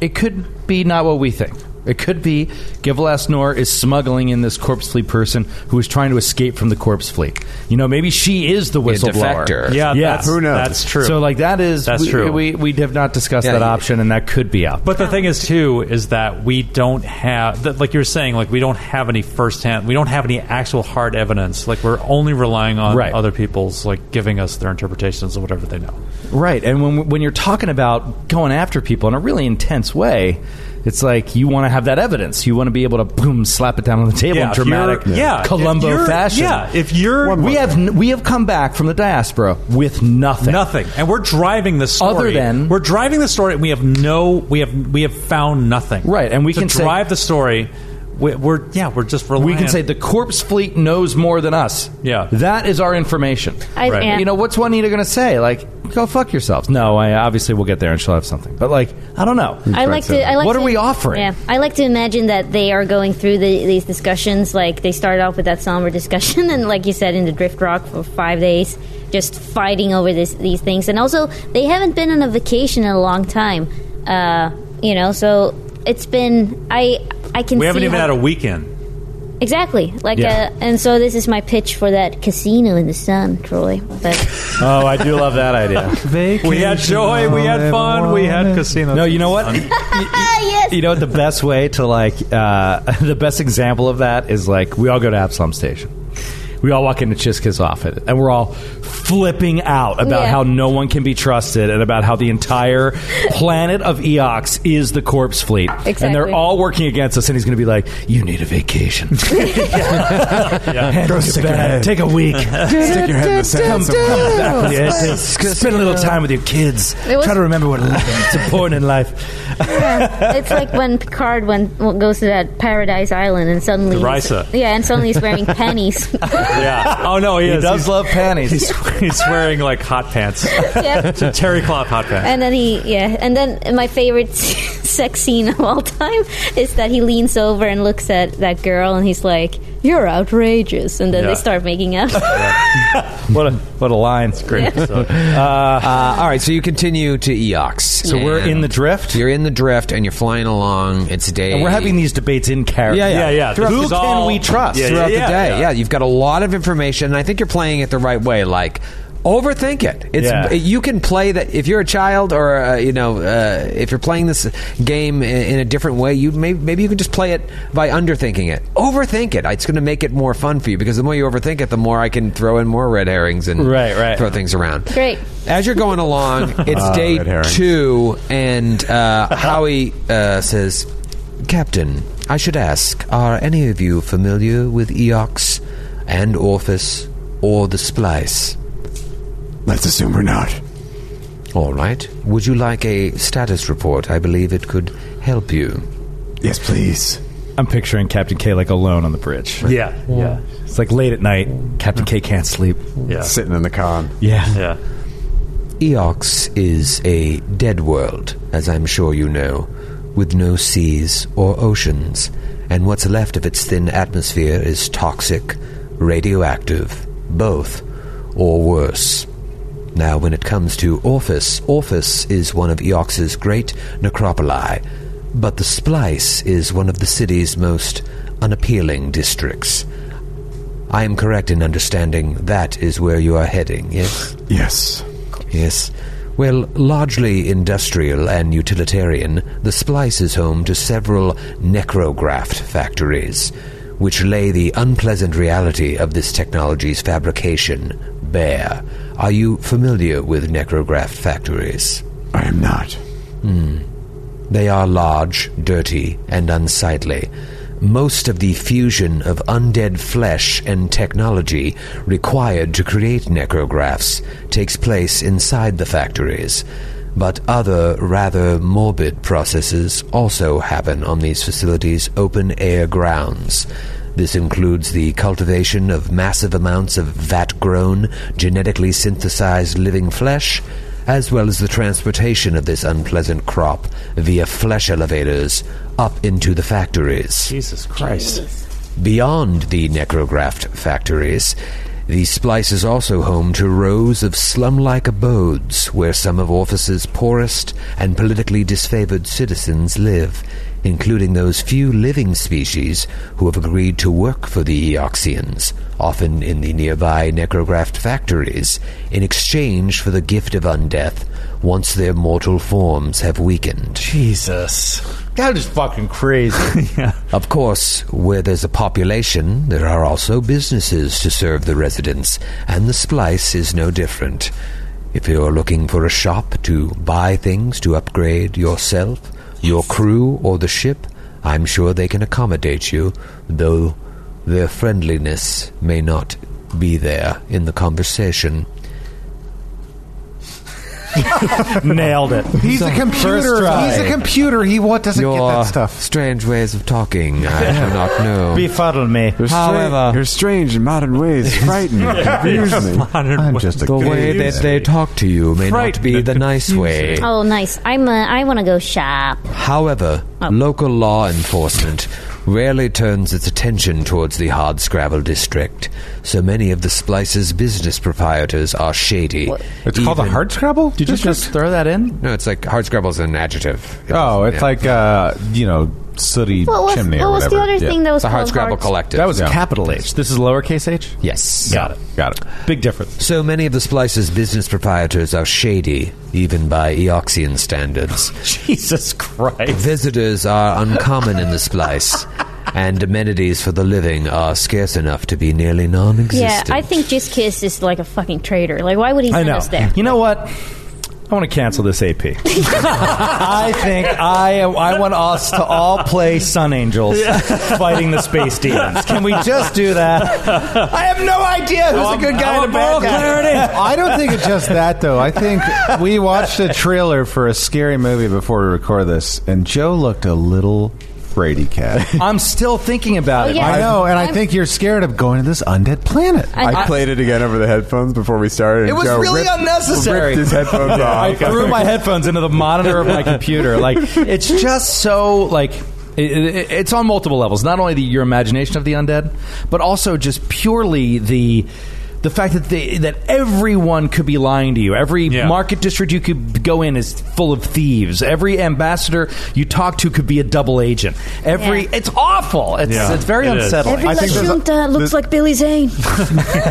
[SPEAKER 10] it could be not what we think. It could be Givlasnor is smuggling in this corpse fleet person who is trying to escape from the corpse fleet. You know, maybe she is the whistleblower.
[SPEAKER 6] defector.
[SPEAKER 3] Yeah,
[SPEAKER 10] Yeah.
[SPEAKER 3] That's,
[SPEAKER 10] Who
[SPEAKER 11] knows?
[SPEAKER 3] That's true.
[SPEAKER 10] So like that is
[SPEAKER 3] That's
[SPEAKER 10] we,
[SPEAKER 3] true.
[SPEAKER 10] We we have not discussed
[SPEAKER 6] Yeah,
[SPEAKER 10] that
[SPEAKER 6] you-
[SPEAKER 10] option, and that could be out.
[SPEAKER 3] But the thing is, too, is that we don't have, that, like you're saying, like we don't have any firsthand, we don't have any actual hard evidence. Like we're only relying on
[SPEAKER 10] Right.
[SPEAKER 3] other people's, like giving us their interpretations of whatever they know.
[SPEAKER 10] Right, and when when you're talking about going after people in a really intense way, it's like you want to have that evidence. You want to be able to boom, slap it down on the table in
[SPEAKER 3] if you're-
[SPEAKER 10] dramatic,
[SPEAKER 3] yeah, if
[SPEAKER 10] Columbo
[SPEAKER 3] you're-
[SPEAKER 10] fashion.
[SPEAKER 3] Yeah, if you're
[SPEAKER 10] we have n- we have come back from the diaspora with nothing.
[SPEAKER 3] nothing, and we're driving the story.
[SPEAKER 10] Other than-
[SPEAKER 3] we're driving the story, and we have no, we have we have found nothing.
[SPEAKER 10] Right, and we
[SPEAKER 3] To
[SPEAKER 10] can say-
[SPEAKER 3] drive the story. We, we're yeah, we're just relying.
[SPEAKER 10] We can say the corpse fleet knows more than us.
[SPEAKER 3] Yeah.
[SPEAKER 10] That is our information.
[SPEAKER 8] I- Right. yeah.
[SPEAKER 10] You know, what's Juanita going to say? Like, go fuck yourselves. No, I obviously we'll get there and she'll have something. But, like, I don't know.
[SPEAKER 8] I like to. I like
[SPEAKER 10] what
[SPEAKER 8] to-
[SPEAKER 10] are we offering?
[SPEAKER 8] Yeah, I like to imagine that they are going through the, these discussions. Like they started off with that somber discussion, and like you said, in the drift rock for five days, just fighting over this, these things. And also, they haven't been on a vacation in a long time. Uh, you know, so it's been. I I can.
[SPEAKER 3] we haven't
[SPEAKER 8] see
[SPEAKER 3] even
[SPEAKER 8] how-
[SPEAKER 3] had a weekend.
[SPEAKER 8] Exactly. Like,
[SPEAKER 3] Yeah.
[SPEAKER 8] uh, and so this is my pitch for that casino in the sun, Troy. But
[SPEAKER 10] Oh, I do love that idea.
[SPEAKER 3] We had joy. We had fun. We had casino.
[SPEAKER 10] No, you know what? You know what? The best way to like uh, the best example of that is like we all go to Absalom Station. We all walk into Chiska's office, and we're all flipping out about
[SPEAKER 8] Yeah.
[SPEAKER 10] how no one can be trusted, and about how the entire planet of Eox is the corpse fleet,
[SPEAKER 8] Exactly.
[SPEAKER 10] and they're all working against us. And he's going to be like, "You need a vacation.
[SPEAKER 4] Go stick your head.
[SPEAKER 10] Take a week.
[SPEAKER 4] Stick your head in the sand somewhere.
[SPEAKER 10] Yeah, spend a little time with your kids.
[SPEAKER 8] It was-
[SPEAKER 10] Try to remember what it's important in life."
[SPEAKER 8] it's like when Picard when well, goes to that Paradise Island, and suddenly
[SPEAKER 3] The
[SPEAKER 8] he's-
[SPEAKER 3] Risa.
[SPEAKER 8] yeah, and suddenly he's wearing panties.
[SPEAKER 3] Yeah. Oh no, he,
[SPEAKER 10] He
[SPEAKER 3] is.
[SPEAKER 10] does love panties.
[SPEAKER 3] He's, he's, he's wearing like hot pants,
[SPEAKER 8] yeah.
[SPEAKER 3] terry cloth hot pants.
[SPEAKER 8] And then he, yeah. And then my favorite sex scene of all time is that he leans over and looks at that girl and he's like, You're outrageous. And then
[SPEAKER 3] Yeah.
[SPEAKER 8] they start making out.
[SPEAKER 10] what a what a line! It's great.
[SPEAKER 13] Uh, all right, so you continue to Eox. So
[SPEAKER 10] we're in the drift?
[SPEAKER 13] You're in the drift, and you're flying along. It's day.
[SPEAKER 10] And we're having these debates in character.
[SPEAKER 13] Yeah, yeah,
[SPEAKER 3] Yeah, yeah.
[SPEAKER 10] Who
[SPEAKER 3] This
[SPEAKER 10] can
[SPEAKER 3] is all-
[SPEAKER 10] we trust?
[SPEAKER 3] Yeah,
[SPEAKER 13] throughout
[SPEAKER 3] yeah,
[SPEAKER 13] the day.
[SPEAKER 3] yeah.
[SPEAKER 13] Yeah. you've got a lot of information, and I think you're playing it the right way. Like overthink it. It's
[SPEAKER 10] Yeah.
[SPEAKER 13] you can play that if you're a child, or uh, you know, uh, if you're playing this game in, in a different way, you may, maybe you can just play it by underthinking it. Overthink it. It's going to make it more fun for you because the more you overthink it, the more I can throw in more red herrings and
[SPEAKER 10] Right, right.
[SPEAKER 13] throw things around.
[SPEAKER 8] Great.
[SPEAKER 13] As you're going along, it's
[SPEAKER 4] Ah, red
[SPEAKER 13] day
[SPEAKER 4] herrings.
[SPEAKER 13] two, and uh, Howie uh, says, "Captain, I should ask: Are any of you familiar with Eox and Orphis or the Splice?
[SPEAKER 4] Let's assume we're not.
[SPEAKER 13] All right. Would you like a status report? I believe it could help you.
[SPEAKER 4] Yes, please.
[SPEAKER 10] I'm picturing Captain K like alone on the bridge.
[SPEAKER 3] Yeah, yeah,
[SPEAKER 10] It's like late at night. Captain K can't sleep.
[SPEAKER 3] yeah,
[SPEAKER 4] Sitting in the con.
[SPEAKER 10] Yeah.
[SPEAKER 3] yeah.
[SPEAKER 13] Eox is a dead world, as I'm sure you know, with no seas or oceans, and what's left of its thin atmosphere is toxic, radioactive, both, or worse. Now, when it comes to Orphis, Orphis is one of Eox's great necropoli, but the Splice is one of the city's most unappealing districts. I am correct in understanding that is where you are heading, yes?
[SPEAKER 4] Yes.
[SPEAKER 13] Yes. Well, largely industrial and utilitarian, the splice is home to several necrograph factories, which lay the unpleasant reality of this technology's fabrication bare. Are you familiar with necrograph factories?
[SPEAKER 4] I am not.
[SPEAKER 13] They are large, dirty, and unsightly. Most of the fusion of undead flesh and technology required to create necrographs takes place inside the factories, but other rather morbid processes also happen on these facilities' open air grounds. This includes the cultivation of massive amounts of vat grown, genetically synthesized living flesh, as well as the transportation of this unpleasant crop via flesh elevators up into the factories.
[SPEAKER 3] Jesus Christ!
[SPEAKER 13] Beyond the necrographed factories, the splice is also home to rows of slum like abodes where some of Orphis's poorest and politically disfavored citizens live, including those few living species who have agreed to work for the Eoxians, often in the nearby necrographed factories, in exchange for the gift of undeath once their mortal forms have weakened.
[SPEAKER 10] Jesus. That is fucking crazy.
[SPEAKER 13] Of course, where there's a population, there are also businesses to serve the residents, and the splice is no different. If you're looking for a shop to buy things to upgrade yourself, your crew, or the ship, I'm sure they can accommodate you, though their friendliness may not be there in the conversation.
[SPEAKER 6] Nailed it.
[SPEAKER 3] He's a computer. He's a computer. He what doesn't get that stuff.
[SPEAKER 13] strange ways of talking, I do not know.
[SPEAKER 10] Befuddle me.
[SPEAKER 4] You're stra-
[SPEAKER 13] However-
[SPEAKER 4] you're strange in modern ways frighten me, confuse me.
[SPEAKER 3] I'm just a
[SPEAKER 13] the way
[SPEAKER 3] computer.
[SPEAKER 13] that they talk to you may not be the nice way.
[SPEAKER 8] Oh, nice. I'm. Uh, I want to go shop.
[SPEAKER 13] However, local law enforcement rarely turns its attention towards the hardscrabble district, so many of the splice's business proprietors are shady.
[SPEAKER 9] It's called a
[SPEAKER 13] Even-
[SPEAKER 9] hard scrabble.
[SPEAKER 10] Did you just throw that in?
[SPEAKER 13] No, it's like hardscrabble's an adjective.
[SPEAKER 9] Oh, it's
[SPEAKER 13] Yeah.
[SPEAKER 9] like uh, you know, sooty
[SPEAKER 8] What was,
[SPEAKER 9] chimney
[SPEAKER 8] what
[SPEAKER 9] or
[SPEAKER 8] was
[SPEAKER 9] whatever.
[SPEAKER 8] the other
[SPEAKER 9] Yeah.
[SPEAKER 8] thing that was
[SPEAKER 13] the
[SPEAKER 8] called
[SPEAKER 13] hardscrabble
[SPEAKER 8] Hards-
[SPEAKER 13] collective.
[SPEAKER 10] That was
[SPEAKER 9] Yeah.
[SPEAKER 10] capital H. This is lowercase h.
[SPEAKER 13] yes.
[SPEAKER 10] Got it. Got it. Big difference.
[SPEAKER 13] So many of the splice's business proprietors are shady, even by Eoxian standards.
[SPEAKER 10] Jesus Christ.
[SPEAKER 13] Visitors are uncommon in the splice, and amenities for the living are scarce enough to be nearly non
[SPEAKER 8] Yeah,
[SPEAKER 13] existent.
[SPEAKER 8] I think Just Kiss is like a fucking traitor. Like, why would he
[SPEAKER 10] I
[SPEAKER 8] send
[SPEAKER 10] know.
[SPEAKER 8] us there?
[SPEAKER 10] You know what? I want to cancel this AP. I think I I want us to all play Sun Angels fighting the space demons. Can we just do that? I have no idea who's a good guy and a
[SPEAKER 4] Oh,
[SPEAKER 10] bad guy.
[SPEAKER 9] I don't think it's just that though. I think we watched a trailer for a scary movie before we record this, and Joe looked a little fraidy cat.
[SPEAKER 10] I'm still thinking about
[SPEAKER 8] Oh,
[SPEAKER 10] it.
[SPEAKER 8] yeah.
[SPEAKER 9] I know, and i
[SPEAKER 8] I'm-
[SPEAKER 9] think you're scared of going to this undead planet.
[SPEAKER 8] I-
[SPEAKER 11] I played it again over the headphones before we started. and
[SPEAKER 10] It was
[SPEAKER 11] Joe
[SPEAKER 10] really
[SPEAKER 11] ripped-
[SPEAKER 10] unnecessary.
[SPEAKER 11] Ripped his
[SPEAKER 6] Oh,
[SPEAKER 11] headphones off.
[SPEAKER 10] I threw my headphones into the monitor of my computer. Like it's just so like it, it, it's on multiple levels. Not only the, your imagination of the undead, but also just purely the the fact that they, that everyone could be lying to you. Every
[SPEAKER 6] Yeah.
[SPEAKER 10] market district you could go in is full of thieves. Every ambassador you talk to could be a double agent. Every
[SPEAKER 8] Yeah.
[SPEAKER 10] it's awful. It's
[SPEAKER 6] Yeah,
[SPEAKER 10] it's very
[SPEAKER 6] it is.
[SPEAKER 10] unsettling.
[SPEAKER 8] Every La
[SPEAKER 4] there's a-
[SPEAKER 8] Junta uh, looks like Billy Zane.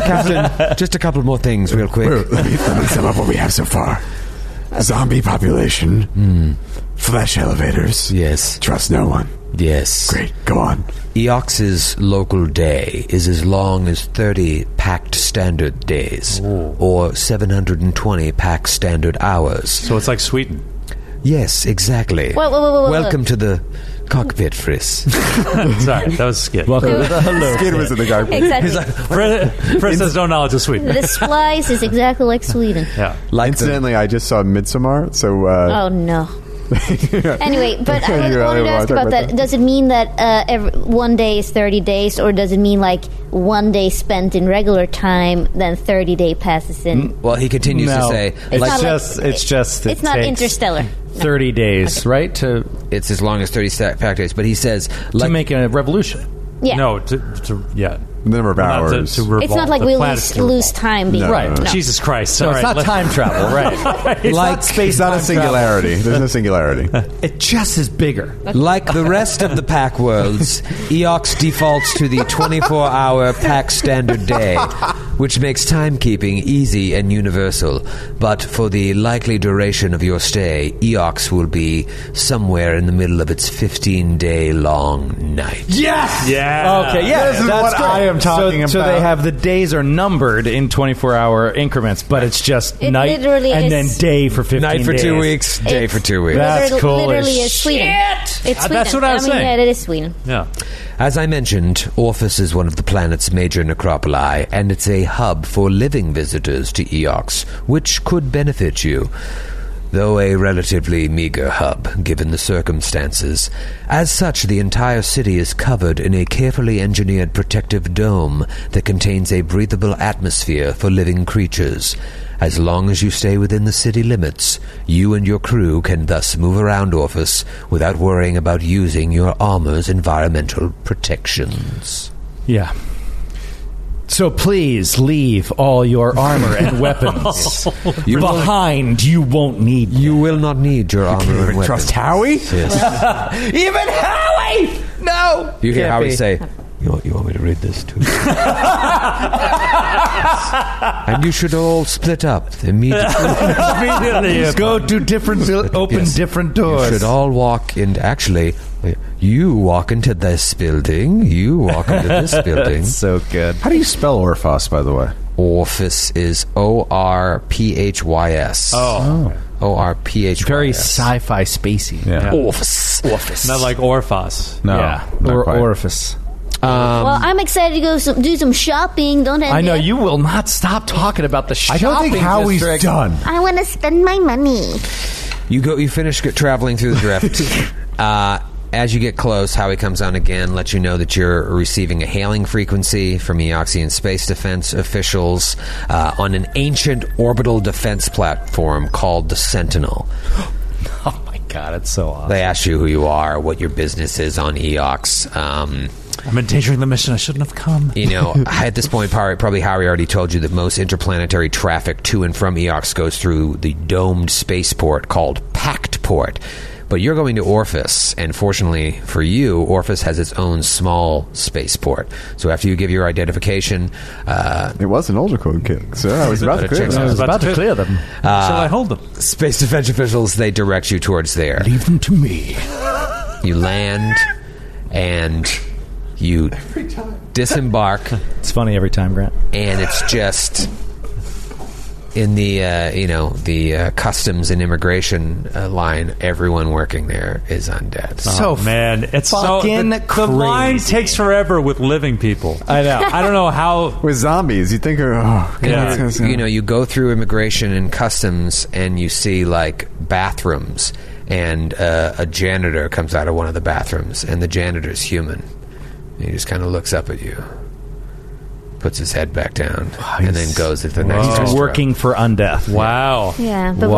[SPEAKER 13] Captain, just a couple more things, real quick.
[SPEAKER 4] Well, let, me, let me sum up what we have so far zombie population,
[SPEAKER 13] Hmm.
[SPEAKER 4] flesh elevators.
[SPEAKER 13] Yes,
[SPEAKER 4] Trust no one.
[SPEAKER 13] yes.
[SPEAKER 4] Great, go on.
[SPEAKER 13] Eox's local day is as long as 30 packed standard days,
[SPEAKER 6] Oh.
[SPEAKER 13] or 720 packed standard hours.
[SPEAKER 6] So it's like Sweden.
[SPEAKER 13] Yes, exactly.
[SPEAKER 8] Whoa, whoa, whoa, whoa, whoa.
[SPEAKER 13] Welcome to the cockpit, Friss.
[SPEAKER 6] Sorry, that was a skit.
[SPEAKER 11] Skid was in the guy.
[SPEAKER 8] Exactly.
[SPEAKER 6] Fred, Fred says no knowledge of Sweden.
[SPEAKER 8] the splice is exactly like Sweden.
[SPEAKER 6] Yeah.
[SPEAKER 13] Like the-
[SPEAKER 11] Incidentally, I just saw Midsommar, so uh,
[SPEAKER 8] Oh no. anyway, but I
[SPEAKER 11] You really
[SPEAKER 8] wanted to
[SPEAKER 11] wanna
[SPEAKER 8] ask
[SPEAKER 11] talk
[SPEAKER 8] about
[SPEAKER 11] about
[SPEAKER 8] that.
[SPEAKER 11] that?
[SPEAKER 8] Does it mean that uh, every, one day is 30 days, or does it mean like one day spent in regular time, then 30 day passes in?
[SPEAKER 13] well, he continues to say,
[SPEAKER 8] It's
[SPEAKER 13] like
[SPEAKER 8] not like-
[SPEAKER 10] just- Mm, it's just it
[SPEAKER 8] it's not
[SPEAKER 10] takes-
[SPEAKER 8] interstellar.
[SPEAKER 10] Thirty days, right, to
[SPEAKER 13] it's as long as 30 sta- packed days, but he says,
[SPEAKER 10] to
[SPEAKER 13] like
[SPEAKER 10] make a revolution.
[SPEAKER 8] Yeah.
[SPEAKER 6] No, to, to yeah.
[SPEAKER 11] the number of
[SPEAKER 6] Not to-
[SPEAKER 11] hours.
[SPEAKER 6] to revolve.
[SPEAKER 8] it's not like
[SPEAKER 6] The
[SPEAKER 8] we
[SPEAKER 6] planet
[SPEAKER 8] lose,
[SPEAKER 6] to revolve.
[SPEAKER 8] lose time being
[SPEAKER 10] Right.
[SPEAKER 8] No.
[SPEAKER 6] Jesus Christ!
[SPEAKER 10] So
[SPEAKER 6] All
[SPEAKER 10] it's
[SPEAKER 6] right,
[SPEAKER 10] not
[SPEAKER 6] let's-
[SPEAKER 10] time travel, right? it's
[SPEAKER 13] Like-
[SPEAKER 10] not space.
[SPEAKER 11] It's not a
[SPEAKER 10] time travel.
[SPEAKER 11] singularity. There's no singularity.
[SPEAKER 10] It just is bigger.
[SPEAKER 13] Like the rest of the pack worlds, Eox defaults to the 24 hour pack standard day, which makes timekeeping easy and universal. But for the likely duration of your stay, Eox will be somewhere in the middle of its 15 day long night.
[SPEAKER 10] Yes.
[SPEAKER 6] Yeah.
[SPEAKER 10] Okay. Yeah.
[SPEAKER 9] This is
[SPEAKER 10] that's
[SPEAKER 9] what
[SPEAKER 10] great.
[SPEAKER 9] I am talking
[SPEAKER 10] so, So
[SPEAKER 9] about.
[SPEAKER 10] they have the days are numbered in twenty-four hour increments, but it's just
[SPEAKER 8] It
[SPEAKER 10] night
[SPEAKER 8] literally
[SPEAKER 10] and
[SPEAKER 8] is-
[SPEAKER 10] then day for fifteen.
[SPEAKER 13] Night for two
[SPEAKER 10] days.
[SPEAKER 13] weeks, day for two weeks.
[SPEAKER 10] That's
[SPEAKER 8] Literally,
[SPEAKER 10] cool as
[SPEAKER 8] literally is Sweden. It's Sweden.
[SPEAKER 6] Uh, That's what I was
[SPEAKER 8] mean,
[SPEAKER 6] saying.
[SPEAKER 8] Yeah, it is Sweden.
[SPEAKER 6] Yeah.
[SPEAKER 13] As I mentioned, Orphis is one of the planet's major necropoli, and it's a hub for living visitors to Eox, which could benefit you, though a relatively meager hub, given the circumstances. As such, the entire city is covered in a carefully engineered protective dome that contains a breathable atmosphere for living creatures. As long as you stay within the city limits, you and your crew can thus move around Orphis without worrying about using your armor's environmental protections.
[SPEAKER 10] Yeah. So please leave all your armor and weapons behind. You won't need them.
[SPEAKER 13] You will not need your armor and
[SPEAKER 11] Trust
[SPEAKER 13] weapons.
[SPEAKER 11] Howie?
[SPEAKER 13] Yes.
[SPEAKER 10] even Howie. No.
[SPEAKER 13] You hear
[SPEAKER 10] Can't
[SPEAKER 13] how he
[SPEAKER 10] be.
[SPEAKER 13] say, you want, you want me to read this too? and you should all split up immediately.
[SPEAKER 10] Go to different. Open
[SPEAKER 13] Yes.
[SPEAKER 10] different
[SPEAKER 13] You
[SPEAKER 10] doors.
[SPEAKER 13] should all walk in. Actually, you walk into this building. You walk into this building.
[SPEAKER 9] so good. How do you spell Orphos, by the way?
[SPEAKER 13] Orphis is O R P H Y S.
[SPEAKER 6] Oh,
[SPEAKER 13] O R P H Y S.
[SPEAKER 10] Very sci-fi spacey.
[SPEAKER 9] Yeah.
[SPEAKER 13] Orphis. Orphis.
[SPEAKER 6] not like Orphos.
[SPEAKER 9] No,
[SPEAKER 10] Yeah.
[SPEAKER 9] not
[SPEAKER 10] Or
[SPEAKER 9] quite.
[SPEAKER 10] orifice.
[SPEAKER 8] well, I'm excited to go some, do some shopping. Don't end
[SPEAKER 10] Um, I know
[SPEAKER 8] it.
[SPEAKER 10] you will not stop talking about the
[SPEAKER 9] I
[SPEAKER 10] shopping
[SPEAKER 9] don't think Howie's
[SPEAKER 10] district.
[SPEAKER 9] done.
[SPEAKER 8] I want to spend my money.
[SPEAKER 6] You go. You finish get traveling through the drift. uh, as you get close, Howie comes on again, lets you know that you're receiving a hailing frequency from Eoxian space defense officials uh, on an ancient orbital defense platform called the Sentinel.
[SPEAKER 10] Oh my god, it's so awesome.
[SPEAKER 6] They ask you who you are, what your business is on Eox. Um,
[SPEAKER 3] I'm endangering the mission. I shouldn't have come.
[SPEAKER 6] you know, at this point, probably, probably Harry already told you that most interplanetary traffic to and from Eox goes through the domed spaceport called Pactport. But you're going to Orphis, and fortunately for you, Orphis has its own small spaceport. So after you give your identification, uh,
[SPEAKER 11] It was an older code kick, sir. I was about to clear
[SPEAKER 6] Checks
[SPEAKER 11] that.
[SPEAKER 6] out.
[SPEAKER 3] I was about to clear them. Shall I hold them?
[SPEAKER 6] Uh, space defense officials they direct you towards there.
[SPEAKER 10] Leave them to me.
[SPEAKER 6] You land, and you disembark.
[SPEAKER 10] It's funny every time, Grant.
[SPEAKER 6] and it's just in the uh, you know the uh, customs and immigration uh, line. Everyone working there is undead.
[SPEAKER 10] so
[SPEAKER 3] oh, man, it's
[SPEAKER 10] fucking
[SPEAKER 3] so, the, the line
[SPEAKER 10] crazy.
[SPEAKER 3] takes forever with living people.
[SPEAKER 10] I know.
[SPEAKER 3] I don't know how.
[SPEAKER 11] With zombies, you think, oh,
[SPEAKER 3] Yeah.
[SPEAKER 11] God.
[SPEAKER 6] you know, you go through immigration and customs, and you see like bathrooms, and uh, a janitor comes out of one of the bathrooms, and the janitor's human. And he just kind of looks up at you, puts his head back down, and then goes to the next.
[SPEAKER 10] He's
[SPEAKER 6] restaurant.
[SPEAKER 10] working for Undeath.
[SPEAKER 3] Wow.
[SPEAKER 8] Yeah, but
[SPEAKER 10] Wow.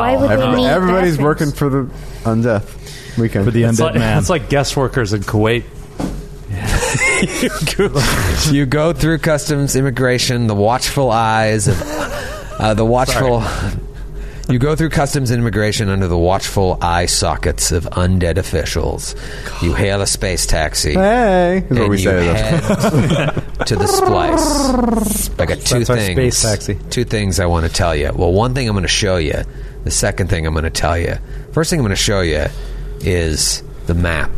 [SPEAKER 8] why would why would
[SPEAKER 11] Every-
[SPEAKER 8] we need
[SPEAKER 11] everybody's working
[SPEAKER 8] bathrooms?
[SPEAKER 11] for the undeath weekend.
[SPEAKER 10] For the
[SPEAKER 3] It's
[SPEAKER 10] Undead
[SPEAKER 3] like,
[SPEAKER 10] Man.
[SPEAKER 3] it's like guest workers in Kuwait.
[SPEAKER 6] you go through customs, immigration, the watchful eyes of uh, the watchful. You go through customs and immigration under the watchful eye sockets of undead officials. You hail a space taxi.
[SPEAKER 11] hey, is what
[SPEAKER 6] and
[SPEAKER 11] we
[SPEAKER 6] you
[SPEAKER 11] say. though.
[SPEAKER 6] head to the splice. I got two
[SPEAKER 10] That's our
[SPEAKER 6] things.
[SPEAKER 10] space taxi.
[SPEAKER 6] Two things I want to tell you. Well, one thing I'm going to show you. The second thing I'm going to tell you. First thing I'm going to show you is the map.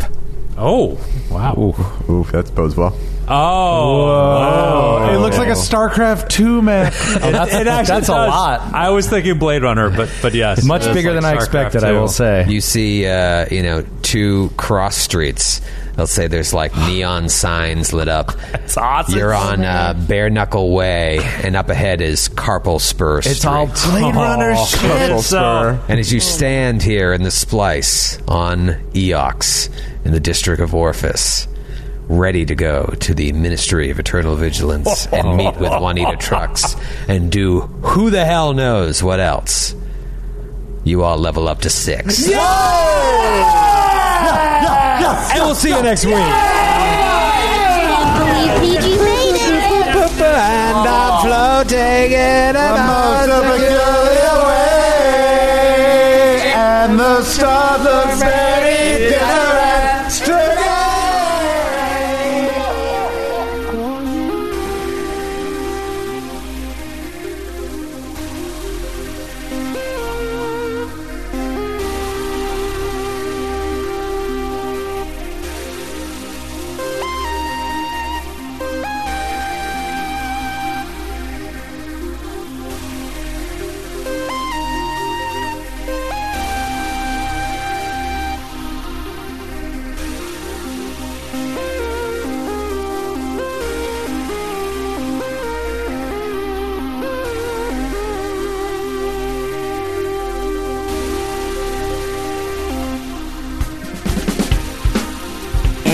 [SPEAKER 3] Oh, wow.
[SPEAKER 11] Ooh, that bodes well.
[SPEAKER 3] Oh, wow.
[SPEAKER 9] It looks like a StarCraft 2 map.
[SPEAKER 3] It, it actually
[SPEAKER 10] Oh, that's a
[SPEAKER 3] does.
[SPEAKER 10] lot.
[SPEAKER 3] I was thinking Blade Runner, but but yes,
[SPEAKER 10] Much
[SPEAKER 3] It's
[SPEAKER 10] bigger
[SPEAKER 3] like
[SPEAKER 10] than I
[SPEAKER 3] StarCraft
[SPEAKER 10] expected, I
[SPEAKER 3] too.
[SPEAKER 10] will say.
[SPEAKER 6] You see, uh, you know, two cross streets. They'll say there's like neon signs lit up. It's awesome. You're on uh, Bare Knuckle Way, and up ahead is Carpal Spur Street.
[SPEAKER 10] It's all Blade Runner
[SPEAKER 3] Oh,
[SPEAKER 10] shit.
[SPEAKER 3] It's, uh,
[SPEAKER 6] and as you stand here in the splice on Eox in the district of Orphis, ready to go to the Ministry of Eternal Vigilance and meet with Juanita Trucks and do who the hell knows what else, you all level up to six.
[SPEAKER 10] And we'll see you next week.
[SPEAKER 8] Can't believe PG rated.
[SPEAKER 6] And I'm floating in a
[SPEAKER 9] most
[SPEAKER 6] mountain.
[SPEAKER 9] peculiar way, and the star looks very different today.